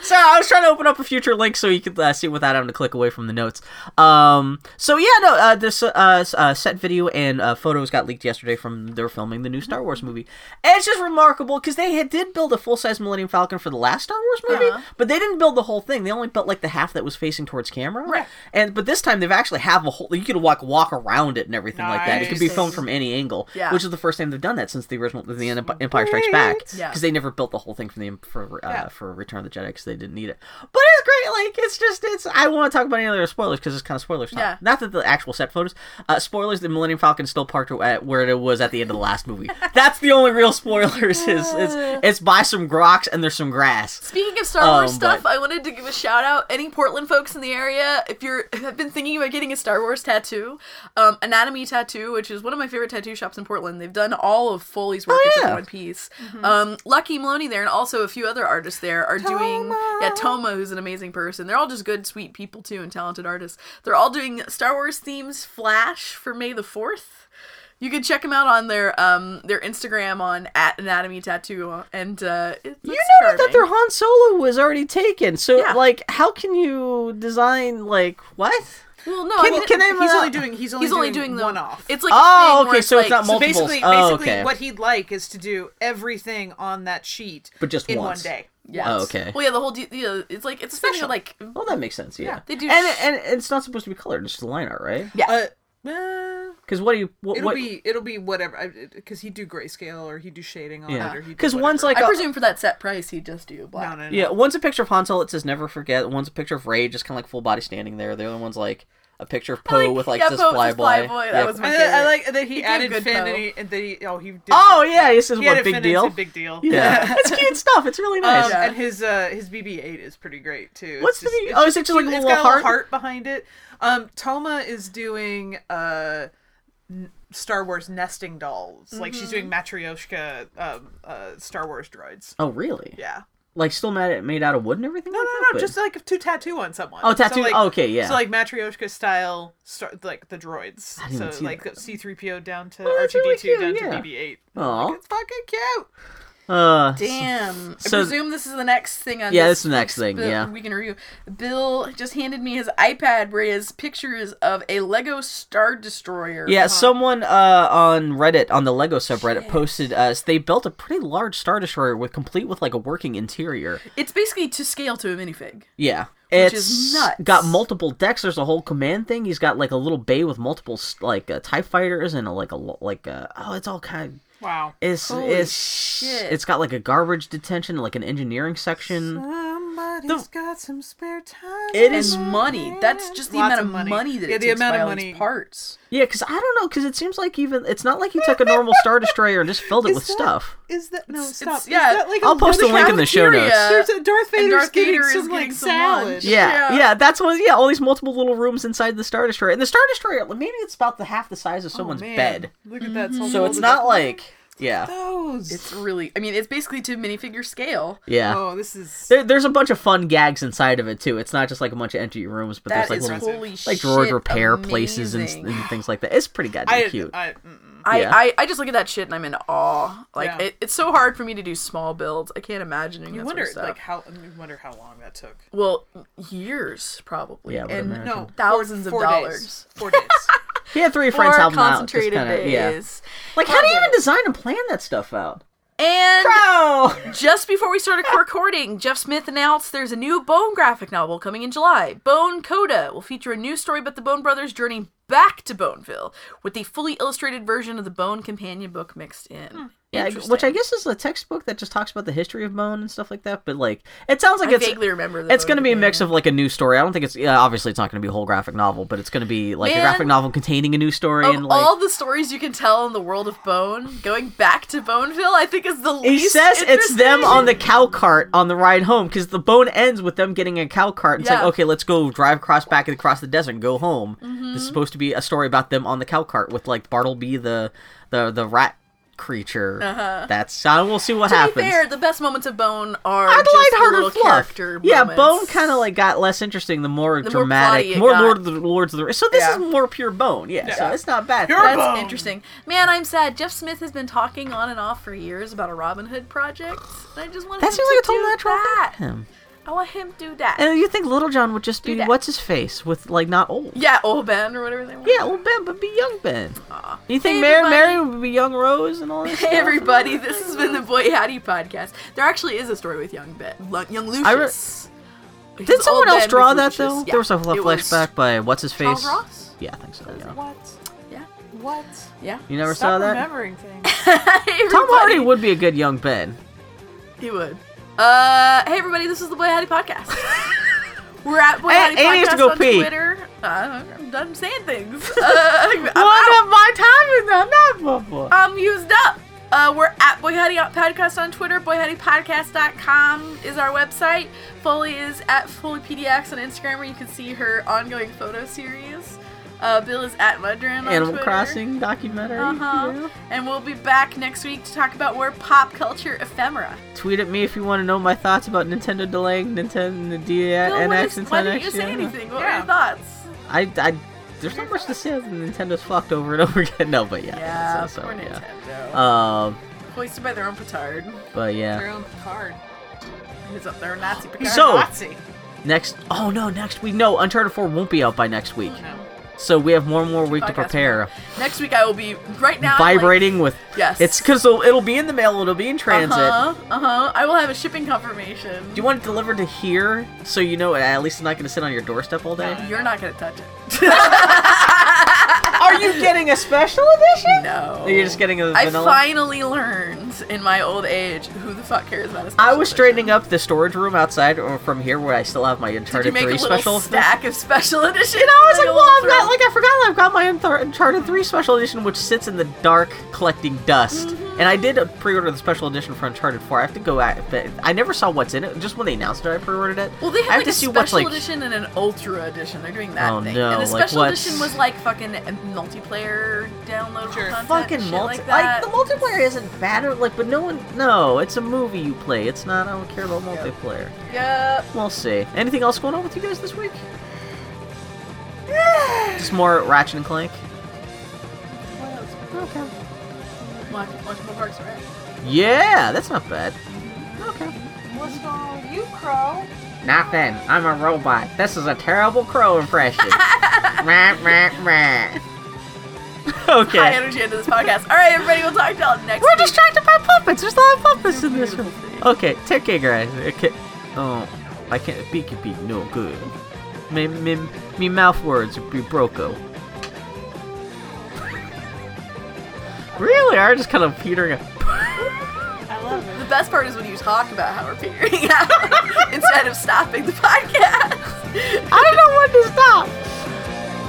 Speaker 2: so I was trying to open up a future link so you could uh, see it without having to click away from the notes. Um. So yeah, no. Uh, this uh, s- uh, set video and uh, photos got leaked yesterday from they're filming the new Star Wars movie. And it's just remarkable because they had, did build a full size Millennium Falcon for the last Star Wars movie,
Speaker 1: Uh-huh.
Speaker 2: but they didn't build the whole thing. They only built like the half that was facing towards camera.
Speaker 1: Right.
Speaker 2: And but this time they've actually have a whole. You could walk walk around it and everything like that. It could be
Speaker 3: Nice.
Speaker 2: filmed from any angle.
Speaker 1: Yeah.
Speaker 2: Which is the first time they've done that since the original the Emp- Empire Strikes Back because
Speaker 1: Yeah.
Speaker 2: they never built the whole thing for the for uh,
Speaker 3: Yeah.
Speaker 2: for Return of the Jedi because they didn't need it. But it's great. Like it's just it's. I want to talk about any other spoilers because it's kind of spoilers. Time.
Speaker 1: Yeah.
Speaker 2: Not that the actual set photos. Uh, spoilers. The Millennium Falcon still parked at where it was at the end of the last movie. That's the only real spoilers. Is it's it's by some groks and there's some grass.
Speaker 1: Speaking of Star
Speaker 2: Um,
Speaker 1: Wars stuff,
Speaker 2: but-
Speaker 1: I wanted to give a shout out any Portland folks in the area. If you're if have been thinking about getting a Star Wars tattoo, um, Anatomy Tattoo, which is one of my favorite tattoo shops in Portland, they've done all of Foley's work it's
Speaker 2: Oh, yeah.
Speaker 1: in one piece. Um, Lucky Maloney there, and also a few other artists there are doing yeah Toma, who's an amazing person. They're all just good, sweet people too, and talented artists. They're all doing Star Wars themes flash for May the Fourth. You can check them out on their um their Instagram on at Anatomy Tattoo, and uh, it,
Speaker 2: You noted that their Han Solo was already taken, so
Speaker 1: Yeah.
Speaker 2: like, how can you design like what?
Speaker 1: well, no,
Speaker 2: Can-
Speaker 1: I mean,
Speaker 2: can I-
Speaker 3: He's only doing. He's only
Speaker 1: he's only doing, the
Speaker 3: one off.
Speaker 1: It's like this
Speaker 2: Oh,
Speaker 1: thing where
Speaker 2: okay, so
Speaker 1: like-
Speaker 2: it's not
Speaker 3: So
Speaker 2: multiple.
Speaker 3: basically, basically,
Speaker 2: Oh, okay.
Speaker 3: what he'd like is to do everything on that sheet,
Speaker 2: But just
Speaker 3: in
Speaker 2: once.
Speaker 3: one day.
Speaker 1: Yeah.
Speaker 2: Oh, okay.
Speaker 1: Well, yeah, the whole de- you know, it's like it's special.
Speaker 3: Special.
Speaker 1: Like
Speaker 2: Well, that makes sense. Yeah,
Speaker 3: Yeah,
Speaker 1: they do
Speaker 2: and,
Speaker 1: sh-
Speaker 2: and it's not supposed to be colored; it's just line art, right?
Speaker 1: yeah,
Speaker 3: Uh, uh,
Speaker 2: Because what do you what
Speaker 3: it'll
Speaker 2: what?
Speaker 3: be it'll be whatever because he'd do grayscale or he'd do shading on it or
Speaker 2: yeah,
Speaker 3: he'd do
Speaker 2: because
Speaker 3: whatever.
Speaker 2: one's like uh,
Speaker 1: I
Speaker 2: a,
Speaker 1: presume for that set price he'd just do black.
Speaker 3: no, no, no.
Speaker 2: yeah, one's a picture of Han Solo. It says "Never Forget." One's a picture of Ray, just kind of like full body standing there. The other one's like a picture of Poe
Speaker 1: like-
Speaker 2: with like
Speaker 1: yeah,
Speaker 2: this
Speaker 1: Poe with
Speaker 2: flyboy.
Speaker 1: his flyboy, that
Speaker 2: Yeah.
Speaker 1: was my-
Speaker 3: And then I
Speaker 1: favorite.
Speaker 3: like that he,
Speaker 1: He gave
Speaker 3: added
Speaker 1: good
Speaker 3: Finn and
Speaker 1: Poe.
Speaker 3: he, and then he oh he did
Speaker 2: oh yeah, this is
Speaker 3: he added
Speaker 2: what
Speaker 3: Finn
Speaker 2: big
Speaker 3: and said
Speaker 2: deal.
Speaker 3: big deal
Speaker 2: Yeah, [LAUGHS] it's cute stuff. It's really nice.
Speaker 3: Um,
Speaker 1: Yeah.
Speaker 3: And his uh, his BB-8 is pretty great too. It's
Speaker 2: What's the B- oh, is it just like a
Speaker 3: cute. It's
Speaker 2: little
Speaker 3: got a
Speaker 2: heart?
Speaker 3: little heart behind it? Um, Toma is doing uh, n- Star Wars nesting dolls. Like she's doing
Speaker 2: Mm-hmm.
Speaker 3: matryoshka um, uh, Star Wars droids.
Speaker 2: Oh really?
Speaker 3: Yeah.
Speaker 2: Like still made it made out of wood and everything?
Speaker 3: No, no, no, just like to tattoo on someone.
Speaker 2: Oh, tattoo-
Speaker 3: like,
Speaker 2: okay, yeah.
Speaker 3: So like matryoshka style, star- like the droids.
Speaker 2: didn't even
Speaker 3: So
Speaker 2: see Oh,
Speaker 3: like C-3PO down to
Speaker 2: that's really
Speaker 3: R2D2 down
Speaker 2: cute, yeah.
Speaker 3: to BB-8.
Speaker 2: Aw.
Speaker 3: It's fucking cute.
Speaker 2: Uh,
Speaker 1: Damn.
Speaker 2: So-
Speaker 1: I presume this is the next thing on
Speaker 2: Yeah,
Speaker 1: this
Speaker 2: this is the next
Speaker 1: week's
Speaker 2: thing,
Speaker 1: Bill-
Speaker 2: yeah.
Speaker 1: we can review. Bill just handed me his iPad where he has pictures of a Lego Star Destroyer.
Speaker 2: yeah, someone uh, on Reddit on the Lego subreddit posted uh, they built a pretty large star destroyer with complete with like a working interior.
Speaker 1: It's basically to scale to a minifig.
Speaker 2: Yeah.
Speaker 1: Which
Speaker 2: it's
Speaker 1: is nuts.
Speaker 2: got multiple decks. There's a whole command thing. He's got like a little bay with multiple like uh, tie fighters and a, like a lo- like uh, oh, it's all kind.
Speaker 3: Wow.
Speaker 2: It's
Speaker 1: Holy
Speaker 2: it's
Speaker 1: shit.
Speaker 2: it's got like a garbage detention, like an engineering section.
Speaker 3: Somebody's got some spare time.
Speaker 2: It
Speaker 1: And
Speaker 2: is
Speaker 1: money. That's just the
Speaker 3: Lots
Speaker 1: amount
Speaker 3: of
Speaker 1: of money,
Speaker 3: money.
Speaker 1: that
Speaker 3: Yeah,
Speaker 1: it
Speaker 3: the
Speaker 1: takes to
Speaker 3: amount
Speaker 1: buy
Speaker 3: of
Speaker 1: all these
Speaker 3: money.
Speaker 1: parts.
Speaker 2: Yeah, because I don't know, because it seems like even it's not like he took a normal Star Destroyer and just filled it
Speaker 3: Is
Speaker 2: with
Speaker 3: that-
Speaker 2: stuff.
Speaker 3: Is that no?
Speaker 1: It's-
Speaker 3: stop.
Speaker 1: it's- yeah,
Speaker 3: Is that like a
Speaker 2: I'll post a
Speaker 3: little
Speaker 2: link in the show
Speaker 1: cafeteria.
Speaker 2: notes.
Speaker 3: There's a Darth Vader's
Speaker 1: Darth
Speaker 3: getting
Speaker 1: Vader is
Speaker 3: some
Speaker 1: getting
Speaker 3: like
Speaker 1: some lunch.
Speaker 3: salad.
Speaker 2: Yeah,
Speaker 1: Yeah.
Speaker 2: yeah, that's what. Yeah, all these multiple little rooms inside the Star Destroyer, and the Star Destroyer maybe it's about the half the size of
Speaker 3: Oh,
Speaker 2: someone's
Speaker 3: man.
Speaker 2: bed,
Speaker 3: Look at
Speaker 1: Mm-hmm.
Speaker 3: that. So,
Speaker 2: so it's not like yeah,
Speaker 3: those.
Speaker 1: It's really, I mean, it's basically to minifigure scale.
Speaker 2: yeah.
Speaker 3: oh, this is.
Speaker 2: There, there's a bunch of fun gags inside of it too. It's not just like a bunch of empty rooms, but
Speaker 1: That
Speaker 2: there's like
Speaker 1: is
Speaker 2: little,
Speaker 3: impressive.
Speaker 1: holy
Speaker 2: like
Speaker 1: shit.
Speaker 2: droid repair
Speaker 1: amazing.
Speaker 2: places and, and things like that. It's pretty goddamn
Speaker 3: I, uh,
Speaker 2: cute.
Speaker 3: I, mm-mm.
Speaker 1: I,
Speaker 2: Yeah.
Speaker 1: I, I just look at that shit and I'm in awe. Like
Speaker 3: Yeah.
Speaker 1: it, it's so hard for me to do small builds. I can't imagine doing
Speaker 3: you
Speaker 1: that
Speaker 3: wonder
Speaker 1: sort of stuff.
Speaker 3: like how. You wonder how long that took.
Speaker 1: Well, years probably,
Speaker 2: Yeah, I would
Speaker 1: and
Speaker 2: imagine.
Speaker 3: No,
Speaker 1: thousands of
Speaker 3: four, four
Speaker 1: dollars.
Speaker 3: Days.
Speaker 1: [LAUGHS]
Speaker 3: Four days.
Speaker 2: he had three
Speaker 1: four
Speaker 2: friends help him out. just
Speaker 1: concentrated
Speaker 2: kinda- yeah.
Speaker 1: days.
Speaker 2: Like, how do you
Speaker 3: Horrible.
Speaker 2: even design and plan that stuff out?
Speaker 1: And
Speaker 2: Bro.
Speaker 1: just before we
Speaker 2: [LAUGHS]
Speaker 1: started recording, Jeff Smith announced there's a new Bone graphic novel coming in July. Bone Coda will feature a new story about the Bone Brothers' journey back to Boneville, with a fully illustrated version of the Bone companion book mixed in.
Speaker 2: Hmm. Yeah,
Speaker 1: Interesting.
Speaker 2: which I guess is a textbook that just talks about the history of bone and stuff like that. But like, it sounds like
Speaker 1: I
Speaker 2: it's
Speaker 1: vaguely remember. The
Speaker 2: it's
Speaker 1: Bone
Speaker 2: going to be a mix
Speaker 1: companion.
Speaker 2: of like a new story. I don't think it's yeah, obviously it's not going to be a whole graphic novel, but it's going to be like a graphic
Speaker 1: Man,
Speaker 2: novel containing a new story
Speaker 1: Of
Speaker 2: and like.
Speaker 1: all the stories you can tell in the world of Bone, going back to Boneville, I think is the
Speaker 2: he
Speaker 1: least.
Speaker 2: says it's them
Speaker 1: interesting.
Speaker 2: on the cow cart on the ride home because the bone ends with them getting a cow cart. It's
Speaker 1: Yeah.
Speaker 2: like, okay, let's go drive across back across the desert and go home.
Speaker 1: Mm-hmm.
Speaker 2: This is supposed to be a story about them on the cow cart with like Bartleby the the the rat creature. Uh-huh. That's I we'll see what
Speaker 1: To
Speaker 2: happens.
Speaker 1: be fair, the best moments of Bone are
Speaker 2: I'd
Speaker 1: just
Speaker 2: like
Speaker 1: the
Speaker 2: harder
Speaker 1: little
Speaker 2: fluff.
Speaker 1: character.
Speaker 2: yeah,
Speaker 1: moments.
Speaker 2: Bone kind of like got less interesting the more
Speaker 1: The more plotty
Speaker 2: dramatic,
Speaker 1: it
Speaker 2: more,
Speaker 1: got.
Speaker 2: Lord of the Lords of the Rings. So this
Speaker 1: Yeah.
Speaker 2: is more pure Bone. Yeah, so
Speaker 3: Yeah.
Speaker 2: it's not bad.
Speaker 3: Pure
Speaker 2: That's-
Speaker 1: That's
Speaker 3: Bone.
Speaker 1: interesting. Man, I'm sad. Jeff Smith has been talking on and off for years about a Robin Hood project. And I just want
Speaker 2: That
Speaker 1: him
Speaker 2: seems
Speaker 1: to
Speaker 2: like a total
Speaker 1: do
Speaker 2: natural
Speaker 1: that.
Speaker 2: thing. for him.
Speaker 1: I want him to do that.
Speaker 2: And you think Little John would just
Speaker 1: Do
Speaker 2: be
Speaker 1: that.
Speaker 2: what's his face with like not old?
Speaker 1: yeah, old Ben or whatever they want.
Speaker 2: Yeah, old Ben, but be young Ben.
Speaker 1: Aw.
Speaker 2: You think
Speaker 1: Hey,
Speaker 2: Mary
Speaker 1: everybody.
Speaker 2: Mary would be young Rose and
Speaker 1: [LAUGHS]
Speaker 2: all that?
Speaker 1: Hey
Speaker 2: stuff?
Speaker 1: everybody, this has been the Boy Hattie podcast. There actually is a story with young Ben, Lu- young
Speaker 2: re-
Speaker 1: Lucius. His
Speaker 2: Did
Speaker 1: old
Speaker 2: someone else
Speaker 1: Oh, Ben
Speaker 2: draw
Speaker 1: was
Speaker 2: that
Speaker 1: Lucius.
Speaker 2: though?
Speaker 1: Yeah.
Speaker 2: There was a fl-
Speaker 1: It was
Speaker 2: flashback by what's his
Speaker 1: Charles
Speaker 2: face?
Speaker 1: Ross?
Speaker 2: Yeah, I think so. Yeah.
Speaker 3: What?
Speaker 1: Yeah,
Speaker 3: What?
Speaker 1: yeah. [LAUGHS]
Speaker 2: You never
Speaker 3: Stop
Speaker 2: saw that?
Speaker 3: remembering things.
Speaker 1: Hey,
Speaker 2: Tom Hardy
Speaker 1: everybody.
Speaker 2: would be a good young Ben.
Speaker 1: He would. Uh, hey everybody, this is the Boy Hattie
Speaker 2: [LAUGHS]
Speaker 1: podcast. We're at Boy
Speaker 2: Hey,
Speaker 1: Hattie
Speaker 2: Amy has
Speaker 1: podcast
Speaker 2: to go
Speaker 1: on
Speaker 2: pee.
Speaker 1: Twitter. Uh, I'm done saying
Speaker 2: [LAUGHS]
Speaker 1: things. Uh, I'm, out.
Speaker 2: of my time is not that bubble.
Speaker 1: I'm Um, used up. Uh, we're at Boy Hattie Podcast on Twitter. BoyHattiePodcast.com is our website. Foley is at FoleyPDX on Instagram, where you can see her ongoing photo series. Uh, Bill is at Mudran on
Speaker 2: Animal
Speaker 1: Twitter.
Speaker 2: Crossing documentary.
Speaker 1: Uh-huh.
Speaker 2: yeah.
Speaker 1: And we'll be back next week to talk about more pop culture ephemera.
Speaker 2: Tweet at me if you want to know my thoughts about Nintendo delaying Nintendo D
Speaker 1: Bill, what
Speaker 2: NX
Speaker 1: is-
Speaker 2: and 10X.
Speaker 1: why didn't you say
Speaker 2: yeah.
Speaker 1: anything? What were
Speaker 3: Yeah.
Speaker 1: your thoughts?
Speaker 2: I, I, there's not much to say other than Nintendo's fucked over and over again. [LAUGHS] No, but yeah.
Speaker 1: Yeah,
Speaker 2: so, so,
Speaker 1: poor
Speaker 2: yeah.
Speaker 1: Nintendo.
Speaker 2: Um,
Speaker 1: Hoisted by their own petard.
Speaker 2: but
Speaker 3: Their
Speaker 2: yeah.
Speaker 3: own card.
Speaker 1: He's up there,
Speaker 2: [GASPS]
Speaker 1: Nazi petard.
Speaker 2: So-
Speaker 3: Nazi.
Speaker 2: Next, oh no, next week. No, Uncharted 4 won't be out by next week.
Speaker 3: No.
Speaker 2: So we have more and more week to
Speaker 1: Oh, Podcast.
Speaker 2: prepare.
Speaker 1: Next week I will be right now. I'm like-
Speaker 2: Vibrating with.
Speaker 1: yes.
Speaker 2: It's because it'll, it'll be in the mail, it'll be in transit.
Speaker 1: Uh huh. Uh-huh. I will have a shipping confirmation.
Speaker 2: Do you want it delivered to here so you know at least it's not going to sit on your doorstep all day?
Speaker 1: You're not gonna touch it.
Speaker 2: Are you getting a special edition?
Speaker 1: No.
Speaker 2: You're just getting a
Speaker 1: I
Speaker 2: vanilla.
Speaker 1: finally learned in my old age who the fuck cares about a special
Speaker 2: I was
Speaker 1: edition.
Speaker 2: straightening up the storage room outside or from here where I still have my
Speaker 1: Did you
Speaker 2: Uncharted
Speaker 1: make a
Speaker 2: 3
Speaker 1: little
Speaker 2: special.
Speaker 1: stack of special edition?
Speaker 2: And I was like, well, I've got
Speaker 1: I'll
Speaker 2: like I forgot I've got my Unthar- Uncharted 3 special edition, which sits in the dark collecting dust.
Speaker 1: Mm-hmm.
Speaker 2: And I did uh, pre-order the special edition for Uncharted 4. I have to go at, but I never saw what's in it. Just when they announced it, I pre-ordered it.
Speaker 1: Well, they have,
Speaker 2: I have
Speaker 1: like
Speaker 2: to
Speaker 1: a
Speaker 2: see
Speaker 1: special
Speaker 2: what's like.
Speaker 1: edition and an ultra edition. They're doing that
Speaker 2: Oh,
Speaker 1: thing.
Speaker 2: no,
Speaker 1: and the
Speaker 2: like,
Speaker 1: special
Speaker 2: what's-
Speaker 1: edition was like fucking multiplayer downloadable
Speaker 3: Sure.
Speaker 1: content,
Speaker 2: Fucking
Speaker 1: shit
Speaker 2: multi,
Speaker 1: like
Speaker 2: like,
Speaker 1: that.
Speaker 2: the multiplayer isn't bad, or, like, but no one, no, it's a movie you play. It's not. I don't care about multiplayer.
Speaker 1: Yep.
Speaker 2: We'll see. Anything else going on with you guys this
Speaker 1: [SIGHS]
Speaker 2: week? Just more Ratchet and Clank. Okay.
Speaker 1: Watch, watch more Parks and Rec.
Speaker 2: Yeah, that's not bad.
Speaker 1: Mm-hmm.
Speaker 2: Okay.
Speaker 3: What's going on, you crow?
Speaker 2: Nothing. I'm a robot. This is a terrible crow impression. Rah, rah, rah.
Speaker 1: High
Speaker 2: Okay.
Speaker 1: energy into this podcast. All right, everybody, we'll talk to y'all next
Speaker 2: We're
Speaker 1: week.
Speaker 2: distracted by puppets. There's a lot of puppets in this
Speaker 1: Beautiful
Speaker 2: room.
Speaker 1: thing.
Speaker 2: Okay, take care, guys. Okay. Oh, I can't. Beaky beak, no good. Me, me, me mouth words be broco. [LAUGHS] really? I just kind of petering out.
Speaker 3: [LAUGHS] I love it.
Speaker 1: The best part is when you talk about how we're figuring out [LAUGHS] instead of stopping the podcast.
Speaker 2: [LAUGHS] I don't know when to stop.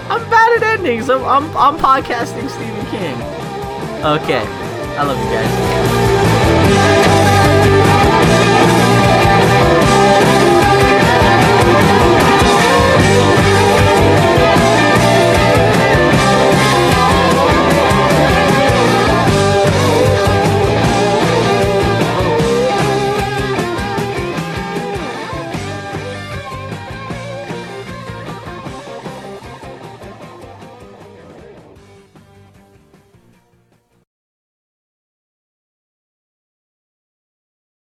Speaker 2: I'm bad at endings. I'm, I'm, I'm podcasting Stephen King. Okay. I love you guys.